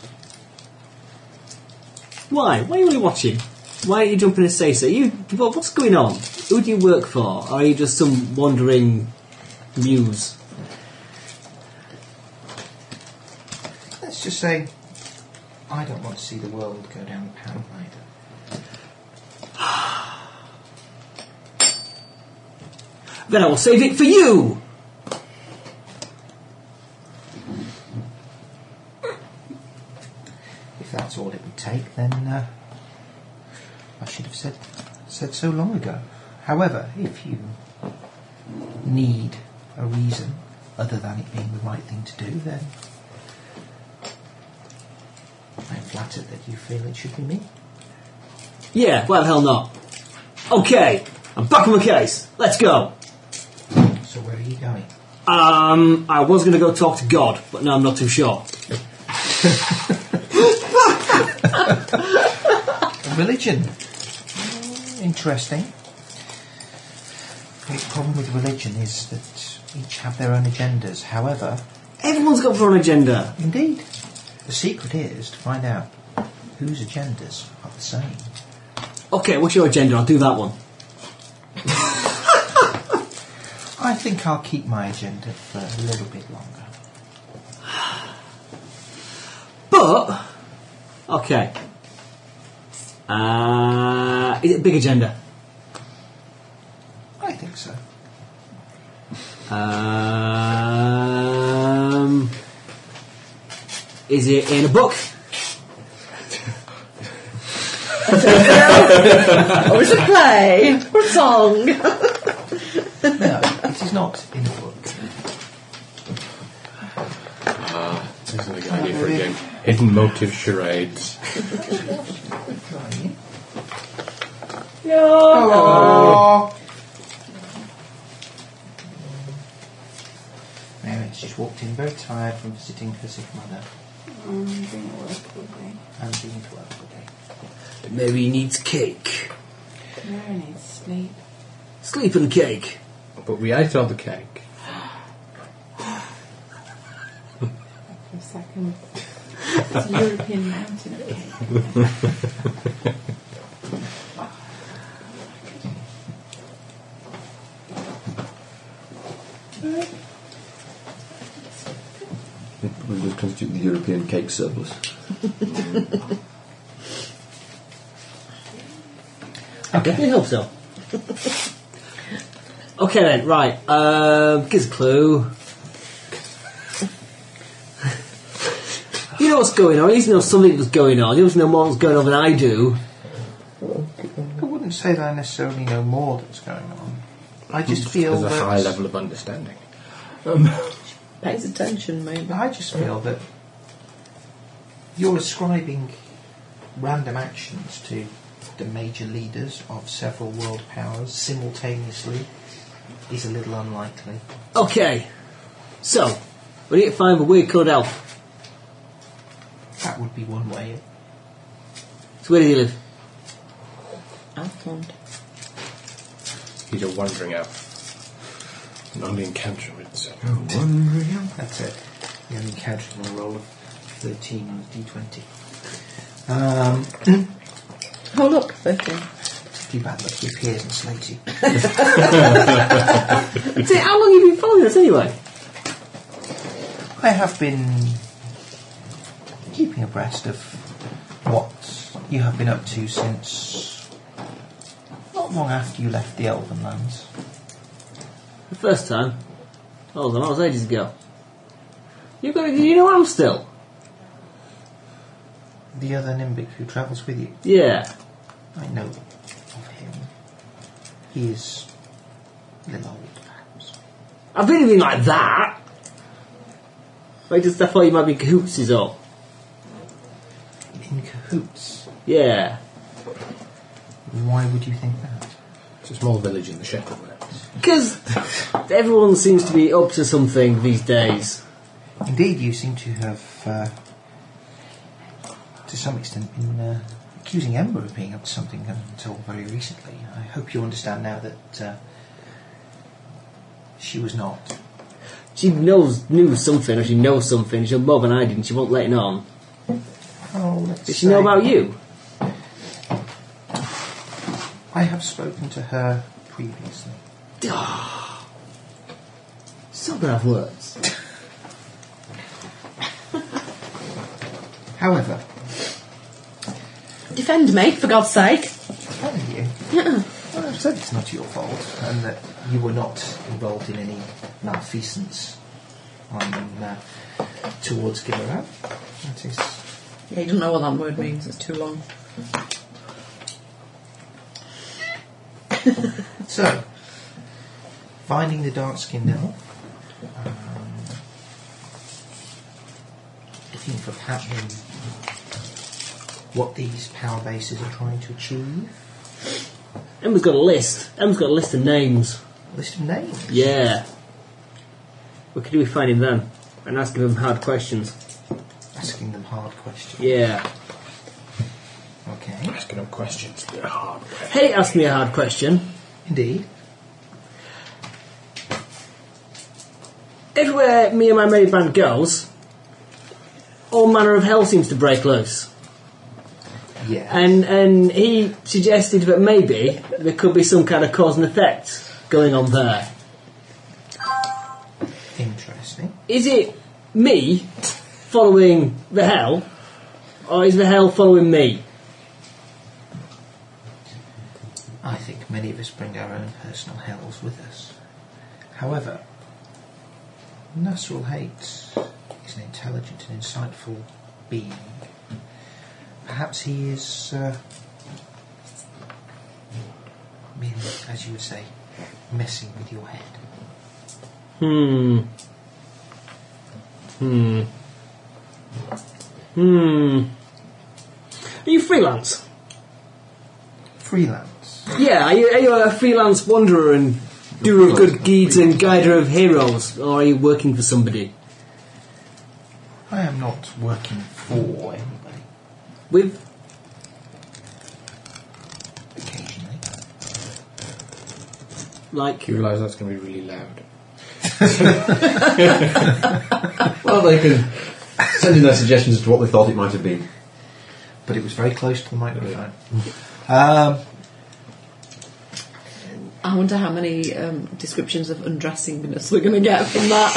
S2: Why? Why are you only watching? Why are you jumping and say so? You, what- what's going on? Who do you work for? Are you just some wandering muse?
S3: Let's just say I don't want to see the world go down the pan either.
S2: Then I will save it for you!
S3: If that's all it would take, then uh, I should have said said so long ago. However, if you need a reason other than it being the right thing to do, then I'm flattered that you feel it should be me.
S2: Yeah, well, hell not. Okay, I'm back on the case. Let's go.
S3: So where are you going?
S2: Um, I was going to go talk to God, but now I'm not too sure.
S3: Religion. Mm, Interesting. The problem with religion is that each have their own agendas. However,
S2: Everyone's got their own agenda.
S3: Indeed. The secret is to find out whose agendas are the same.
S2: Okay, what's your agenda? I'll do that one.
S3: I think I'll keep my agenda for a little bit longer.
S2: But, okay. Uh, is it a big agenda?
S3: I think so.
S2: Um, is it in a book?
S5: or is it Oh, play? Or a song?
S3: No, it is not in a book.
S4: This is a good idea for a game. Hidden motive charades.
S3: Hello. Mary, she's walked in very tired from visiting her sick mother and being at work all day.
S1: Mary needs cake.
S12: Mary needs sleep.
S1: Sleep and cake.
S4: But we ate all the cake.
S12: For a second. It's a European mountain of cake.
S6: We'll just constitute the European cake surplus.
S2: I definitely hope so. okay then, right. Um, gives a clue. know what's going on. He needs to know something that's going on. He doesn't know more what's going on than I do.
S3: I wouldn't say that I necessarily know more that's going on. I just feel
S4: There's a
S3: that
S4: high level of understanding.
S5: Pays attention, maybe.
S3: I just feel that you're ascribing random actions to the major leaders of several world powers simultaneously is a little unlikely.
S2: Okay. So, we need to find the weird colored elf.
S3: That would be one way.
S2: So where do you live?
S5: Outland.
S4: He's a wandering elf. An only encounter with himself.
S3: That's it. You only encountered on a roll of 13 on a d20. Um,
S5: Oh, look, 13.
S3: too bad luck, he appears and slates you.
S2: Say, how long have you been following us anyway?
S3: I have been keeping abreast of what you have been up to since not long after you left the Elven lands.
S2: The first time. Hold on, that was ages ago. You got? Do you know I'm still?
S3: The other Nimbic who travels with you,
S2: Yeah.
S3: I know of him. He is a little old, perhaps.
S2: I've been anything like that. I just I thought you might be cahoots is all.
S3: In cahoots.
S2: Yeah.
S3: Why would you think that?
S4: It's a small village in the Shetland.
S2: Because everyone seems to be up to something these days.
S3: Indeed, you seem to have, uh, to some extent, been uh, accusing Ember of being up to something until very recently. I hope you understand now that uh, she was not.
S2: She knows knew something, or she knows something. She'll more than I did, and she won't let it on.
S3: Oh, let's
S2: Does she know
S3: say-
S2: about you?
S3: I have spoken to her previously.
S2: Still gonna have words.
S3: However,
S5: Defend me, for God's sake.
S3: have you? Well, I've said it's not your fault, and that you were not involved in any malfeasance on, uh, towards Gillerab. That is
S5: Yeah, you don't know what that word means. It's too long.
S3: So, finding the dark skinned elf, um, looking for pattern, what these power bases are trying to achieve,
S2: Emma's got a list. Emma's got a list of names.
S3: list of names.
S2: Yeah. What could we find him then? And asking him hard questions.
S3: Asking them hard questions.
S2: Yeah.
S3: Okay.
S4: Asking them questions. They're hard.
S2: Hey, ask me a hard question.
S3: Indeed.
S2: Everywhere me and my merry band goes, all manner of hell seems to break loose.
S3: Yeah.
S2: And and he suggested that maybe there could be some kind of cause and effect going on there.
S3: Interesting.
S2: Is it me following the hell, or is the hell following me?
S3: I think many of us bring our own personal hells with us. However, Nasrul Haight is an intelligent and insightful being. Perhaps he is, uh, being, as you would say, messing with your head.
S2: Hmm. Hmm. Hmm. Are you freelance?
S3: Freelance.
S2: Yeah, are you, are you a freelance wanderer and doer of good deeds and guider of heroes, or are you working for somebody?
S3: I am not working for anybody.
S2: With
S3: Occasionally.
S2: like,
S4: You realise that's going to be really loud.
S6: Well, they can send in their suggestions as to what they thought it might have been.
S3: but it was very close to the microphone. Um,
S5: I wonder how many um, descriptions of undressingness we're going to get from that.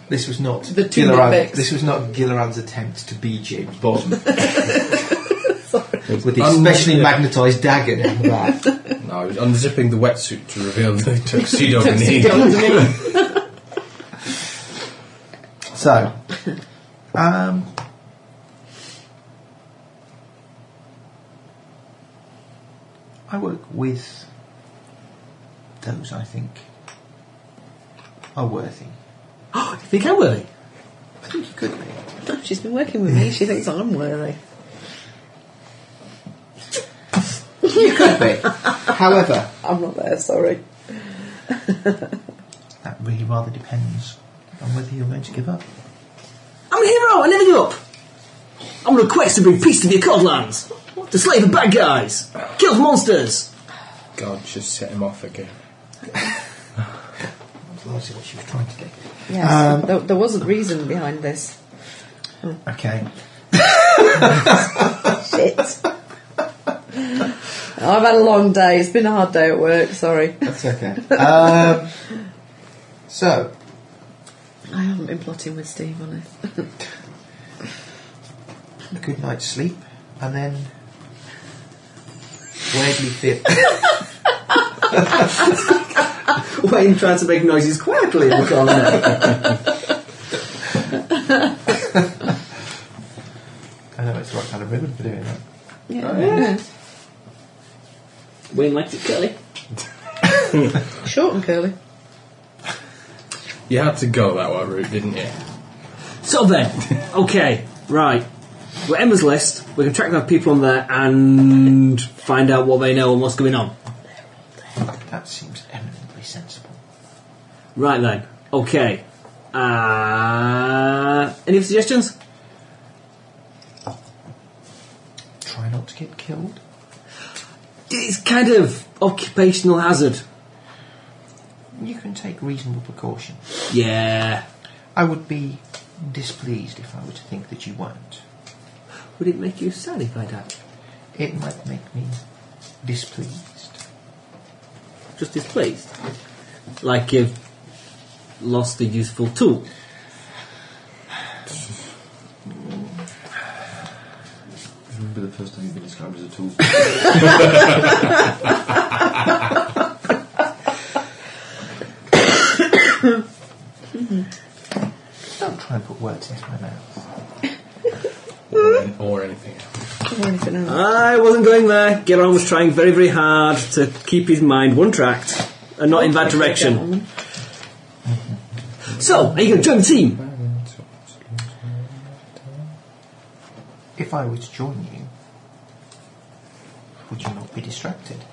S3: this was not
S5: The two
S3: Gilliran,
S5: Olympics.
S3: this was not Gilliran's attempt to be James Bond with
S4: With
S3: the especially magnetised dagger down the back.
S4: No, I was unzipping the wetsuit to reveal the tuxedo beneath.
S5: Tuxedo underneath.
S3: So, um, I work with those I think are worthy.
S2: Oh, you think I'm worthy?
S3: I think you could be.
S5: She's been working with me. She thinks I'm worthy.
S3: You could be. However,
S5: I'm not there. Sorry.
S3: that really rather depends on whether you're going to give up.
S2: I'm a hero, I never give up. I'm on a quest to bring peace to the Codlands, to slay the bad guys, kill the monsters.
S4: God, just set him off again.
S3: That's largely what she was trying to do.
S5: Yes,
S3: Um,
S5: there, there wasn't reason behind this.
S3: Okay.
S5: Shit. Oh, I've had a long day. It's been a hard day at work. Sorry.
S3: That's okay. um, so,
S5: I haven't been plotting with Steve on it.
S3: a good night's sleep, and then weirdly fit.
S2: Wayne tried to make noises quietly in the corner.
S3: I know it's the right kind of ribbon for doing that.
S5: Yeah.
S2: Wayne likes it curly.
S5: Short and curly.
S4: You had to go that way route, didn't you?
S2: So then, okay, right. We're Emma's list. We can track down people on there and find out what they know and what's going on.
S3: That seems eminently sensible.
S2: Right then. Okay. Uh, any suggestions?
S3: Try not to get killed.
S2: It's kind of occupational hazard.
S3: You can take reasonable precaution.
S2: Yeah.
S3: I would be displeased if I were to think that you won't.
S2: Would it make you sad if I died?
S3: It might make me displeased.
S2: Just displeased? Like you've lost a useful tool?
S6: Remember the first time you've been described as a tool?
S3: Don't try and put words into my mouth.
S4: Or, an- or anything else.
S5: Or anything else.
S2: I wasn't going there. Geron was trying very, very hard to keep his mind one tracked and not in that Uh, direction. So, are you going to join the team?
S3: If I were to join you, would you not be distracted?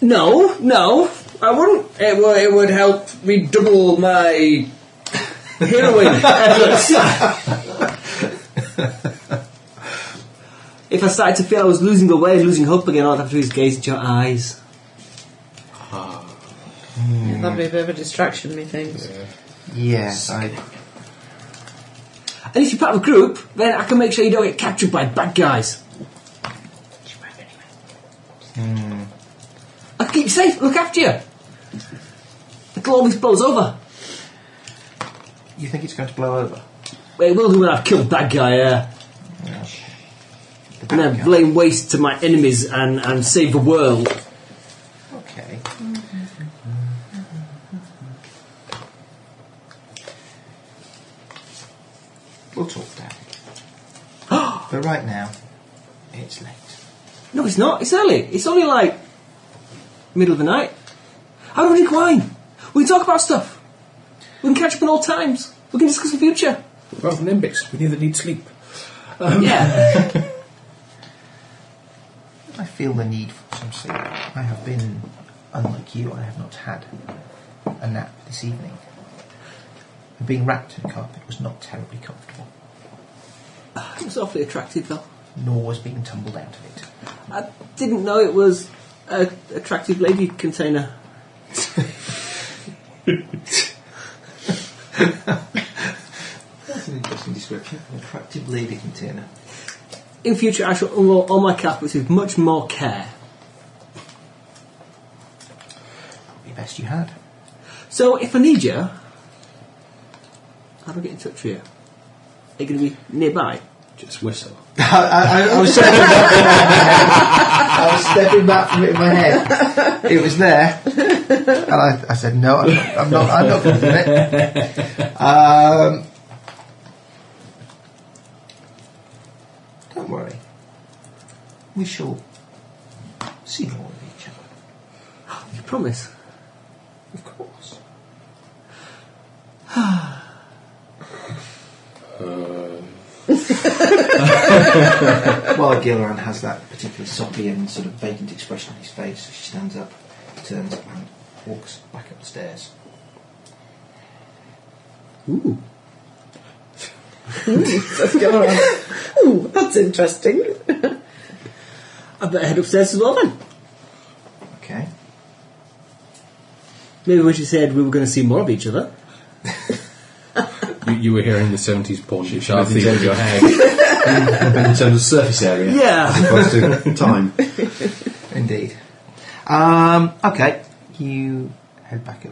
S2: No, no, I wouldn't. It would, it would help me double my heroin efforts. if I started to feel I was losing the way, losing hope again, all I'd have to do is gaze at your eyes.
S5: Yeah, that'd be a bit of a distraction, methinks.
S3: Yes, I.
S2: And if you're part of a group, then I can make sure you don't get captured by bad guys. I can keep you safe, look after you. It'll always blows over.
S3: You think it's going to blow over?
S2: It will do when I've killed bad guy, yeah. And then blame waste to my enemies and, and save the world.
S3: Okay. We'll talk about it. but right now, it's late.
S2: No, it's not. It's early. It's only like middle of the night. I don't drink wine. We can talk about stuff. We can catch up on old times. We can discuss the future.
S4: Apart from Nimbics, we neither need sleep.
S2: Yeah.
S3: I feel the need for some sleep. I have been, unlike you, I have not had a nap this evening. And being wrapped in carpet was not terribly comfortable,
S2: it was awfully attractive, though.
S3: nor was being tumbled out of it.
S2: I didn't know it was a attractive lady container.
S3: That's an interesting description. An attractive lady container.
S2: In future, I shall unroll all my carpets with much more care.
S3: Probably best you had.
S2: So, if I need you, how do I get in touch with you? Are you going to be nearby?
S4: Just whistle.
S3: I, I, I was stepping back from it. I was stepping back from it in my head. It was there, and I, I said, "No, I'm not. I'm not, I'm not going to do it." Um, don't worry. We shall see more of each other.
S2: You promise?
S3: Of course. While Gilran has that particularly soppy and sort of vacant expression on his face, she stands up, turns and walks back up the stairs.
S4: Ooh.
S5: That's going on. Ooh, that's interesting.
S2: I better head upstairs as well then.
S3: Okay.
S2: Maybe we should said we were going to see more of each other.
S4: You, you were hearing the 70s porn sharp theme in your head.
S6: in terms of surface area.
S2: Yeah.
S6: As opposed to time.
S3: Indeed. Um, okay, you head back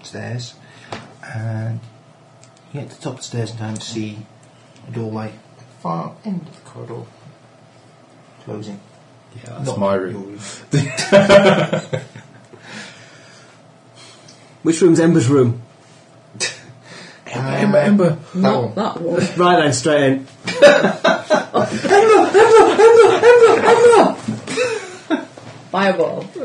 S3: upstairs and you get to the top of the stairs in time to see a doorway at the far end of the corridor closing.
S4: Yeah, that's my room.
S3: your room.
S2: Which room's Ember's room?
S4: Ember, Ember.
S2: Hmm.
S3: That one.
S5: That one.
S2: Right then, straight in.
S5: Fireball.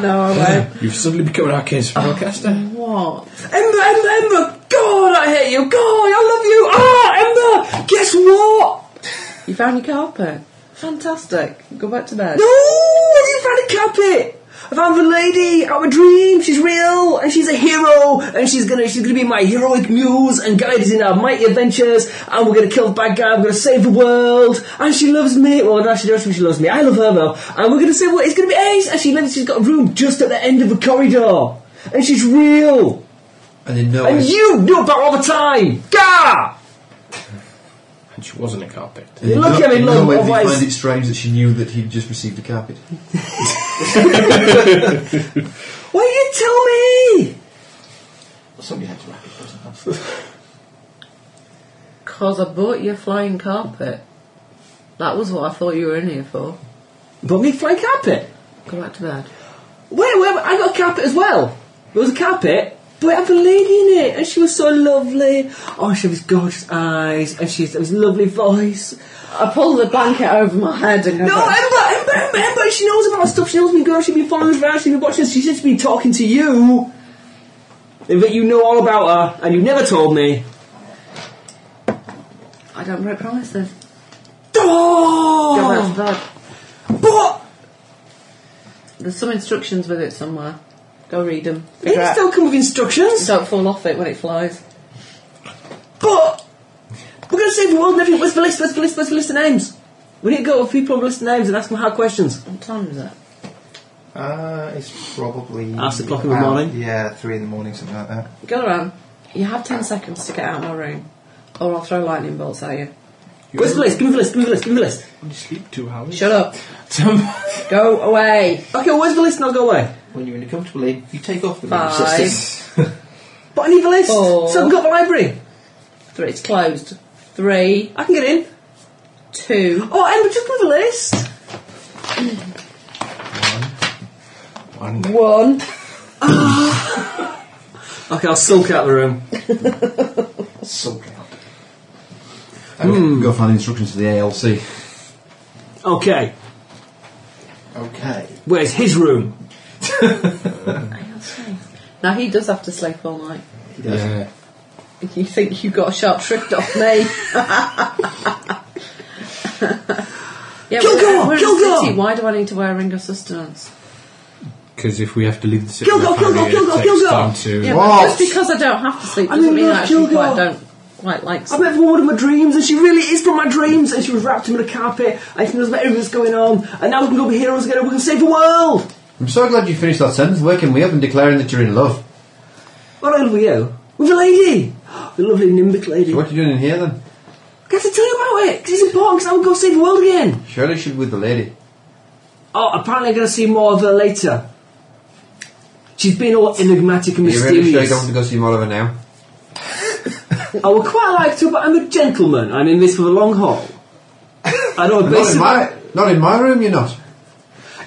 S5: no, I won't.
S4: You've suddenly become an arcade spellcaster.
S5: What?
S2: Ember, Ember, Ember! God, I hate you! God, I love you! Ah, Ember! Guess what?
S5: You found your carpet. Fantastic. Go back to bed.
S2: No! I didn't find a carpet! I found the lady out of a dream. She's real, and she's a hero, and she's gonna she's gonna be my heroic muse and guide us in our mighty adventures. And we're gonna kill the bad guy. We're gonna save the world, and she loves me. Well, no, she doesn't. She loves me. I love her though. And we're gonna say, well, it's gonna be ace. And she lives. She's got a room just at the end of a corridor, and she's real.
S6: And then no
S2: And
S6: one.
S2: you knew about all the time! Gah!
S4: And she wasn't a carpet.
S6: and in
S2: Look
S6: no-
S2: at "Oh, me,
S6: in
S2: love,
S6: No way did
S2: otherwise-
S6: he find it strange that she knew that he'd just received a carpet.
S2: Hmm. Why did you tell me?
S3: Somebody had to wrap it, doesn't it?
S5: Because I bought you a flying carpet. That was what I thought you were in here for.
S2: But me flying carpet.
S5: Go back to bed.
S2: Wait, wait, I got a carpet as well. There was a carpet, but it had a lady in it, and she was so lovely. Oh, she had these gorgeous eyes, and she had this lovely voice.
S5: I pulled the blanket over my head and go
S2: No,
S5: back.
S2: Ember, Ember, Ember, Ember, she knows about stuff. She knows me girl, she's been following us around, she's been watching us, she's just been talking to you. But you know all about her, and you never told me.
S5: I don't break promises. Go back
S2: Oh!
S5: to bed.
S2: But
S5: There's some instructions with it somewhere. Go read them.
S2: it
S5: Figure out.
S2: still come with instructions.
S5: Don't fall off it when it flies.
S2: But we're going to save the world and everything. What's the list? What's the list? What's the list of names? We need to go with people on the list of names and ask them hard questions.
S5: What time is it?
S3: Uh, it's probably.
S2: That's the clock in the
S3: about-
S2: morning?
S3: Yeah, three in the morning, something like that.
S5: Go around. You have ten seconds to get out of my room, or I'll throw lightning bolts at you.
S2: What's the list? Give me the list. Give me the list. Give me the list.
S4: You sleep two hours.
S5: Shut up. Go away.
S2: Okay, well, where's the list and I'll go away.
S3: When you're in a comfortable league, you take off the
S5: Five.
S2: But I need the list.
S5: Four.
S2: So I can go to the library.
S5: Three. It's closed. Three,
S2: I can get in.
S5: two.
S2: Oh, Emma, just give me the list.
S5: One.
S2: Okay, I'll sulk out of the room.
S3: Sulk out.
S6: Go- Go find the instructions to the ALC.
S2: Okay,
S3: Okay.
S2: where's his room?
S5: Now he does have to sleep all night.
S4: Yeah.
S5: You think you got a sharp shrift off me? yeah,
S2: Kilgore,
S5: we're, we're in
S2: Kilgore.
S5: the city. Why do I need to wear a ring of sustenance?
S4: Because if we have to leave the city,
S2: Kilgore,
S4: with
S2: Kilgore,
S4: Harry, it
S2: Kilgore,
S4: takes
S2: Kilgore.
S4: time to.
S5: Yeah,
S3: What?
S5: but just because I don't have to sleep
S2: I
S5: doesn't
S2: mean,
S5: mean
S2: look,
S5: I actually
S2: Kilgore.
S5: quite don't quite like
S2: I
S5: sleep.
S2: met the woman of my dreams, and she really is from my dreams. And she was wrapped in a carpet, and she knows about everything that's going on. And now we can go be heroes again, and we can save the world.
S6: I'm so glad you finished that sentence. Where can we have in declaring that you're in love?
S2: What over you? With the lady, the lovely Nimbic lady.
S6: So what are you doing in here then?
S2: I have to tell you about it because it's important because I would go save the world again.
S6: Surely she's with the lady.
S2: Oh, apparently I'm going to see more of her later. She's been all enigmatic and
S6: Are you really sure you
S2: mysterious.
S6: don't want to go see more of her now?
S2: I would quite like to, but I'm a gentleman. I'm in this for the long haul. I know a
S9: Not in,
S2: basic.
S9: my, not in my room, you're not.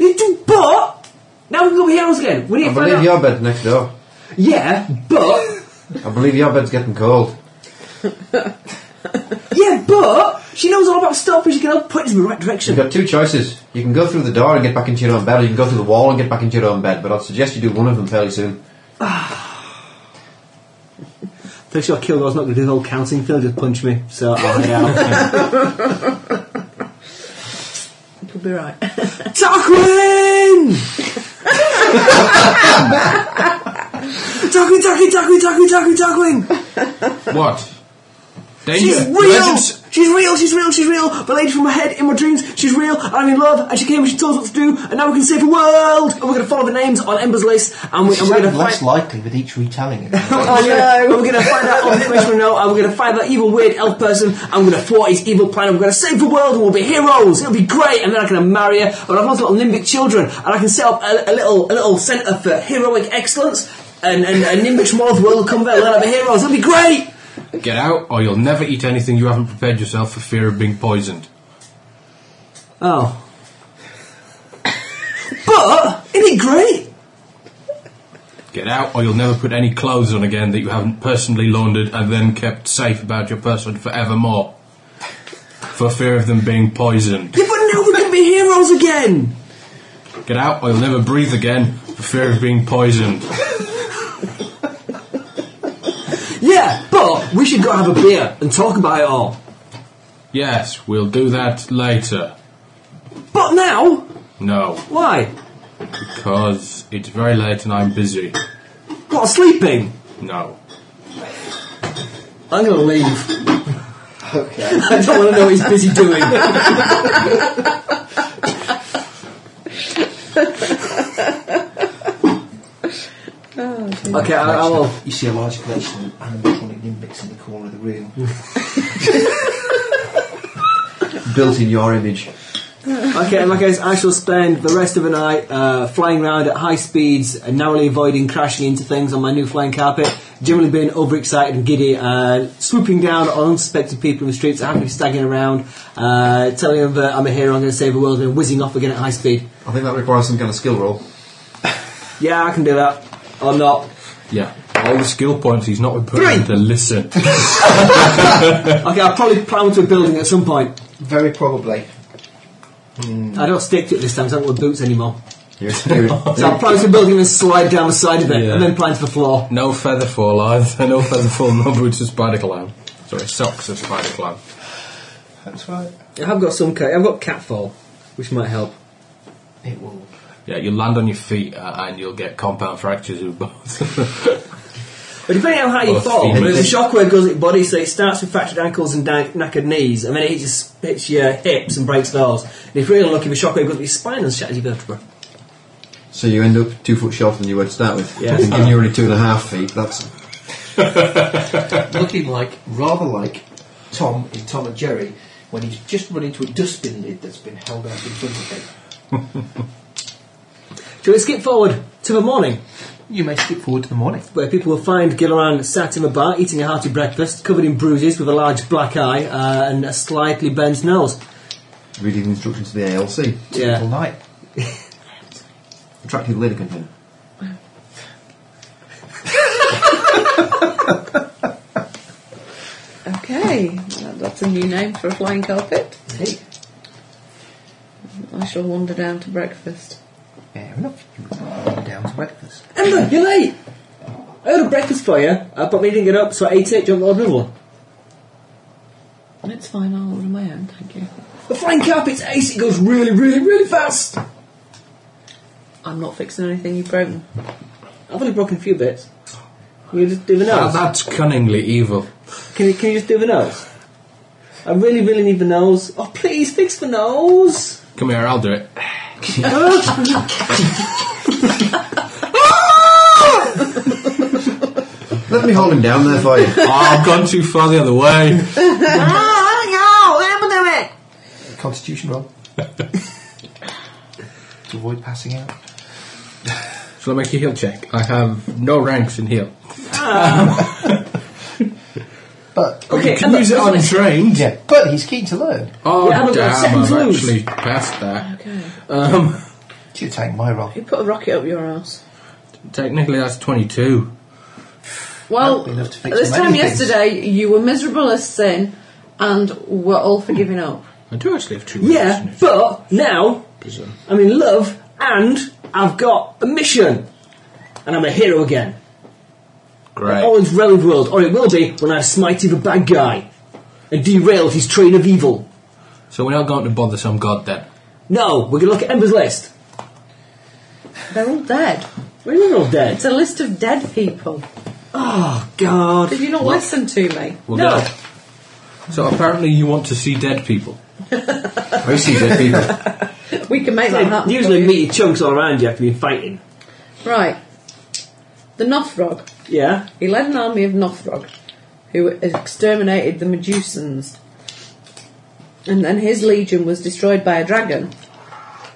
S2: You do, but now we've got heroes again. We need
S9: I
S2: to find
S9: believe
S2: out.
S9: your bed's next door.
S2: Yeah, but
S9: I believe your bed's getting cold.
S2: yeah, but she knows all about stuff, and she can help put it in the right direction.
S6: You've got two choices. You can go through the door and get back into your own bed, or you can go through the wall and get back into your own bed, but I'd suggest you do one of them fairly soon.
S2: Third shot kill, I was not going to do the whole counting thing, just punch me. So I'll head out.
S5: You could be right.
S2: Tarquin! Tarquin, Tarquin, Tarquin, Tarquin, Tarquin, Tarquin!
S4: What? Danger.
S2: She's real!
S4: Emergency-
S2: She's real, she's real, she's real! The lady from my head, in my dreams, she's real, I'm in love, and she came and she told us what to do, and now we can save the world! And we're going to follow the names on Ember's list, and, we, and
S3: She's
S2: we're going
S3: getting
S2: to
S3: less
S2: fight...
S3: likely with each retelling. Of
S2: Oh, no. We're gonna find out all the information we know, and we're gonna find that evil weird elf person, and we're gonna thwart his evil plan, and we're gonna save the world, and we'll be heroes. It'll be great, and then I'm gonna marry her, and I've lots of little limbic children, and I can set up a, a little a little centre for heroic excellence, and and, and limbic from all over the world will come there, and learn how to be heroes. It'll be great.
S4: Get out, or you'll never eat anything you haven't prepared yourself for fear of being poisoned.
S2: Oh, but isn't it great?
S4: Get out, or you'll never put any clothes on again that you haven't personally laundered and then kept safe about your person forevermore. For fear of them being poisoned.
S2: Yeah, but now we can be heroes again.
S4: Get out, or you'll never breathe again for fear of being poisoned.
S2: Yeah, but we should go have a beer and talk about it all.
S4: Yes, we'll do that later.
S2: But now,
S4: No,
S2: why?
S4: because it's very late and I'm busy.
S2: What sleeping?
S4: No.
S2: I'm gonna leave.
S9: Okay.
S2: I don't want to know what he's busy doing. okay, I,
S3: Oh,
S2: I will.
S3: You see a large collection of animatronic nimbics in the corner of the room.
S6: Built in your image.
S2: Okay, in my case, I shall spend the rest of the night uh, flying around at high speeds and narrowly avoiding crashing into things on my new flying carpet. Generally being overexcited and giddy, uh, swooping down on unsuspected people in the streets that happen to be staggering around, uh, telling them that I'm a hero, I'm going to save the world, and then whizzing off again at high speed.
S6: I think that requires some kind of skill roll.
S2: Yeah, I can do that. Or not.
S4: Yeah. All the skill points he's not been put in to listen.
S2: Okay, I'll probably climb to a building at some point.
S3: Very probably.
S2: I don't stick to it this time, so I don't wear boots anymore.
S6: You're, you're,
S2: So I'll climb to a building and slide down the side of it,
S4: Yeah.
S2: and then climb to the floor.
S4: No feather fall either. No feather fall, no boots of spider clown. Sorry, socks of spider clown.
S3: That's right.
S2: I have got some cat. I've got catfall, which might help.
S3: It will.
S4: Yeah, you'll land on your feet uh, and you'll get compound fractures of both.
S2: But depending on how you
S4: Well,
S2: fall,
S4: it's
S2: the
S4: been-
S2: shockwave goes at your body, so it starts with fractured ankles and da- knackered knees, and then it hits your, hits your hips and breaks those. And if you're really lucky, the shockwave goes at your spine and shatters your vertebra.
S6: so you end up two foot shorter than you were to start with.
S2: Yeah.
S6: And given you're only two and a half feet, that's.
S3: Looking like, rather like Tom in Tom and Jerry when he's just run into a dustbin lid that's been held out in front of him.
S2: So we skip forward to the morning,
S3: You may skip forward to the morning.
S2: where people will find Gilloran sat in a bar eating a hearty breakfast, covered in bruises with a large black eye uh, and a slightly bent nose.
S6: Reading the instructions to the ALC.
S3: All
S2: Yeah.
S3: night.
S6: Attractive lady content.
S5: Okay, that- that's a new name for a flying carpet.
S3: Hey.
S5: I shall wander down to breakfast.
S3: Fair enough. You were down to breakfast.
S2: Emma, you're late! I ordered breakfast for you, uh, but we didn't get up, so I ate it. Do you want to order another one?
S5: It's fine, I'll order my own, thank you.
S2: The flying carpet's ace, it goes really, really, really fast!
S5: I'm not fixing anything you've broken.
S2: I've only broken a few bits. Can you just do the
S4: Ah,
S2: nose?
S4: that's cunningly evil.
S2: Can you, can you just do the nose? I really, really need the nose. Oh, please, fix the nose!
S4: Come here, I'll do it.
S6: Let me hold him down there for you.
S4: Oh, I've gone too far the other way.
S3: Constitution roll. to avoid passing out.
S4: Shall I make a heel check? I have no ranks in heel.
S3: But
S4: Okay, You can and use look, it isn't it- untrained.
S3: Yeah, but he's keen to learn.
S4: Oh,
S5: Yeah, I don't know,
S4: damn,
S5: seconds
S4: I've
S5: loose.
S4: actually passed that.
S5: Okay.
S4: Um,
S3: you take my role?
S5: You put a rocket up your ass.
S4: Technically, that's 22.
S5: Well,
S3: enough to fix
S5: this
S3: many
S5: time
S3: things.
S5: yesterday, you were miserable as sin, and were all for giving up.
S4: I do actually have two.
S2: Yeah, but now I'm in love and I've got a mission. And I'm a hero again.
S4: Great.
S2: Owen's relevant world, or it will be when I smite the bad guy and derail his train of evil.
S4: So we're not going to bother some god then.
S2: No, we're going to look at Ember's list.
S5: They're all dead.
S2: What do you mean they're all dead?
S5: It's a list of dead people.
S2: Oh, God.
S5: Did you not listen to me?
S4: We'll
S2: No.
S4: go. So apparently, you want to see dead people.
S6: I see dead people.
S5: We can make that happen.
S2: Usually meaty chunks all around you after you've been fighting.
S5: Right. The Northrog.
S2: Yeah?
S5: He led an army of Northrog who exterminated the Medusans. And then his legion was destroyed by a dragon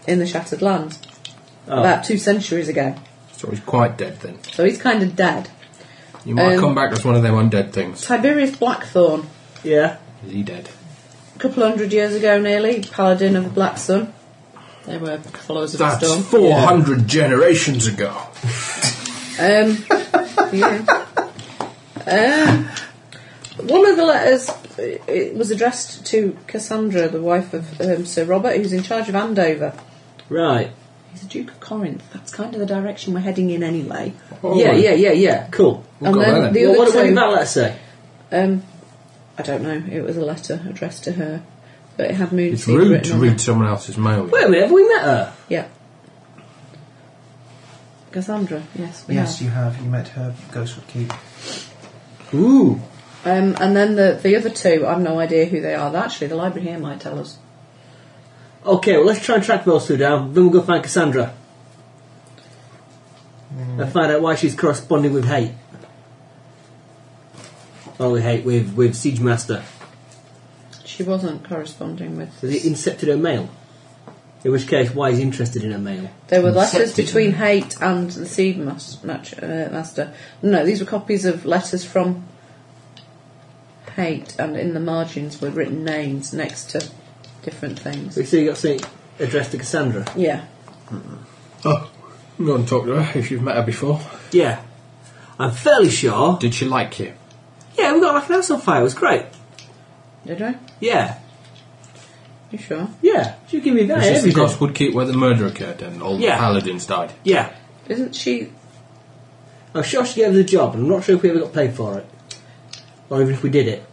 S5: in the Shattered Lands
S2: Oh.
S5: about two centuries ago.
S4: So he's quite dead then.
S5: So he's kind of dead.
S4: You might
S5: Um,
S4: come back as one of them undead things.
S5: Tiberius Blackthorn,
S2: Yeah?
S4: Is he dead?
S5: a couple hundred years ago nearly, paladin of the Black Sun. They were followers of the
S4: That's
S5: storm.
S4: 400 generations ago.
S5: Um, yeah. Um, one of the letters uh, it was addressed to Cassandra, the wife of um, Sir Robert, who's in charge of Andover.
S2: Right.
S5: He's the Duke of Corinth. That's kind of the direction we're heading in, anyway.
S2: Yeah, yeah, yeah, yeah. Cool.
S4: We'll
S5: and
S4: go there
S5: then
S4: then.
S5: the
S2: Well, what,
S5: other
S2: what did
S5: two,
S2: that letter say?
S5: um, I don't know. It was a letter addressed to her, but it had moon
S4: It's
S5: seed
S4: rude
S5: written
S4: to
S5: on
S4: read
S5: it.
S4: someone else's mail.
S2: Wait a minute, have we met her?
S5: Yeah. Cassandra. Yes. We have.
S3: Yes, you have. You met her, Ghostwood Keep.
S2: Ooh.
S5: Um, and then the, the other two, I've no idea who they are. Actually, the library here might tell us.
S2: Okay, well, let's try and track those two down. Then we'll go find Cassandra. And find out why she's corresponding with Hate. Oh, with Hate, with, with Siege Master.
S5: She wasn't corresponding with.
S2: Has he incepted her mail? In which case, why is he interested in her mail?
S5: There were letters between Hate and the Seed mas- match, uh, Master. No, these were copies of letters from Hate, and in the margins were written names next to different things.
S2: So you see, you got something addressed to Cassandra.
S5: Yeah.
S4: Oh, I'm going to talk to her if you've met her before.
S2: Yeah. I'm fairly sure.
S4: Did she like you?
S2: Yeah, we got like an house on fire. It was great.
S5: Did I?
S2: Yeah.
S5: You sure?
S2: Yeah. She give me that.
S4: Is this the
S2: Everything.
S4: Goswood Keep where the murder occurred and all
S2: Yeah.
S4: the paladins died?
S2: Yeah.
S5: Isn't she.
S2: I'm sure she gave us a job, and I'm not sure if we ever got paid for it. Or even if we did it.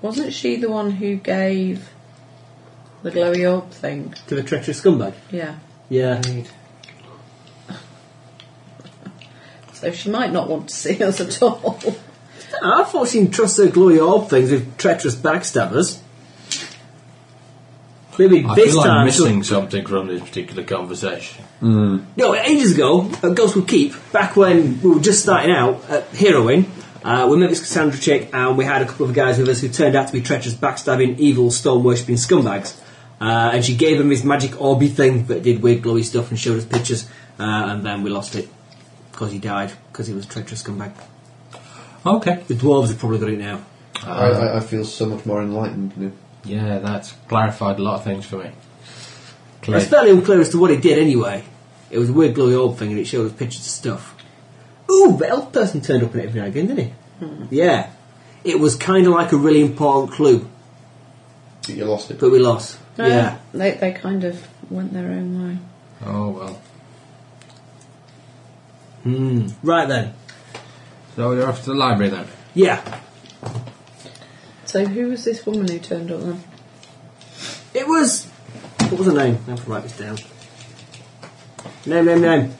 S5: Wasn't she the one who gave the glowy orb thing?
S2: To the treacherous scumbag.
S5: Yeah.
S2: Yeah.
S5: So she might not want to see us at all.
S2: Ah, I thought she'd trust her glory orb things with treacherous backstabbers. Maybe
S4: I
S2: this
S4: feel like
S2: time.
S4: missing something from this particular conversation.
S2: No, ages ago at Ghostwood Keep, back when we were just starting out at Heroin, uh, we met this Cassandra chick and we had a couple of guys with us who turned out to be treacherous, backstabbing, evil, stone worshipping scumbags. Uh, and she gave him his magic orby thing that did weird glowy stuff and showed us pictures, uh, and then we lost it because he died because he was a treacherous scumbag.
S4: Okay.
S2: The dwarves have probably got it now.
S9: I, I, I feel so much more enlightened now.
S4: Yeah, that's clarified a lot of things for me. Clay.
S2: It's fairly unclear as to what it did anyway. It was a weird glowy orb thing and it showed us pictures of stuff. Ooh, the elf person turned up in it every now and again, didn't he? Yeah. It was kind of like a really important clue,
S9: But You lost it.
S2: but we lost.
S5: Oh.
S2: Yeah.
S5: They, they kind of went their own way.
S4: Oh well.
S2: Hmm. Right then.
S4: So you're off to the library then.
S2: Yeah.
S5: So who was this woman who turned up then?
S2: It was. What was her name? I have to write this down. Name, name, name.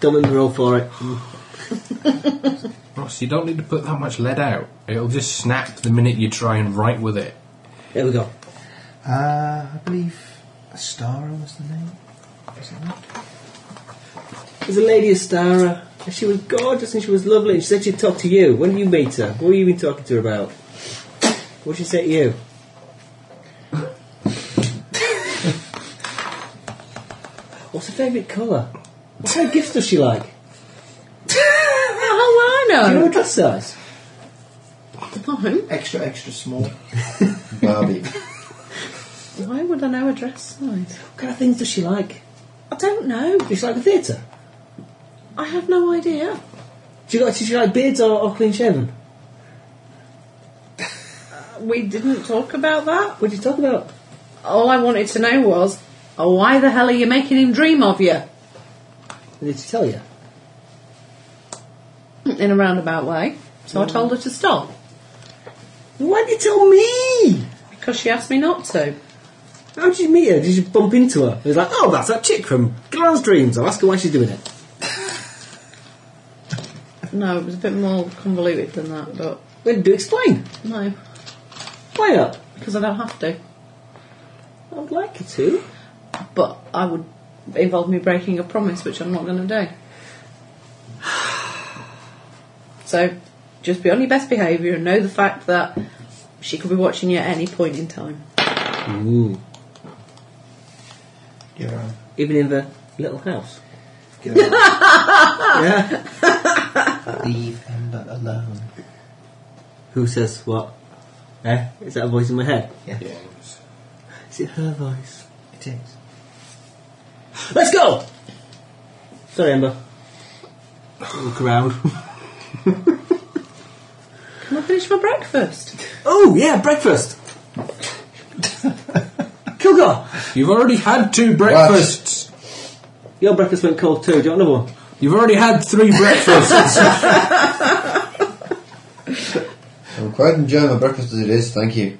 S2: Don't make me roll for it.
S4: Ross, you don't need to put that much lead out. It'll just snap the minute you try and write with it.
S2: There we go.
S3: Uh, I believe Astara was the name. Was it not?
S2: It was a lady Astara. And she was gorgeous and she was lovely. And she said she'd talk to you. When did you meet her? What have you been talking to her about? What did she say to you? What's her favourite colour? What kind of gifts does she like?
S5: How do I
S2: Do you know
S5: know?
S2: her dress size?
S5: time.
S3: Extra, extra small.
S6: Barbie.
S5: Why would I know her dress size?
S2: What kind of things does she like? I don't know. Does she like the theatre?
S5: I have no idea.
S2: Do you like, does she like beards or, or clean shaven?
S5: We didn't talk about that.
S2: What did you talk about?
S5: All I wanted to know was, oh, why the hell are you making him dream of you?
S2: Did she tell you?
S5: In a roundabout way. So I told her to stop.
S2: Why did you tell me?
S5: Because she asked me not to.
S2: How did you meet her? Did you bump into her? It was like, oh, that's that chick from Glan's Dreams. I'll ask her why she's doing it.
S5: No, it was a bit more convoluted than that, but
S2: Then do explain.
S5: no,
S2: Why not?
S5: because I don't have to.
S2: I'd like her to.
S5: But I would involve me breaking a promise, which I'm not going to do. So, just be on your best behaviour and know the fact that she could be watching you at any point in time.
S2: Ooh.
S3: Get around.
S2: Even in the little house.
S3: Get around.
S2: yeah.
S3: Leave Ember alone.
S2: Who says what? Eh? Is that a voice in my head?
S3: Yeah.
S2: Is it her voice?
S3: It is.
S2: Let's go! Sorry, Ember. Look around.
S5: Can I finish my breakfast?
S2: Oh, yeah, breakfast! Kilgore!
S4: You've already had two breakfasts.
S2: Your breakfast went cold too. Do you want another one?
S4: You've already had three breakfasts.
S6: I'm quite enjoying my breakfast as it is, thank you.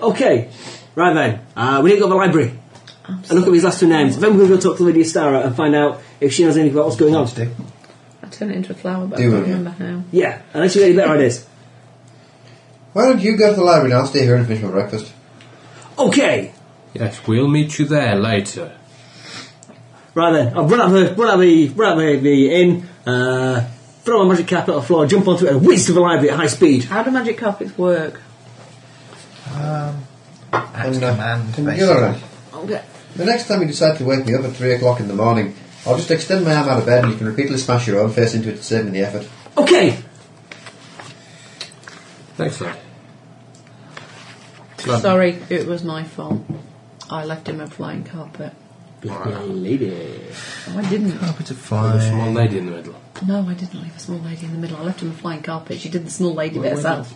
S2: Okay. Right then. Uh, we need to go to the library. And look at these last two names. Then we're going to go talk to Lydia Stara and find out if she knows anything about what's going on.
S3: Stick.
S5: I turn it into a flower, but I
S6: Do
S5: can't
S6: it, yeah.
S5: remember how.
S2: Yeah, unless you get any better ideas.
S6: Why don't you go to the library and I'll stay here and finish my breakfast?
S2: Okay.
S4: yes, we'll meet you there later.
S2: Right then. I'll run out of the, run out of the, run out of the inn, uh, throw my magic carpet on the floor, jump onto it, and whiz to the library at high speed.
S5: How do magic carpets work?
S3: Um, at
S6: And, uh,
S3: command,
S6: and
S3: basically.
S6: you're alright.
S5: Okay.
S6: The next time you decide to wake me up at 3 o'clock in the morning, I'll just extend my arm out of bed and you can repeatedly smash your own face into it to save me the effort.
S2: Okay.
S4: Thanks, lad.
S5: Sorry, it was my fault. I left him a flying carpet.
S2: Lady.
S5: No, I didn't.
S3: Carpet of
S4: There's a small
S3: fire.
S4: lady in the middle.
S5: No, I didn't leave a small lady in the middle. I left him a flying carpet. She did the small lady bit herself.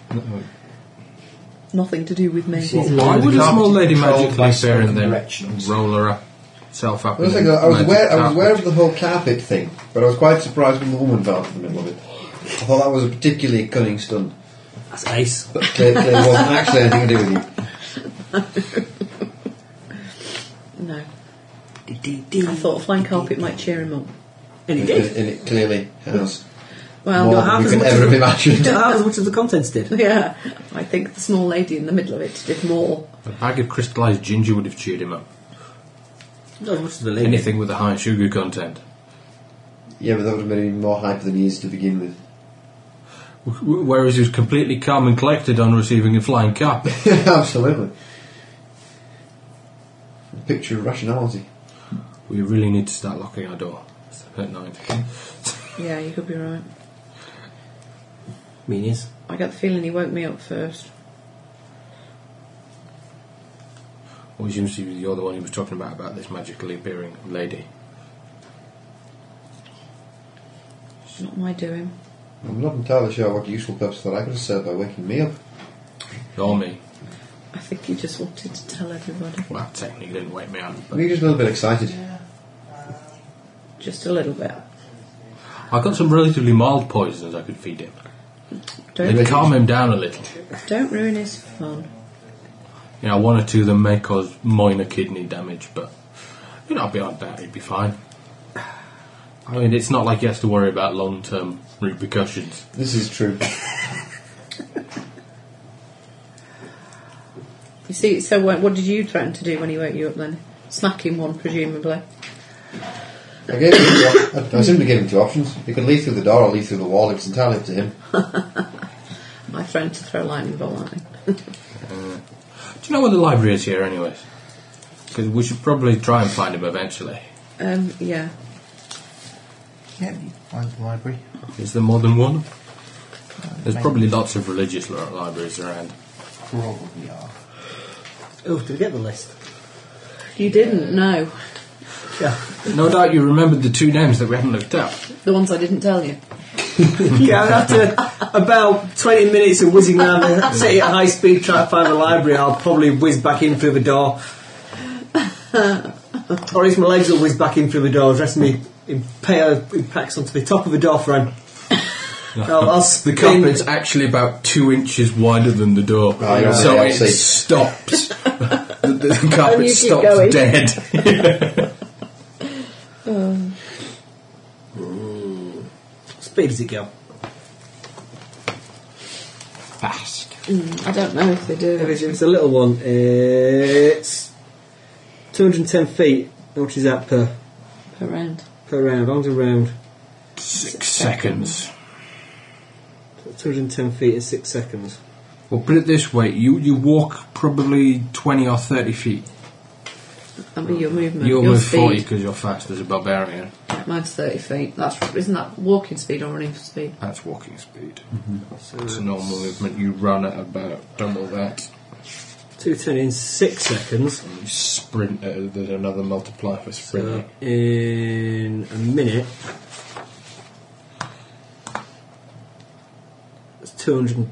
S5: Nothing to do with me.
S3: She's-
S4: Why
S3: The
S4: would a
S3: carpet
S4: small
S3: is
S4: lady
S3: controlled by
S4: magically appear and then
S3: directions.
S4: roll her up, self up?
S6: The other
S4: with
S6: thing,
S4: a
S6: I was,
S4: magic
S6: aware, I was aware of
S4: carpet?
S6: the whole carpet thing, but I was quite surprised when the woman fell into the middle of it. I thought that was a particularly cunning stunt,
S2: That's ace.
S6: but clearly clearly wasn't actually anything to do with you.
S5: No.
S2: Dee-dee-dee.
S5: I thought a flying carpet might cheer him up.
S2: And it
S6: And
S2: did.
S6: it, and it clearly has
S5: Well,
S6: more
S2: half
S6: than we
S2: as
S6: could
S2: much
S6: ever
S2: as-
S6: have imagined.
S2: Not half as much as the contents did.
S5: yeah. I think the small lady in the middle of it did more.
S4: A bag of crystallised ginger would have cheered him up.
S2: Not as much as the lady.
S4: Anything with a high sugar content.
S6: Yeah, but that would have made him more hyper than he is to begin with.
S4: Wh- wh- Whereas he was completely calm and collected on receiving a flying carpet.
S6: Absolutely. Picture of rationality.
S4: we really need to start locking our door at night.
S5: Yeah, you could be right.
S2: Mean is.
S5: I got the feeling he woke me up first.
S4: Or seems to be you're the one he was talking about about this magically appearing lady.
S5: It's not my doing.
S6: I'm not entirely sure what useful purpose that I could have served by waking me up.
S4: Nor me.
S5: I think he just wanted to tell everybody.
S4: Well, that technically didn't wake me up.
S6: I
S4: But
S6: mean, just a little bit excited.
S5: Just a little bit.
S4: I got some relatively mild poisons I could feed him.
S5: Don't,
S4: They'd calm him down a little.
S5: don't ruin his fun.
S4: You know, one or two of them may cause minor kidney damage, but you know, beyond that, he'd be fine. I mean, it's not like he has to worry about long-term repercussions.
S6: This is true.
S5: You see, so what, what did you threaten to do when he woke you up then? Smacking one, presumably.
S6: I, gave him two op- I simply gave him two options. He could leave through the door or leave through the wall. It was entirely up to him.
S5: I threatened to throw a lightning bolt at him.
S4: Do you know where the library is here, anyways? Because we should probably try and find him eventually.
S5: Um, yeah.
S3: Yeah, you find the library.
S4: Is there more than one?
S3: Uh,
S4: There's probably lots of religious li- libraries around.
S3: Probably are.
S2: Oh, did we get the list?
S5: You didn't, no.
S2: Yeah.
S4: No doubt you remembered the two names that we haven't looked up.
S5: The ones I didn't tell you.
S2: yeah, after about 20 minutes of whizzing around the city at high speed trying to find the library, I'll probably whiz back in through the door. or at least my legs will whiz back in through the door, dress me in pale impacts onto the top of the door frame. I'll, I'll
S4: The
S2: spin.
S4: carpet's actually about two inches wider than the door,
S9: Right, right,
S4: so
S9: I
S4: it
S9: see.
S4: stops. the, the
S5: And you
S4: carpet
S5: keep
S4: stops
S5: going.
S4: dead.
S5: Um,
S2: Speed does it go?
S4: Fast.
S5: mm, I don't know if they do.
S2: If it's, if it's a little one, it's 210 feet. How much is that per,
S5: Per round.
S2: per round? How long's a round?
S4: Six seconds.
S2: 210 feet is six seconds.
S4: Well, put it this way: you you walk probably twenty or thirty feet.
S5: That'd be your movement.
S4: You'll
S5: your
S4: move
S5: speed.
S4: forty because you're fast as a barbarian.
S5: Mine's 30 feet. That's Isn't that walking speed or running speed?
S4: That's walking speed. It's a normal movement. You run at about double that.
S2: 210 in six seconds.
S4: You sprint. Uh, there's another multiplier for sprinting.
S2: So Uh, in a minute, it's 200,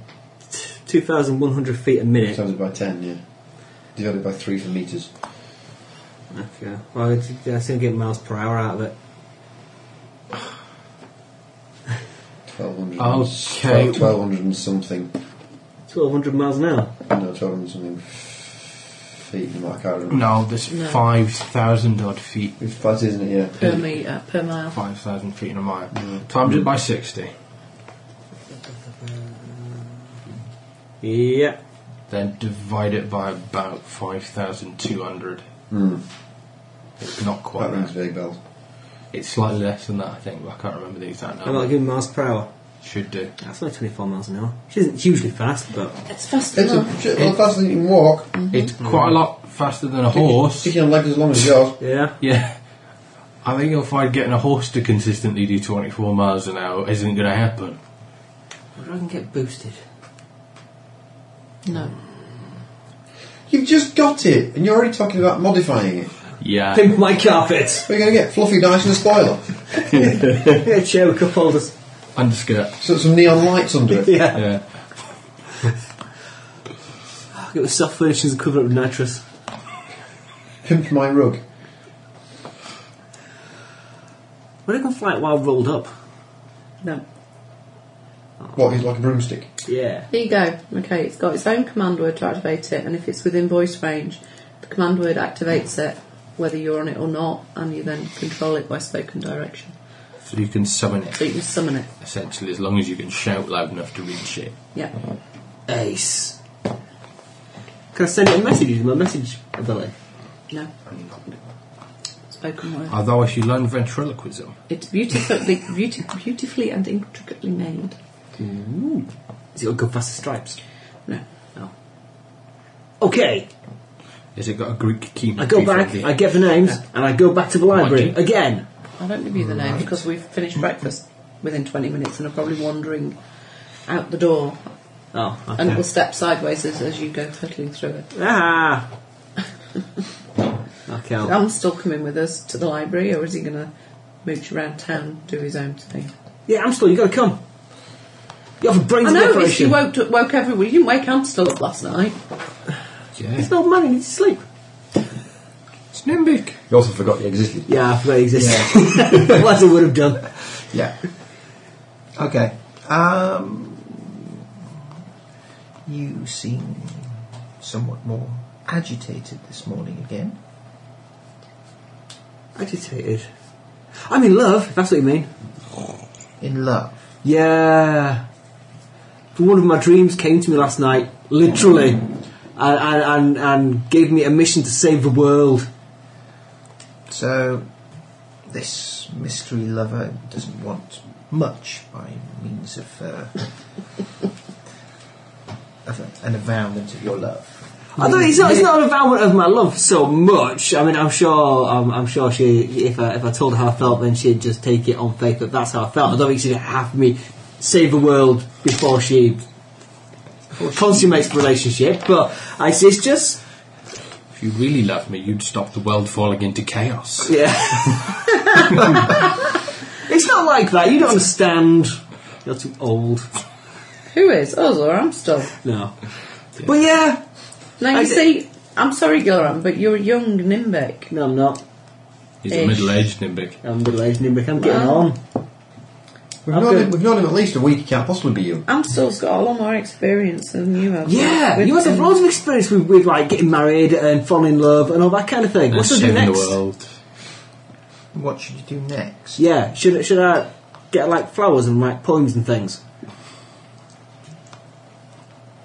S2: 2,100 feet a minute.
S9: Times it by 10, yeah. Divided by 3 for metres.
S2: Okay. Well, I think I think I get miles per hour out of it.
S9: 1200.
S4: Okay.
S9: 1200 and something.
S2: 1,200 miles an hour.
S9: No, 1200 and something feet. No, I can't remember.
S4: No, there's
S5: No.
S4: five thousand odd feet.
S9: It's flat, isn't it? Yeah.
S5: Per metre, per mile.
S4: Five thousand feet in a mile. Times it by sixty.
S2: Yeah.
S4: Then divide it by about five thousand two hundred.
S9: Mm.
S4: It's not quite
S9: That rings
S4: right.
S9: big bells.
S4: It's slightly less than that, I think, but I can't remember the exact
S2: I'm not
S4: number.
S2: giving miles per hour.
S4: Should do.
S2: That's only 24 miles an hour. Which isn't hugely fast, but.
S5: It's fast
S9: It's
S5: enough.
S9: a shit lot faster than you can walk.
S4: It's quite a lot faster than a horse.
S9: Sticking on legs as long as yours.
S2: Yeah.
S4: Yeah. I think you'll find getting a horse to consistently do 24 miles an hour isn't going to happen.
S2: I can get boosted.
S5: No.
S9: You've just got it, and you're already talking about modifying it.
S4: Yeah.
S2: Pimp my carpet!
S9: What are you going to get? Fluffy dice and a spoiler.
S2: yeah, chair with cup holders.
S4: Underskirt.
S9: So some neon lights under it.
S2: Yeah.
S4: Yeah.
S2: I'll get the soft furnishings and cover it with nitrous.
S9: Pimp my rug.
S2: What if I can fly it while rolled up?
S5: No.
S9: What, he's like a broomstick?
S2: Yeah.
S5: There you go. Okay, it's got its own command word to activate it, and if it's within voice range, the command word activates it, whether you're on it or not, and you then control it by spoken direction.
S4: So you can summon it,
S5: So you can summon it.
S4: essentially, as long as you can shout loud enough to reach it.
S5: Yeah.
S2: Ace. Can I send it a message using my message ability?
S5: No. Spoken
S9: Uh,
S5: word.
S4: Although, if you learn ventriloquism,
S5: It's beautifully, beauti- beautifully and intricately named.
S2: Is it got good faster stripes?
S5: No.
S2: Okay,
S4: has it got a Greek key?
S2: I go back, I get the names, and I go back to the library
S4: Okay.
S2: again.
S5: I don't give you the names because we've finished breakfast within 20 minutes and are probably wandering out the door
S2: Oh, okay.
S5: and we'll step sideways as, as you go hurtling through it.
S2: ah. okay.
S5: Is
S2: I'll-
S5: Alan's still coming with us to the library or is he going to mooch around town, do his own thing?
S2: Yeah, Amstel, you got to come. You have a brains
S5: I know, it's, you
S2: operation.
S5: woke, woke everyone. You didn't wake Amstel up last night.
S4: Yeah.
S2: It's an old man. He needs to sleep.
S4: It's Nimbic.
S6: You also forgot you existed.
S2: Yeah, I forgot he existed. What it would have done.
S3: Yeah. Okay. Um, you seem somewhat more agitated this morning again.
S2: Agitated. I'm in love. If that's what you mean.
S3: In love.
S2: Yeah. But One of my dreams came to me last night, literally, and, and, and, and gave me a mission to save the world.
S3: So, this mystery lover doesn't want much by means of, uh, of an avowment of your love.
S2: Although it's not, it's not an avowal of my love so much. I mean, I'm sure, um, I'm sure she, if I, if I told her how I felt, then she'd just take it on faith that that's how I felt. I don't think she'd have me save the world before she consummates the relationship, but Isis just.
S4: If you really loved me, you'd stop the world falling into chaos.
S2: Yeah. it's not like that. You don't understand. You're too old.
S5: Who is? Us or Amstel?
S2: No. But yeah.
S5: Now you
S2: I d-
S5: see, I'm sorry, Gilram, but you're a young Nimbic.
S2: No, I'm not.
S4: He's a middle-aged Nimbic.
S2: I'm middle aged and I'm getting
S5: Wow.
S2: on.
S9: We've
S2: I'm
S9: known,
S2: good.
S9: him, we've known him at least a week. He can't possibly be you.
S5: Amstel's got a lot more experience than you have.
S2: Yeah,
S5: With-
S2: you must have
S5: um,
S2: loads of experience with, with like getting married and falling in love and all that kind of thing. What's
S4: And
S2: to do
S4: saving
S2: next?
S4: the world.
S3: What should you do next?
S2: Yeah, should should I get like flowers and write poems and things?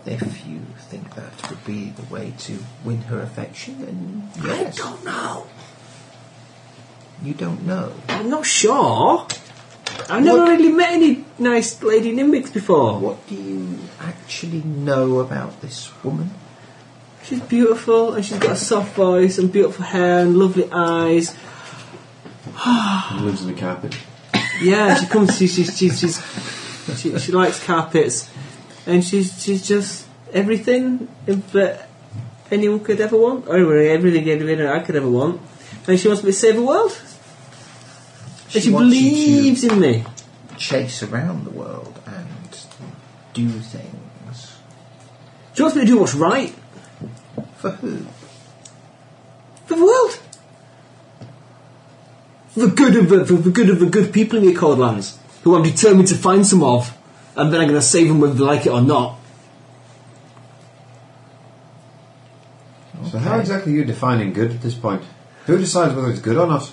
S3: If you think that would be the way to win her affection, then yes.
S2: don't know.
S3: You don't know.
S2: I'm not sure. I've never
S3: What-
S2: really met any nice lady nimbics before.
S3: What do you actually know about this woman?
S2: She's beautiful and she's got a soft voice and beautiful hair and lovely eyes.
S6: He lives in the carpet.
S2: Yeah, she comes. She she she she's, she, she likes carpets, and she's she's just everything that anyone could ever want, or anyway, everything anyone I could ever want. And she wants me to save the world.
S3: She
S2: and she
S3: wants you to-
S2: believes in me.
S3: Chase around the world and do things.
S2: She wants me to do what's right
S3: For who?
S2: for the world, for the good of the, for the good of the good people in the Accordlands, who I'm determined to find some of, and then I'm going to save them whether they like it or not.
S6: So how exactly are you defining good at this point? Who decides whether it's good or not?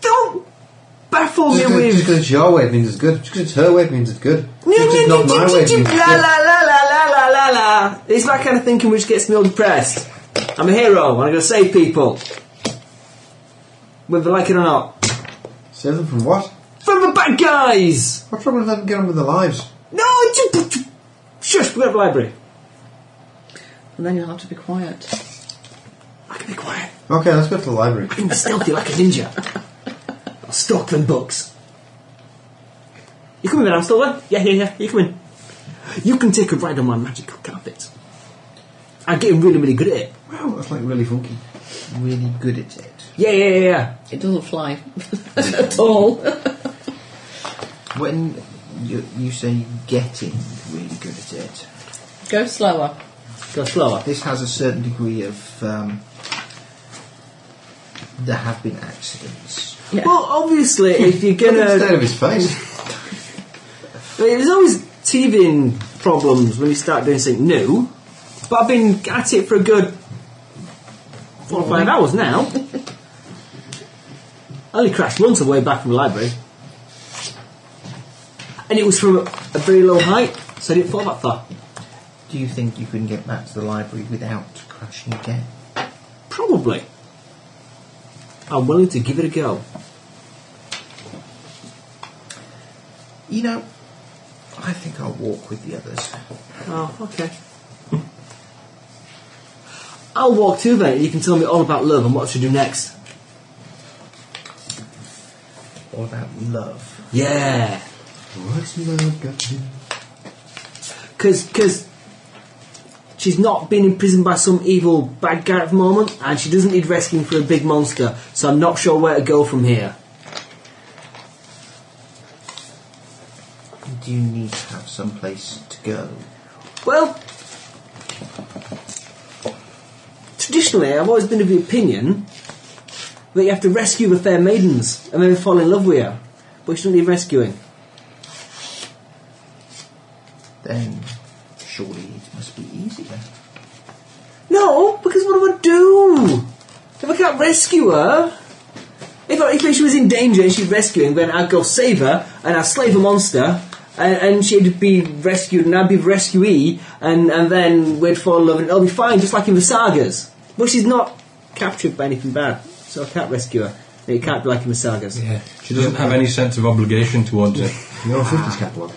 S2: Don't
S9: Oh,
S2: baffle me
S6: Just
S2: with.
S6: because it's your way means it's good. Just because it's her way means it's good.
S2: La
S6: Just 'cause it's not my way means
S2: la
S6: it's good.
S2: la la la la la la. It's that kind of thinking which gets me all depressed. I'm a hero. and I'm going to save people, whether they like it or not.
S6: Save them from what?
S2: From the bad guys.
S6: What's wrong with letting them get on with their lives?
S2: No, it's shush. We have a library.
S5: And then you'll have to be quiet.
S2: I can be quiet.
S6: Okay, let's go to the library.
S2: I can be stealthy like a ninja. I'll stalk them books. You come in, I'm still there. Yeah, yeah, yeah. You come in. You can take a ride on my magical carpet. I'm getting really, really good at it.
S6: Wow, that's like really funky.
S3: Really good at it.
S2: Yeah, yeah, yeah, yeah.
S5: It doesn't fly at all.
S3: When you, you say getting really good at it,
S5: Go slower.
S2: Go slower.
S3: this has a certain degree of. Um, there have been accidents.
S5: Yeah.
S2: Well, obviously, if you're
S6: Instead
S2: gonna,
S6: of his face.
S2: I mean, there's always teething problems when you start doing something new. But I've been at it for a good four or five hours now. I only crashed once on the way back from the library, and it was from a, a very low height, so I didn't fall that far.
S3: Do you think you can get back to the library without crashing again?
S2: Probably. I'm willing to give it a go.
S3: You know, I think I'll walk with the others.
S2: Oh, okay. I'll walk too, mate. You can tell me all about love and what to do next.
S3: All about love.
S2: Yeah.
S6: What's love got to do?
S2: Because cause she's not been imprisoned by some evil bad guy at the moment, and she doesn't need rescuing for a big monster, so I'm not sure where to go from here.
S3: Do you need to have some place to go?
S2: Well, traditionally, I've always been of the opinion that you have to rescue the fair maidens and then fall in love with her, but she doesn't need rescuing.
S3: Then surely it must be easier.
S2: No, because what do I do? If I can't rescue her, if, I, if she was in danger and she'd rescue him, then I'd go save her and I'd slay the monster and, and she'd be rescued and I'd be the rescuee and, and then we'd fall in love and it'll be fine, just like in the sagas. But she's not captured by anything bad, so I can't rescue her. And It can't be like in the sagas.
S4: Yeah. She doesn't have any sense of obligation towards it.
S6: Your 50s catalogue.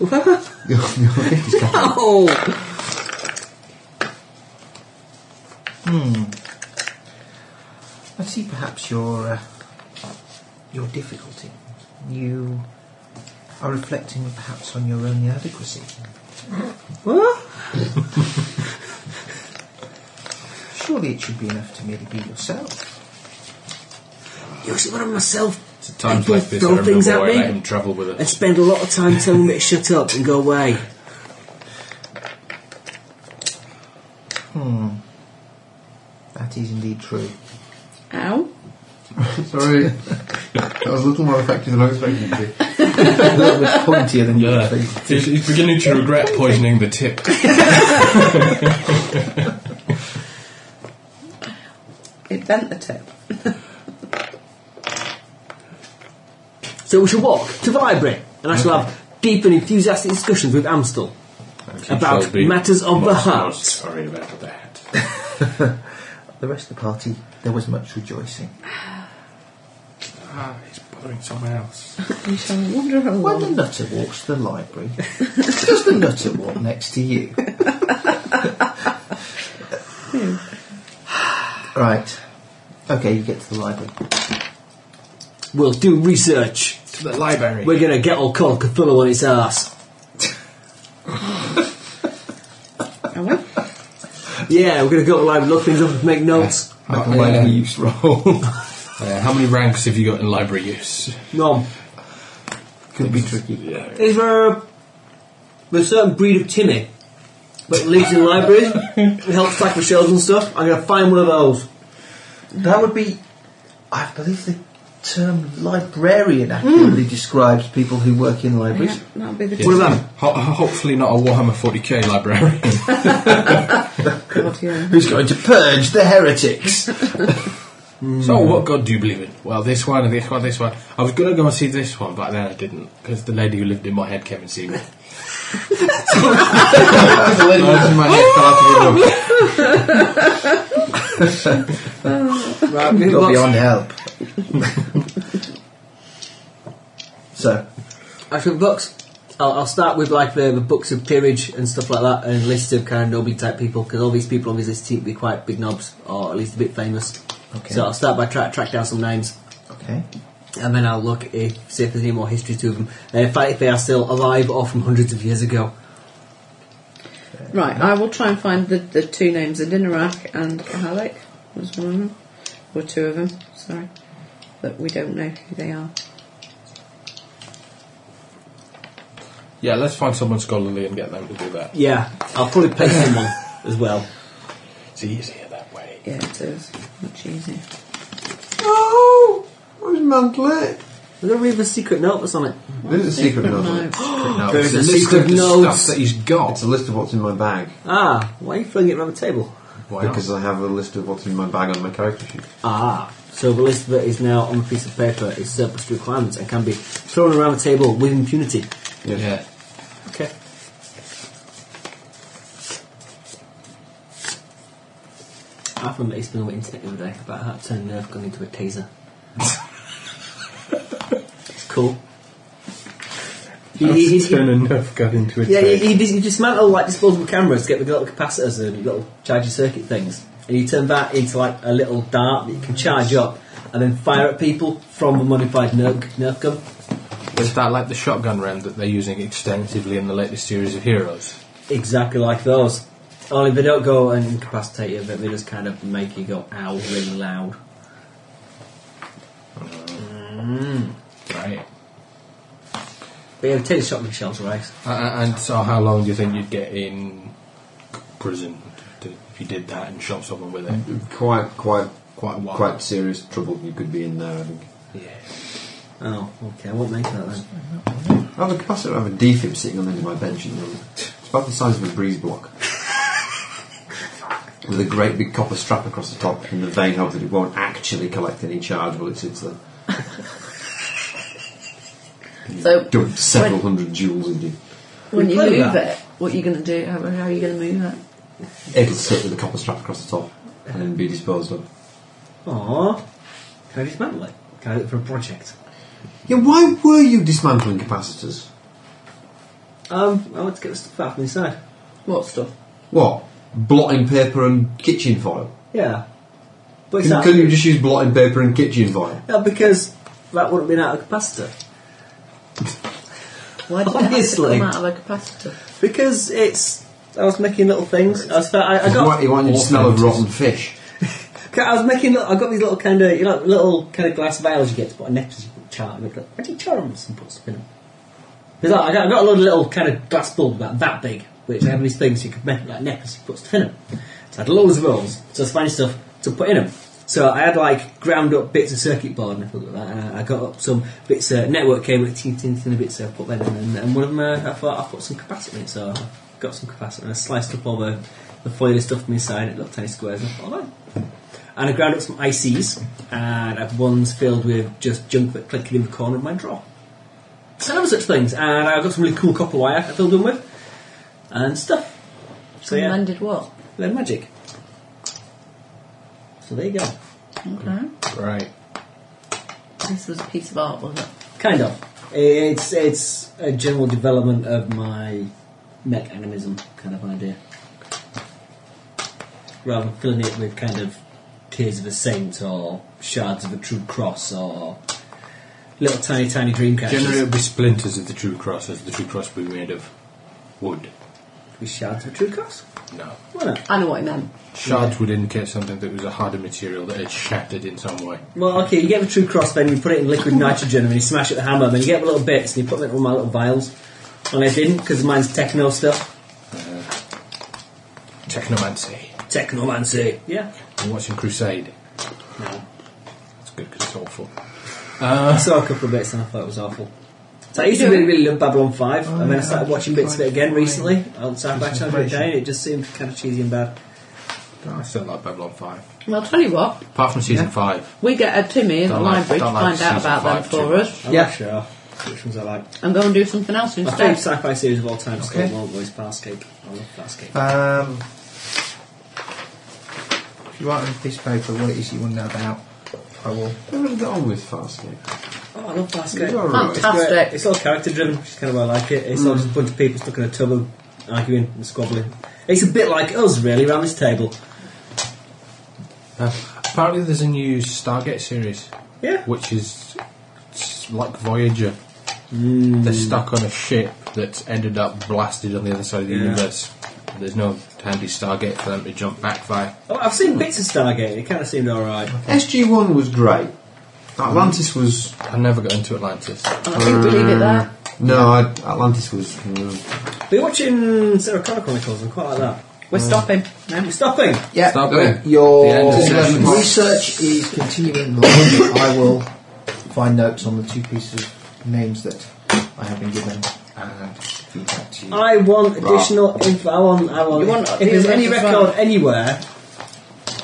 S2: What?
S6: Your 50s catalogue.
S2: oh!
S3: I see perhaps your uh, your difficulty. You are reflecting perhaps on your own inadequacy.
S2: What?
S3: Surely it should be enough to merely be yourself.
S2: You see what I'm myself?
S4: Times
S2: People
S4: like this, I
S2: throw things at
S4: remember why I
S2: me.
S4: let him travel with
S2: And
S4: us.
S2: spend a lot of time telling me to shut up and go away.
S3: Hmm. That is indeed true.
S5: Ow.
S9: Sorry. that was a little more effective than I expected it to be.
S3: that was pointier than you
S4: Yeah.
S3: would think.
S4: He's, he's beginning to regret poisoning the tip.
S5: It bent the tip.
S2: So we shall walk to the library, and I shall have deep and enthusiastic discussions with Amstel.
S4: He
S2: About
S4: shall be
S2: matters of the
S4: much
S2: heart.
S4: more Sorry about that.
S3: The rest of the party, there was much rejoicing.
S4: Ah, he's bothering someone else.
S5: You shall wander along.
S3: When the nutter walks to the library, does the nutter walk next to you? right. Okay, you get to the library.
S2: We'll do research.
S4: To the library.
S2: We're gonna get old Col Cthulhu on its ass.
S5: Are we?
S2: Yeah, we're gonna go to the library, look things up, and make notes.
S4: How,
S3: Make a library
S4: yeah.
S3: use
S4: roll. Yeah, Uh, how many ranks have you got in library use?
S2: Nom.
S3: Could be tricky.
S4: Yeah.
S2: Is there a, there's a certain breed of Timmy that lives in libraries and helps tackle shelves and stuff? I'm gonna find one of those.
S3: That would be, I believe the term librarian accurately describes people who work in libraries.
S5: Yeah, that'll be the
S4: Yeah.
S2: What about-
S4: Ho- ho- hopefully not a Warhammer 40k librarian.
S5: God, yeah.
S3: Who's going to purge the heretics?
S4: So what god do you believe in? Well, this one and this one, this one. I was going to go and see this one, but then I didn't because the lady who lived in my head came and see me.
S9: The lady was in my head fell out of the room.
S2: Right,
S3: You've
S2: we've
S3: got
S2: got-
S3: beyond help. so,
S2: Actually, books. I'll, I'll start with like the, the books of peerage and stuff like that, and lists of kind of nobly type people, because all these people on this list seem to be quite big knobs, or at least a bit famous.
S3: Okay.
S2: So I'll start by try track down some names,
S3: okay.
S2: and then I'll look if see if there's any more history to them, and if, if they are still alive or from hundreds of years ago.
S5: Right, I will try and find the, the two names of Dinarak and Kahalik. Was one of them. Or two of them, sorry. But we don't know who they are.
S4: Yeah, let's find someone scholarly and get them to do that.
S2: Yeah, I'll probably pay someone as well.
S4: It's easier that way.
S5: Yeah, it is. Much easier.
S9: No! I was mentally.
S2: Did I read the secret note that's on it?
S9: This is a secret
S5: Secret
S9: note.
S5: notes.
S4: No,
S2: There is
S4: it's
S2: a
S4: list
S2: secret
S4: of Oh, the
S2: notes.
S4: stuff that he's got.
S9: It's a list of what's in my bag
S2: Ah, why are you throwing it around the table?
S4: Wow.
S9: because I have a list of what's in my bag on my character sheet.
S2: Ah, so the list that is now on a piece of paper is surplus to requirements and can be thrown around the table with impunity.
S9: Yes.
S4: yeah.
S2: Okay. I remember he's been on the internet the other day about how to turn a nerf gun into a taser. it's cool. He, he, he,
S4: turn a nerf gun into a
S2: yeah, he,
S4: taser.
S2: he, dis- he dismantled like disposable cameras to get the little capacitors and little charging circuit things, and you turn that into like a little dart that you can charge up and then fire at people from the modified nerf, nerf gun.
S4: Is that like the shotgun round that they're using extensively in the latest series of Heroes?
S2: Exactly like those. Only they don't go and incapacitate you, but they just kind of make you go ow really loud.
S4: Right.
S2: But yeah, the taser shotgun shells are ice.
S4: Uh, uh, and so, how long do you think you'd get in prison to, if you did that and shot someone with it?
S6: Quite, quite,
S4: Quite a while.
S6: quite serious trouble you could be in there. I think.
S4: Yeah.
S2: Oh, okay, I won't make that then.
S6: I have a capacitor. I have a defib sitting on the end of my bench at the moment. It's about the size of a breeze block, with a great big copper strap across the top in the vain hope that it won't actually collect any charge while it sits there.
S5: So,
S6: Dumped several hundred joules into.
S5: when you
S2: Bloody
S5: move
S2: hell.
S5: it, what are you going to do? How, how are you going to move it?
S6: It'll sit with a copper strap across the top and then be disposed of.
S2: Aww. Can I dismantle it? Can I do it for a project?
S6: Yeah, why were you dismantling capacitors?
S2: Um, I want to get the stuff out from inside.
S5: What stuff?
S6: What? Blotting paper and kitchen foil?
S2: Yeah. But it's
S6: Couldn't,
S2: not.
S6: couldn't you just use blotting paper and kitchen foil?
S2: No, because that wouldn't have been out of capacitor.
S5: Why did
S2: Obviously.
S5: that have to come out of a capacitor?
S2: Because it's. I was making little things. I was, I, I
S6: You
S2: got.
S6: want, you want you to smell of rotten fish.
S2: I was making. little- I got these little kind of you know little kind of glass vials you get to put a necklace you put charm. I got pretty charms and put stuff in them. There's like- I got, I got a lot of little kind of glass bulbs about that big, which had these things you could make like necklace you put stuff in them. So I had loads of those. So I was finding stuff to put in them. So I had like ground up bits of circuit board and everything like that. And I, I got up some bits of network cable, tin tin tin bits. So I put them in, and, and one of them uh, I thought I put some capacitor in. it. So I got some capacitor and I sliced up all the the foil and stuff from inside into little tiny squares. And I thought, oh, and I ground up some ICs, and I had ones filled with just junk that clicked in the corner of my drawer. So there were such things, and I got some really cool copper wire I filled in with, and stuff. So
S5: And
S2: yeah,
S5: then did what?
S2: they're magic. So there you go.
S5: Okay.
S4: Right.
S5: This was a piece of art, wasn't it?
S2: Kind of. It's it's a general development of my mech animism kind of idea. Rather than filling it with kind of tears of a saint or shards of a true cross or little tiny tiny dream catchers
S4: Generally, it would be splinters of the true cross, as the true cross would be made of wood.
S2: with shards of a true cross.
S4: No.
S2: Why not?
S5: I know what it meant.
S4: Shards would indicate something that was a harder material that had shattered in some way.
S2: Well, okay, you get the true cross, then you put it in liquid nitrogen, and then you smash it with a hammer, then you get the little bits, and you put them in all my little vials. And I didn't, because mine's techno stuff.
S4: Technomancy.
S2: Technomancy. Yeah.
S4: I'm watching Crusade.
S2: No.
S4: It's good because it's awful.
S2: I saw a couple of bits and I thought it was awful. So I used to really, really love Babylon 5, and then I started watching bits of it again recently, outside back on the other day, and it just seemed kind of cheesy and bad.
S4: Oh, I still like Babylon 5.
S5: Well, I'll tell you what,
S4: Apart from season 5.
S5: we get a Timmy in
S4: Don't
S5: the
S4: like-
S5: library to
S4: don't like
S5: find out
S4: season
S5: about them
S4: five
S5: for
S4: too
S5: us
S2: I'm yeah. sure which ones I like.
S5: and go and do something else
S2: My favourite
S5: instead.
S2: sci-fi series of all time is
S3: Okay.
S2: called World Boys Farscape. I love Farscape.
S3: Um, if you write on a piece of paper what it is you want to know about, I will.
S9: What did on with Farscape?
S2: Oh, I love Farscape.
S5: Fantastic.
S2: It's, great. It's all character driven, which is kind of why I like it. It's all just a bunch of people stuck in a tub and arguing and squabbling. It's a bit like us, really, around this table.
S4: Uh, apparently, there's a new Stargate series,
S2: Yeah.
S4: which is it's like Voyager. They're stuck on a ship that's ended up blasted on the other side of the
S2: Yeah.
S4: universe. There's no handy Stargate for them to jump back by.
S2: Oh, I've seen bits of Stargate. It kind of seemed alright.
S9: SG1 was great. Atlantis was.
S4: I never got into Atlantis.
S5: And I think we leave it there.
S9: No, I, Atlantis was. mm.
S2: We're watching Sarah Connor Chronicles. I'm quite like that.
S5: We're stopping.
S2: Now we're stopping.
S3: Yeah,
S4: Stop it. The
S3: your
S4: end of session.
S3: research is continuing. along. I will find notes on the two pieces of names that I have been given and feedback to you.
S2: I want additional info. I want. I want.
S5: You want
S2: if there's
S5: the
S2: any
S5: records
S2: record
S5: as well?
S2: anywhere,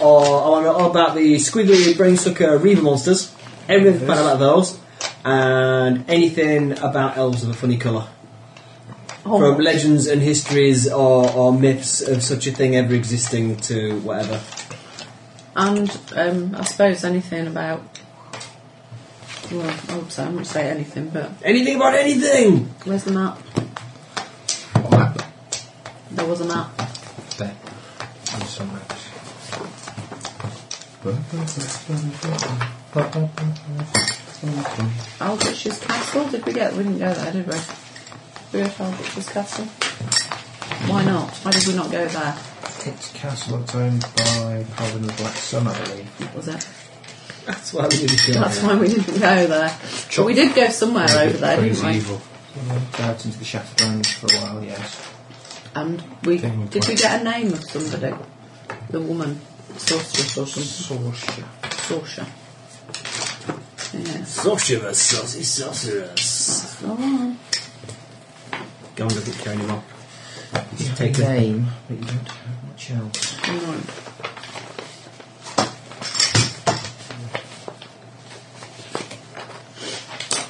S2: or I want to know all about the squiggly brain sucker reaver monsters. Everything found about those, and anything about elves of a funny colour. From
S5: Oh,
S2: legends and histories or, or myths of such a thing ever existing to whatever.
S5: and um, I suppose anything about. Well, I hope so. I wouldn't say anything, but
S2: Anything about anything!
S5: where's the map?
S4: What map?
S5: There was a map.
S4: There. There's some maps.
S5: Aldrich's Castle? Did we get? We didn't go there, did we? We went to Aldrich's Castle. Why not? Why did we not go there?
S3: It's Castle that's owned by Calvin the Black Sun, I believe.
S5: Was it?
S2: That's why we did it.
S5: That's why we didn't go there. But we did go somewhere over there,
S4: Crazy
S5: didn't we?
S4: evil.
S3: Went out into the Shatterlands for a while, yes.
S5: And we
S4: Thing
S5: did we
S4: was-
S5: get a name of somebody? The woman, sorceress or something,
S3: Sorsha.
S5: sorcerer. Yes.
S2: Sorcerers, saucy sorcerers.
S5: Go on.
S2: Go on, doesn't care anymore. Just
S3: Take
S2: take
S3: a
S2: it.
S3: name, but you don't have much else.
S5: Hang on.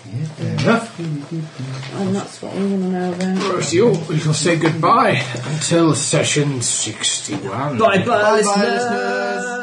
S3: Yeah, fair enough.
S5: And that's what we want to know about.
S4: Rosie, we shall say goodbye until session
S2: Bye
S4: 61.
S2: bye,
S9: Bye,
S2: listeners.
S9: listeners.